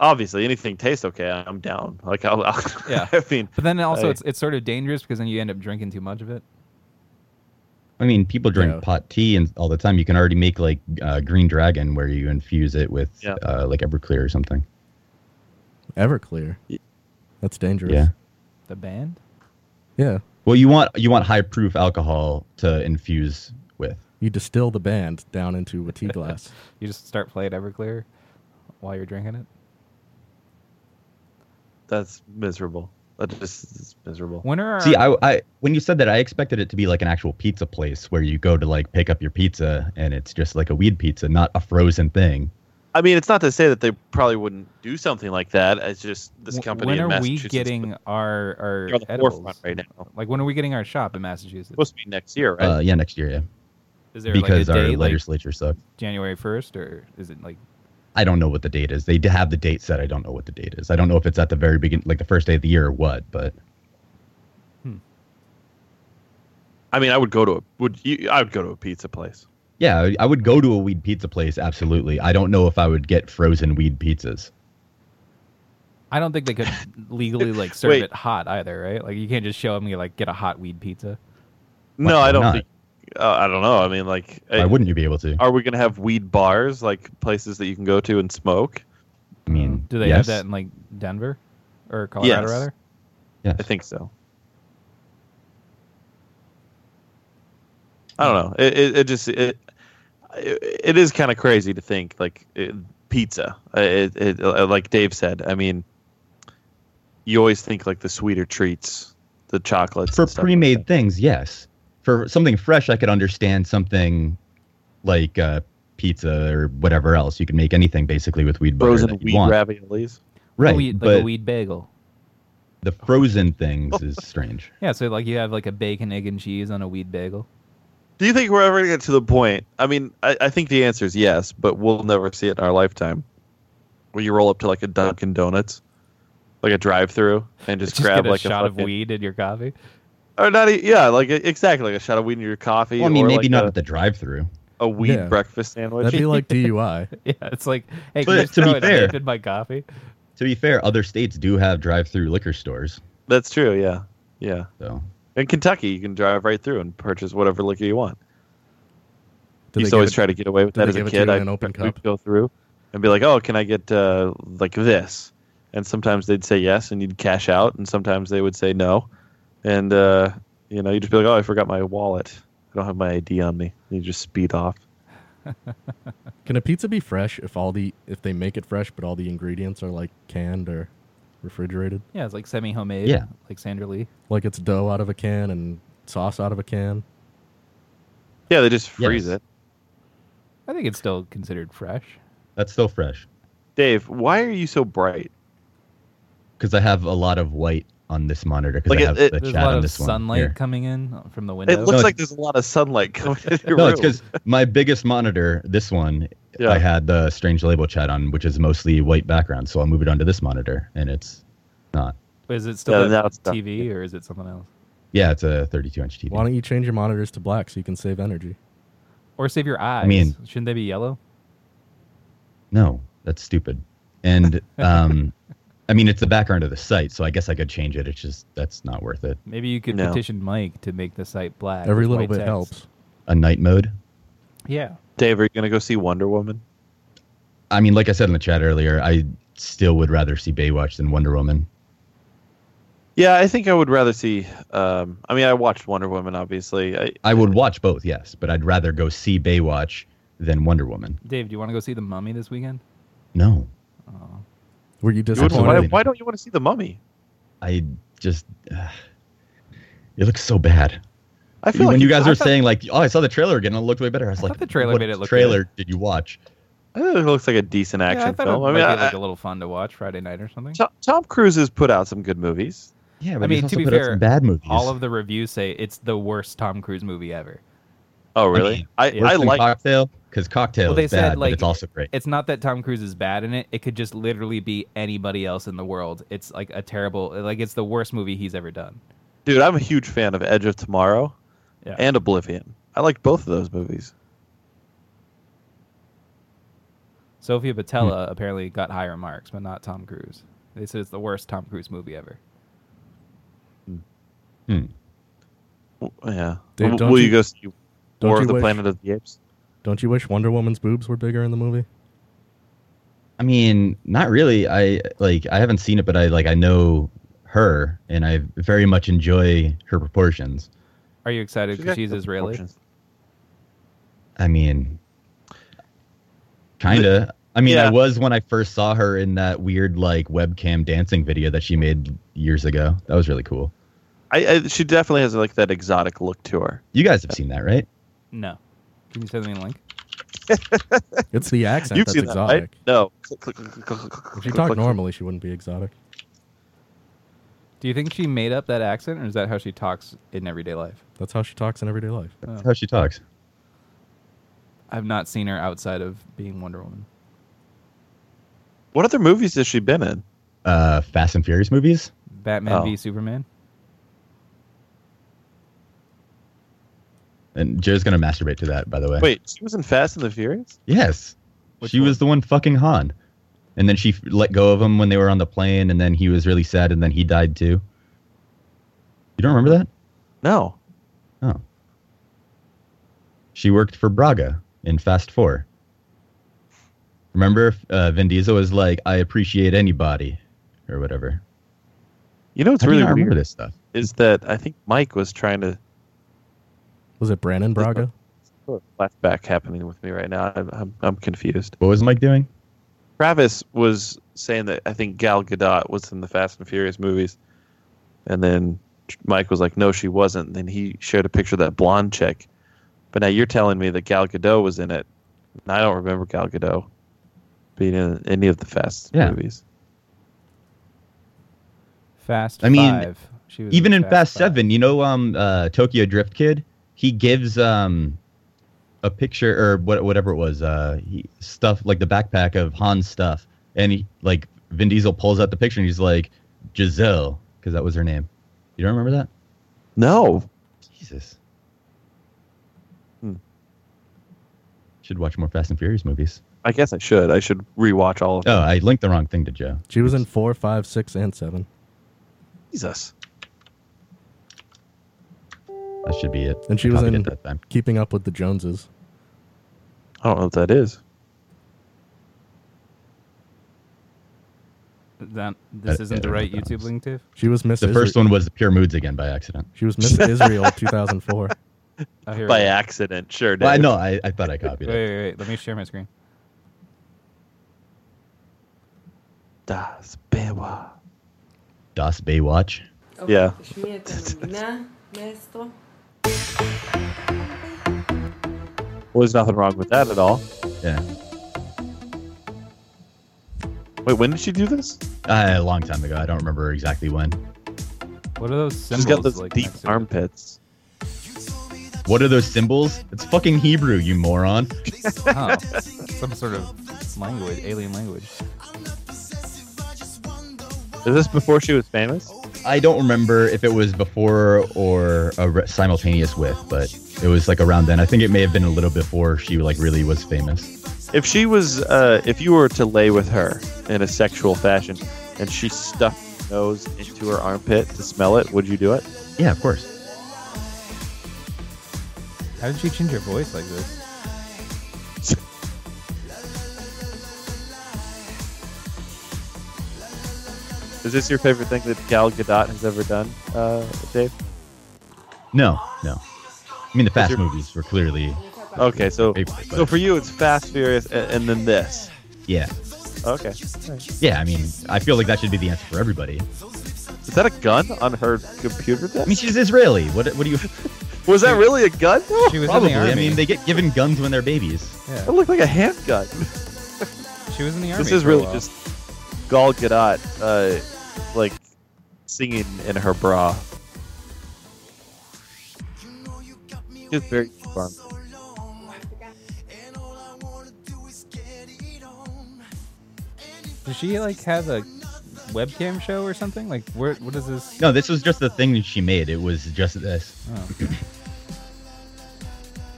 obviously, anything tastes okay. I'm down. Like, I'll, I'll, Yeah. I mean, But then also, I- it's it's sort of dangerous because then you end up drinking too much of it. I mean, people drink Yeah. pot tea and all the time. You can already make like uh, Green Dragon, where you infuse it with Yeah. uh, like Everclear or something. Everclear. That's dangerous. Yeah. The band. Yeah. Well, you want you want high proof alcohol to infuse with. You distill the band down into a tea glass. You just start playing Everclear while you're drinking it. that's miserable. That just is miserable. When are See, I, I when you said that, I expected it to be like an actual pizza place where you go to like pick up your pizza and it's just like a weed pizza, not a frozen thing. I mean, it's not to say that they probably wouldn't do something like that. It's just this Wh- company When in are we Massachusetts. getting our our They're on the edibles? forefront right now. Like when are we getting our shop in Massachusetts? Supposed to be next year, right? Uh, yeah, next year, yeah. Is there because like a our date, like legislature sucks. January first, or is it like I don't know what the date is. They d- have the date set. I don't know what the date is. I don't know if it's at the very beginning, like the first day of the year or what. But I mean, I would go to a would you, I would go to a pizza place. yeah, I- I would go to a weed pizza place. Absolutely. I don't know if I would get frozen weed pizzas. I don't think they could legally like serve Wait. it hot either, right? Like you can't just show up and you like get a hot weed pizza. Why no, I don't not? think. Uh, I don't know. I mean, like, Why I- wouldn't you be able to? Are we going to have weed bars, like places that you can go to and smoke? I mean, Do they yes. have that in like Denver or Colorado Yes. rather? Yes. I think so. I don't know. It it, it just it, it it is kind of crazy to think like it, pizza. Uh, It, it, uh, like Dave said. I mean, you always think like the sweeter treats, the chocolates. for and stuff. pre-made things yes for something fresh i could understand something like uh, pizza or whatever else you can make anything basically with wheat butter frozen that you wheat want. raviolis. right Wheat- like but a wheat bagel. the frozen things is strange Yeah, so like you have like a bacon, egg, and cheese on a wheat bagel. Do you think we're ever gonna get to the point? I mean, I, I think the answer is yes, but we'll never see it in our lifetime. Where you roll up to like a Dunkin' Donuts, like a drive-through, and just, Just grab get a like shot a of fucking- weed in your coffee. Or not? e- Yeah, like exactly like a shot of weed in your coffee. well, i mean or maybe like not a, at the drive-through a weed Yeah. breakfast sandwich. That'd be like DUI. yeah, it's like hey, But can you just to be throw an fair- vape in my coffee? to be fair other states do have drive-through liquor stores That's true. Yeah, yeah. So. In Kentucky, you can drive right through and purchase whatever liquor you want. you Do they used give to always it- try to get away with do that they as a give it to kid. you I in an open would cup? go through and be like, "Oh, can I get uh, like this?" And sometimes they'd say yes, and you'd cash out, and sometimes they would say no, and uh, you know, you'd just be like, "Oh, I forgot my wallet. I don't have my ID on me." And you just speed off. Can a pizza be fresh if all the if they make it fresh, but all the ingredients are like canned or refrigerated? Yeah, it's like semi homemade. Yeah. Like Sandra Lee. Like it's dough out of a can and sauce out of a can. Yeah, they just freeze it. I think it's still considered fresh. that's still fresh Dave, why are you so bright? because i have a lot of white on this monitor because Like, i it- have it- the There's chat a lot on of this sunlight one here. coming in from the window. It looks like there's a lot of sunlight coming in your no, room. it's because my biggest monitor, this one, Yeah. I had the strange label chat on, which is mostly white background. So I'll move it onto this monitor, and it's not. Is it Yeah, still a now it's done. TV or is it something else? Yeah, it's a 32 inch TV. Why don't you change your monitors to black so you can save energy? Or save your eyes. mean- shouldn't they be yellow? No, that's stupid. And um, I mean, it's the background of the site, so I guess I could change it. It's just that's not worth it. Maybe you could No. petition Mike to make the site black. Every with little white bit text. helps. A night mode. Yeah. Dave, are you gonna go see Wonder Woman? I mean, like I said in the chat earlier, I still would rather see Baywatch than Wonder Woman. Yeah, I think I would rather see. Um, I mean, I watched Wonder Woman, obviously. I, I would watch both, yes, but I'd rather go see Baywatch than Wonder Woman. Dave, do you want to go see the mummy this weekend? No. Were you You would- why, disappointed? why don't you want to see the Mummy? I just uh, it looks so bad. I feel when like you it- guys I were thought- saying like, "Oh, I saw the trailer again. It looked way better." I was like, the trailer "What made it look trailer did you watch?" I think it looks like a decent Yeah, action I thought film. it I might mean, be like I, a little fun to watch Friday night or something. Tom, Tom Cruise has put out some good movies. Yeah, I mean, to be fair, bad movies. all of the reviews say it's the worst Tom Cruise movie ever. Oh, really? I, I, like. Cocktail because Cocktail well, they is bad, said like but it's also great. It's not that Tom Cruise is bad in it; it could just literally be anybody else in the world. It's like a terrible, like it's the worst movie he's ever done. Dude, I'm a huge fan of Edge of Tomorrow Yeah. and Oblivion. I like both of those movies. Sophia Patella apparently got higher marks, but not Tom Cruise. They said it's the worst Tom Cruise movie ever. W- Yeah. Dave, W- don't Will you, you- go see don't War you of the wish- Planet of the Apes? Don't you wish Wonder Woman's boobs were bigger in the movie? I mean, not really. I like I haven't seen it, but I like I know her, and I very much enjoy her proportions. Are you excited She's got because she's, good Israeli? proportions. I mean, kinda. I mean, I Yeah. was when I first saw her in that weird like webcam dancing video that she made years ago. That was really cool. I, I, she definitely has like that exotic look to her. You guys have seen that, right? No. Can you send me a link? It's the accent that's that, exotic. right? No. If she talked normally, she wouldn't be exotic. Do you think she made up that accent, or is that how she talks in everyday life? That's how she talks in everyday life. That's how she talks. I've not seen her outside of being Wonder Woman. What other movies has she been in? Uh, Fast and Furious movies. Batman Oh. v Superman. And Joe's gonna masturbate to that, by the way. Wait, she was in Fast and the Furious? Yes. she was the one fucking Han, and then she f- let go of him when they were on the plane, and then he was really sad, and then he died too. You don't remember that? No. Oh. She worked for Braga in Fast Four. Remember, uh, Vin Diesel was like, "I appreciate anybody," or whatever. You know what's How do you really not weird remember this stuff? is that I think Mike was trying to Was it Brandon Braga? Flashback happening with me right now. I'm, I'm, I'm confused. What was Mike doing? Travis was saying that I think Gal Gadot was in the Fast and Furious movies, and then Mike was like, "No, she wasn't." And then he shared a picture of that blonde chick, but now you're telling me that Gal Gadot was in it, and I don't remember Gal Gadot being in any of the Fast Yeah. movies. Fast. I mean, five. She was even in Fast, Fast Seven, you know, um, uh, Tokyo Drift Kid, he gives um, a picture or what, whatever it was, uh, he, stuff like the backpack of Han's stuff, and he like Vin Diesel pulls out the picture and he's like Giselle because that was her name. You don't remember that? No. Jesus. Should watch more Fast and Furious movies. I guess I should. I should rewatch all of Oh, I linked the wrong thing to Joe. She was in four, five, six, and seven. Jesus. That should be it. And she I was copied in it that time. Keeping Up with the Joneses. I don't know what that is. That this I- isn't I the don't know right what that YouTube was. link to. She was Miss The Israel- first one was Pure Moods again by accident. She was Miss Israel 2004. Oh, By accident, sure. Well, I Dave. know. I, I thought I copied Wait, it. wait, wait. Let me share my screen. Das Bewa. Das Baywatch. Yeah. Well, there's nothing wrong with that at all. Yeah. Wait, when did she do this? Uh, a long time ago. I don't remember exactly when. What are those She's symbols? got those like deep armpits. What are those symbols? It's fucking Hebrew, you moron. oh, some sort of language, alien language. Is this before she was famous? I don't remember if it was before or a re- simultaneous with, but it was like around then. I think it may have been a little before she like really was famous. If she was, uh, if you were to lay with her in a sexual fashion, and she stuffed her nose into her armpit to smell it, would you do it? Yeah, of course. How did she change her voice like this? Is this your favorite thing that Gal Gadot has ever done, uh, Dave? No, no. I mean the fast your- movies were clearly Okay, so favorite, so for you, it's Fast, Furious, and, and then this. yeah, Okay. yeah. I mean, I feel like that should be the answer for everybody. Is that a gun on her computer I desk? mean, she's Israeli. What what do you? Was that really a gun? though? She was Probably. in the I army. mean, they get given guns when they're babies. It looked like a handgun. she was in the army. This is for a really while. just Gal Gadot, uh, like singing in her bra. She's very fun. Does she like have a webcam show or something? Like, where? What is this? No, this was just the thing that she made. It was just this. Oh.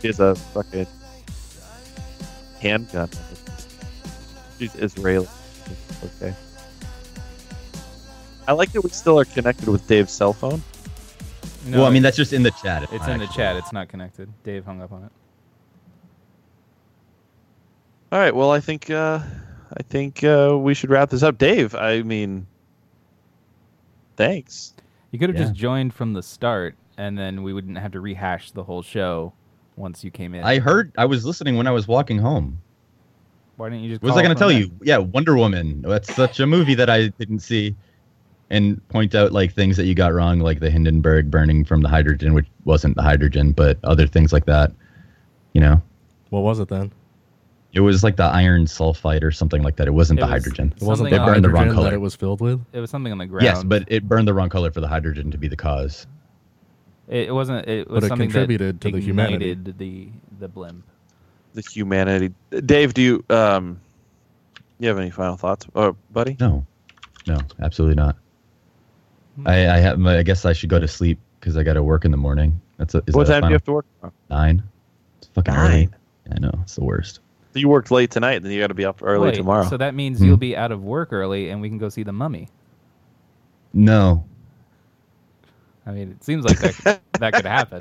She has a fucking handgun. She's Israeli. Okay. I like that we still are connected with Dave's cell phone. No, well, I mean, that's just in the chat. it's in the chat. It's not connected. Dave hung up on it. All right. Well, I think uh, I think uh, we should wrap this up, Dave. I mean, thanks. You could have Yeah. just joined from the start, and then we wouldn't have to rehash the whole show once you came in. I heard. I was listening when I was walking home. Why didn't you just? What was call I going to from tell then? you? Yeah, Wonder Woman. That's such a movie that I didn't see, and point out like things that you got wrong, like the Hindenburg burning from the hydrogen, which wasn't the hydrogen, but other things like that. You know, What was it then? it was like the iron sulfide or something like that. It wasn't It the was hydrogen. It wasn't They the burned the wrong hydrogen that color. it was filled with. It was something on the ground. Yes, but it burned the wrong color for the hydrogen to be the cause. it, it wasn't. It was But it something contributed that to the humanity. ignited the the blimp. The humanity, Dave. Do you um, you have any final thoughts, uh, buddy? No, no, absolutely not. Hmm. I, I have. I guess I should go to sleep because I got to work in the morning. That's a, is what that a time do final- you have to work? tomorrow? Nine. It's fucking early. I know it's the worst. You worked late tonight, and then you got to be up early Wait, tomorrow. So that means Hmm. you'll be out of work early, and we can go see the Mummy. No, I mean, it seems like that, that could happen.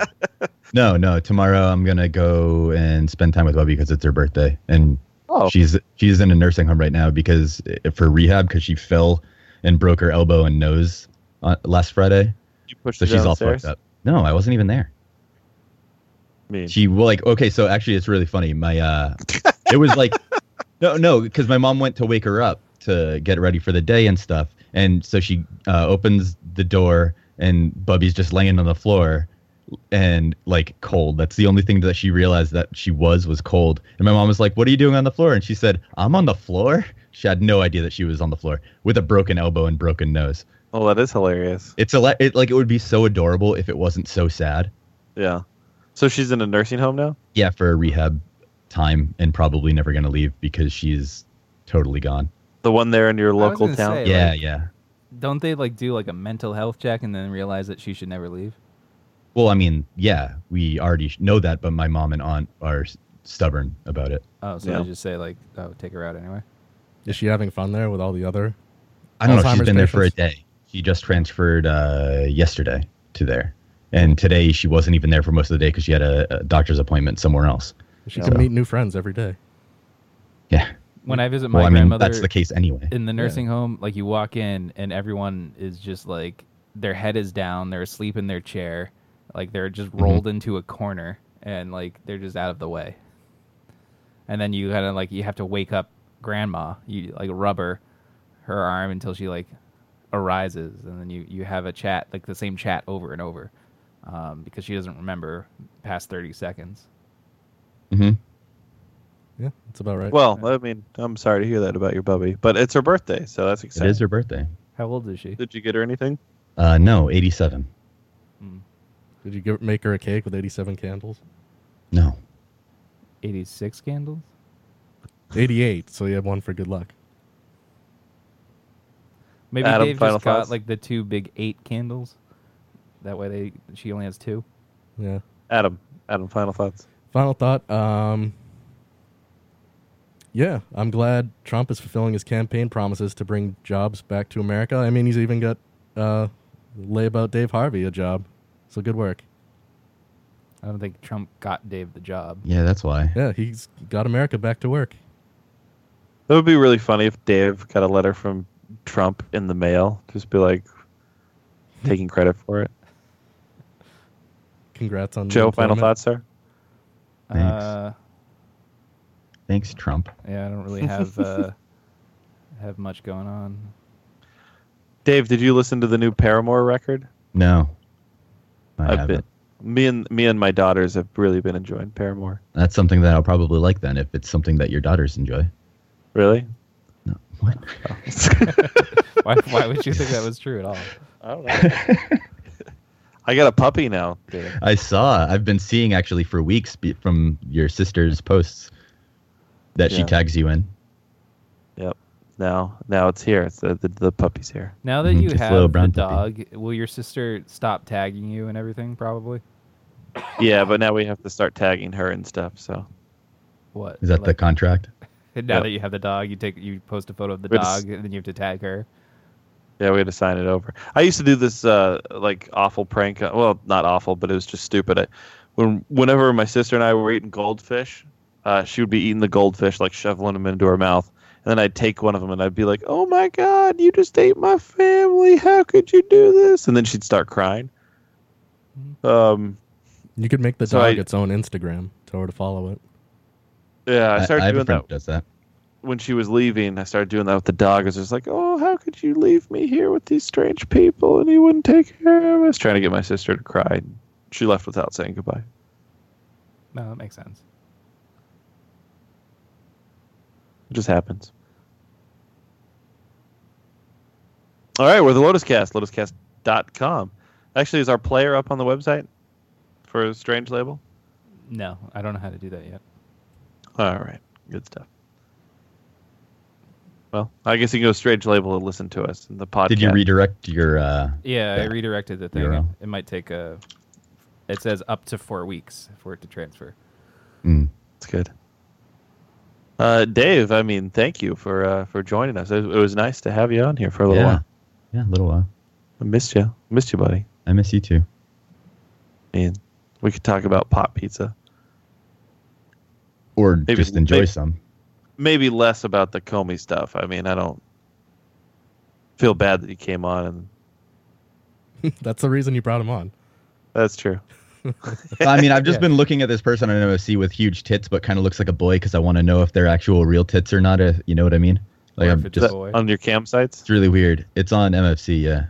no, no. Tomorrow I'm gonna go and spend time with Bubby because it's her birthday, and Oh. she's she's in a nursing home right now because eh, for rehab because she fell and broke her elbow and nose on, last Friday, you pushed so it she's all downstairs? fucked up. No, I wasn't even there. She well, like okay, so actually it's really funny. My uh it was like no no because my mom went to wake her up to get ready for the day and stuff, and so she uh, opens the door and Bubby's just laying on the floor and like cold. That's the only thing that she realized that she was was cold. And my mom was like, "What are you doing on the floor?" And she said, "I'm on the floor." She had no idea that she was on the floor with a broken elbow and broken nose. Oh, that is hilarious. It's a it, like it would be so adorable if it wasn't so sad. Yeah. So she's in a nursing home now? Yeah, for a rehab time and probably never going to leave because she's totally gone. The one there in your was local gonna town? say, yeah, like- yeah. Don't they like do like a mental health check and then realize that she should never leave? Well, I mean, yeah, we already sh- know that, but my mom and aunt are s- stubborn about it. Oh, so Yeah. they just say like, oh, take her out anyway. Is she having fun there with all the other? I don't know. She's Alzheimer's been there for a patients? day. She just transferred uh, yesterday to there, and today she wasn't even there for most of the day because she had a, a doctor's appointment somewhere else. She So- can meet new friends every day. When I visit my Mm. Well, I mean, grandmother, that's the case anyway. In the Yeah. nursing home, like you walk in and everyone is just like their head is down, they're asleep in their chair, like they're just rolled into a corner and like they're just out of the way. And then you kind of like you have to wake up grandma, you like rub her, her arm until she like arises, and then you you have a chat like the same chat over and over, um, because she doesn't remember past thirty seconds. Mm-hmm. Yeah, that's about right. Well, I mean, I'm sorry to hear that about your bubby, but it's her birthday, so that's It exciting. is her birthday. How old is she? Did you get her anything? Uh, no, eighty-seven. Did you give, make her a cake with 87 candles? No. 86 candles? 88, so you have one for good luck. Maybe Adam, Dave final just got thoughts? like the two big eight candles. That way, they she only has two. Yeah. Adam, Adam, final thoughts. Final thought. Um, yeah, I'm glad Trump is fulfilling his campaign promises to bring jobs back to America. I mean, he's even got uh, layabout Dave Harvey a job. So good work. I don't think Trump got Dave the job. Yeah, that's why. Yeah, he's got America back to work. That would be really funny if Dave got a letter from Trump in the mail. Just be like taking credit for it. Congrats on Joe, final employment. thoughts, sir? Thanks. Uh, Thanks, Trump. yeah, I don't really have uh, have much going on. Dave, did you listen to the new Paramore record? No, I I've haven't. been me and me and my daughters have really been enjoying Paramore. That's something that I'll probably like then if it's something that your daughters enjoy. Really? Why, why would you think that was true at all? I don't know. I got a puppy now, Dave. I saw. I've been seeing actually for weeks be- from your sister's posts that she Yeah. tags you in. Yep. Now, now it's here. It's the the, the puppy's here. Now that Mhm, you just a have little the brown dog, will your sister stop tagging you and everything? Probably. Yeah, but now we have to start tagging her and stuff. So What Is that the contract? the? Now Yep. that you have the dog, you take you post a photo of the We're dog, just- and then you have to tag her. yeah, we had to sign it over. I used to do this uh, like awful prank. uh, Well, not awful, but it was just stupid. I, when whenever my sister and I were eating goldfish, uh, she would be eating the goldfish like shoveling them into her mouth, and then I'd take one of them and I'd be like, "Oh my god, you just ate my family! How could you do this?" And then she'd start crying. Um. You could make the So dog I- its own Instagram. Tell her to follow it. Yeah, I I- started I have a doing friend that who does that. when she was leaving, I started doing that with the dog. I was just like, "Oh, how could you leave me here with these strange people?" And he wouldn't take care of us. Trying to get my sister to cry. She left without saying goodbye. No, that makes sense. It just happens. All right, we're the Lotus Cast, lotuscast.com. Actually, is our player up on the website for Strange Label? No, I don't know how to do that yet. All right, good stuff. Well, I guess you can go to Strange Label and listen to us in the podcast. Did you redirect your? Uh, Yeah, I the- redirected the thing. It, URL? it might take a. It says up to four weeks for it to transfer. It's good. Uh, Dave, I mean, thank you for uh, for joining us. It, it was nice to have you on here for a little yeah. while. Yeah, a little while. I missed you, missed you, buddy. I miss you too. And we could talk about pot pizza. Or Maybe- just enjoy maybe- some. Maybe less about the Comey stuff. I mean, I don't feel bad that you came on, and That's the reason you brought him on. that's true. I mean, I've just Yeah. been looking at this person on MFC with huge tits, but kind of looks like a boy because I want to know if they're actual real tits or not. Uh, you know what I mean? Like Or I'm if it's just a boy. on your campsites. It's really weird. It's on MFC, yeah.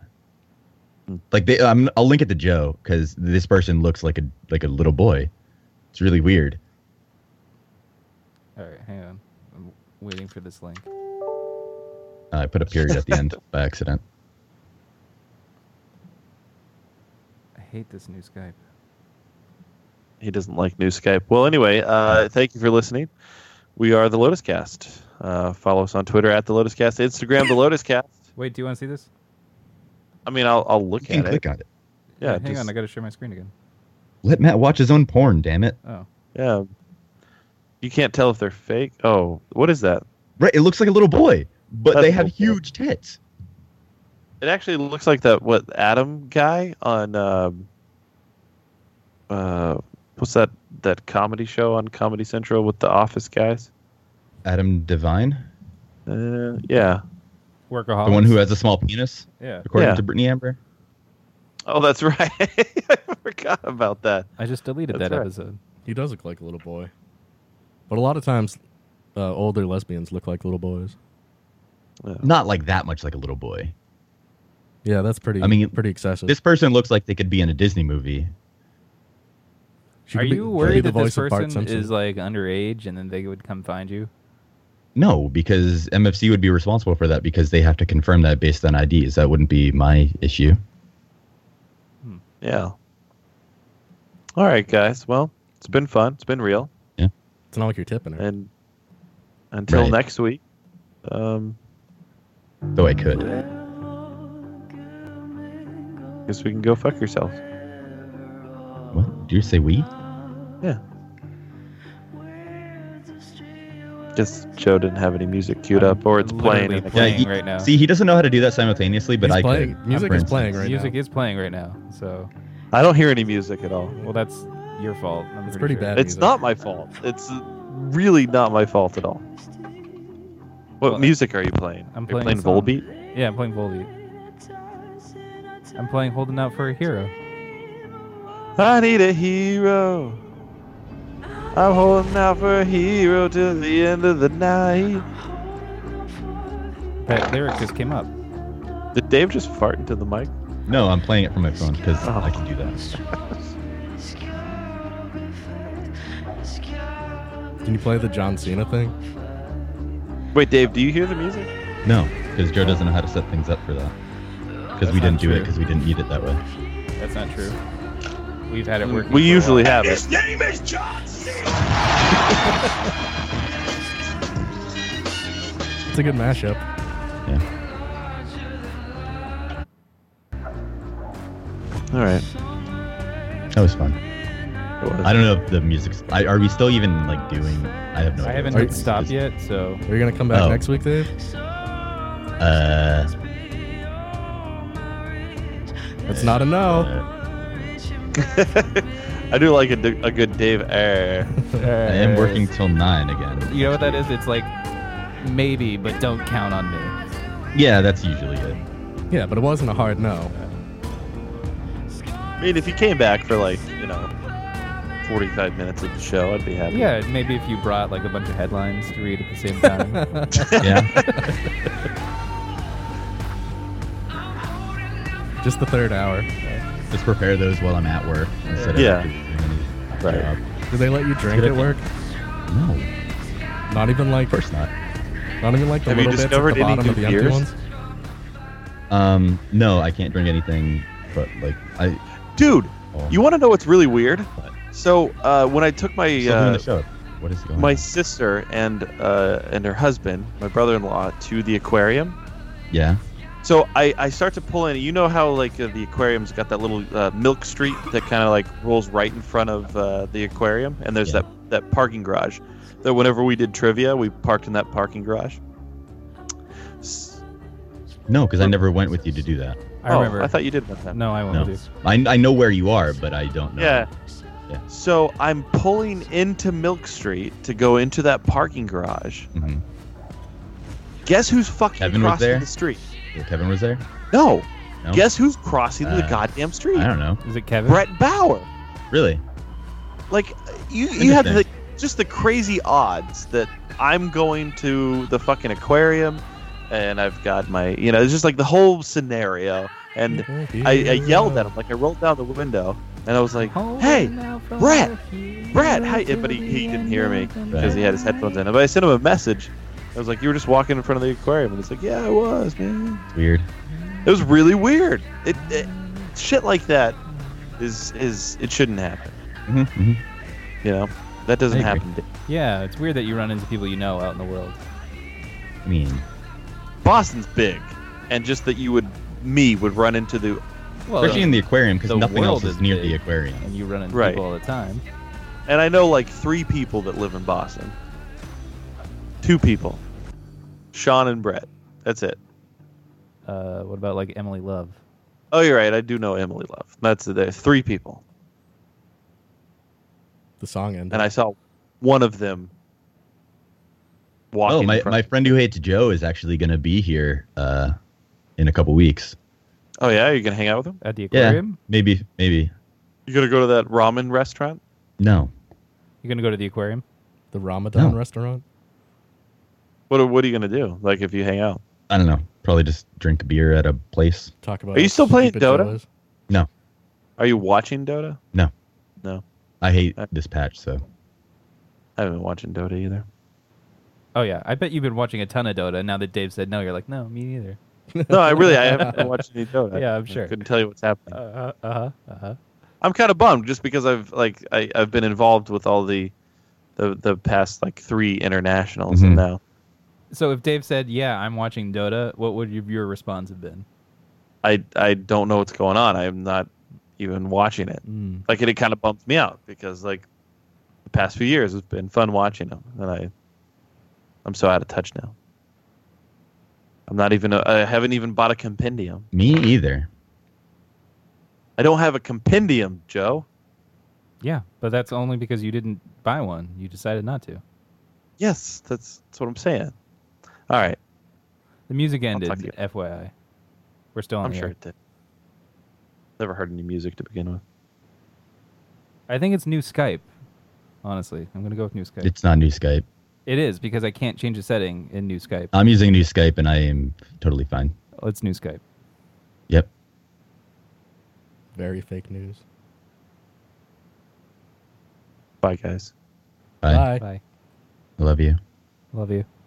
Like they, I'm, I'll link it to Joe because this person looks like a like a little boy. It's really weird. All right, hang on. I'm waiting for this link. I put a period at the end by accident. I hate this new Skype. He doesn't like new Skype. Well, anyway, uh, thank you for listening. We are the Lotus Cast. Uh, follow us on Twitter at the Lotus Cast, Instagram the Lotus Cast. Wait, do you want to see this? I mean, I'll, I'll look You can at click it. on it. Yeah, hang just- on. I got to share my screen again. Let Matt watch his own porn. Damn it! Oh, Yeah. You can't tell if they're fake. Oh, what is that? Right, it looks like a little boy, but That's they have cool. huge tits. It actually looks like that what Adam guy on um, uh, what's that that comedy show on Comedy Central with the Office guys? Adam Devine, Uh, yeah. workaholic. the one who has a small penis. Yeah. According Yeah. to Brittany Amber. Oh, that's right. I forgot about that. I just deleted That's that right. episode. He does look like a little boy, but a lot of times, uh, older lesbians look like little boys. Not like that much like a little boy. Yeah, that's pretty. I mean, pretty excessive. This person looks like they could be in a Disney movie. She Are could be- you she could be worried the that this voice of Bart person Simpson. is like underage and then they would come find you? No, because MFC would be responsible for that because they have to confirm that based on IDs. That wouldn't be my issue. Yeah. All right, guys. Well, it's been fun. It's been real. It's not like you're tipping her. And until Right. next week, um, Though I could. guess we can go fuck yourselves. What? Do you say we? Yeah. Guess Joe didn't have any music queued up, or it's playing. literally playing he- right now. See, he doesn't know how to do that simultaneously, but He's I playing- could. music for is instance. playing right Music is playing right now. So, I don't hear any music at all. well, that's your fault. I'm It's pretty, pretty bad. sure. It's music. not my fault. It's really not my fault at all. What Well, music are you playing? I'm You're playing playing a song. Volbeat. Yeah, I'm playing Volbeat. I'm playing Holding Out for a Hero. I need a hero. I'm holding out for a hero till the end of the night. That lyric just came up. Did Dave just fart into the mic? No, I'm playing it from my phone because Oh. I can do that. Uh, Can you play the John Cena thing? Wait, Dave, do you hear the music? No, because Joe doesn't know how to set things up for that. Because we That's didn't not do it true. because we didn't need it that way. That's not true. We've had it working. We for a usually while. have it. name is John Cena. It's a good mashup. Yeah. All right. That was fun. I don't know if the music's. I, are we still even like doing? I have no. I idea haven't what hit this stop is. yet, so Are you gonna come back Oh. next week, Dave? Uh, That's not a no. uh, I do like a, d- a good Dave air. I am working till nine again. Uh, You know what that is? It's like maybe, but don't count on me. Yeah, that's usually it. Yeah, but it wasn't a hard no. I mean, if you came back for like, you know, 45 minutes of the show, I'd be happy. Yeah, maybe if you brought like a bunch of headlines to read at the same time. Yeah. Just the third hour. Just prepare those while I'm at work instead of Yeah. doing any Right. job. Do they let you drink at work? No, Not even like of course not. not even like the Have you little bits at the discovered any bottom new of the empty beers? ones. Um, no, I can't drink anything. But like, I Dude, oh, you want to know what's really weird? What? So, uh, when I took my. still doing Uh, the show. What is going my on? sister and uh, and her husband, my brother-in-law, to the aquarium. Yeah. So I, I start to pull in. You know how like uh, the aquarium's got that little uh, Milk Street that kind of like rolls right in front of uh, the aquarium, and there's Yeah. that that parking garage. That whenever we did trivia, we parked in that parking garage. S- No, because I never went with you to do that. I oh, remember. I thought you did one time. no, I won't No. do. I, I know where you are, but I don't know. Yeah. Yeah. So I'm pulling into Milk Street to go into that parking garage. Mhm. Guess who's fucking Kevin was crossing there? the street? Yeah, Kevin was there. No. No? Guess who's crossing the Uh, goddamn street? I don't know. Is it Kevin? Brett Bauer. Really? Like you, you have the, just the crazy odds that I'm going to the fucking aquarium, and I've got my, you know, it's just like the whole scenario. And I, I yelled at him, like I rolled down the window, and I was like, "Hey, Brett, Brett!" Hi. But he, he didn't hear me because he had his headphones in. But I sent him a message. I was like, "You were just walking in front of the aquarium," and he's like, "Yeah, I was, man." It's weird. It was really weird. It, it shit like that is is it shouldn't happen. hmm You know, that doesn't I agree. happen. Yeah, it's weird that you run into people you know out in the world. I mean, Boston's big, and just that you would me would run into the especially in the aquarium because the nothing else world is is near big, the aquarium. And you run into Right. people all the time. and I know like three people that live in Boston. Two people, Sean and Brett. That's it. Uh, what about like Emily Love? Oh, you're right. I do know Emily Love. That's the three people, The song ended. and I saw one of them walking. Oh, my, in front- my friend who hates Joe is actually going to be here uh, in a couple weeks. oh yeah, you gonna hang out with them at the Yeah, maybe, maybe. You gonna go to that ramen restaurant? No. You're gonna go to the aquarium? The Ramadan restaurant? What are- What are you gonna do? Like if you hang out? I don't know. Probably just drink beer at a place. Talk about Are you still playing Dota? No, Are you watching Dota? no. No. I hate Uh, this patch, so. I haven't been watching Dota either. Oh yeah, I bet you've been watching a ton of Dota. and Now that Dave said no, you're like, no, me neither. No, I really I haven't been watching any Dota. Yeah, I'm I sure. couldn't tell you what's happening. Uh huh. Uh huh. I'm kind of bummed just because I've like I, I've been involved with all the the the past like three internationals and Mm-hmm. now So if Dave said, "Yeah, I'm watching Dota," what would your- your response have been? I I don't know what's going on. I'm not even watching it. Mm. Like it, it kind of bumps me out because like the past few years it's been fun watching them and I I'm so out of touch now. I'm not even a, I haven't even bought a compendium. Me either. I don't have a compendium, Joe. Yeah, but that's only because you didn't buy one. You decided not to. Yes, that's that's what I'm saying. All right. The music I'll ended. talk to you. FYI, we're still on. I'm the sure air. it did. Never heard any music to begin with. I think it's new Skype. Honestly, I'm gonna go with new Skype. It's not new Skype. It is because I can't change the setting in new Skype. I'm using new Skype and I am totally fine. It's new Skype. Yep. Very fake news. Bye, guys. Bye. Bye. Bye. I love you. Love you.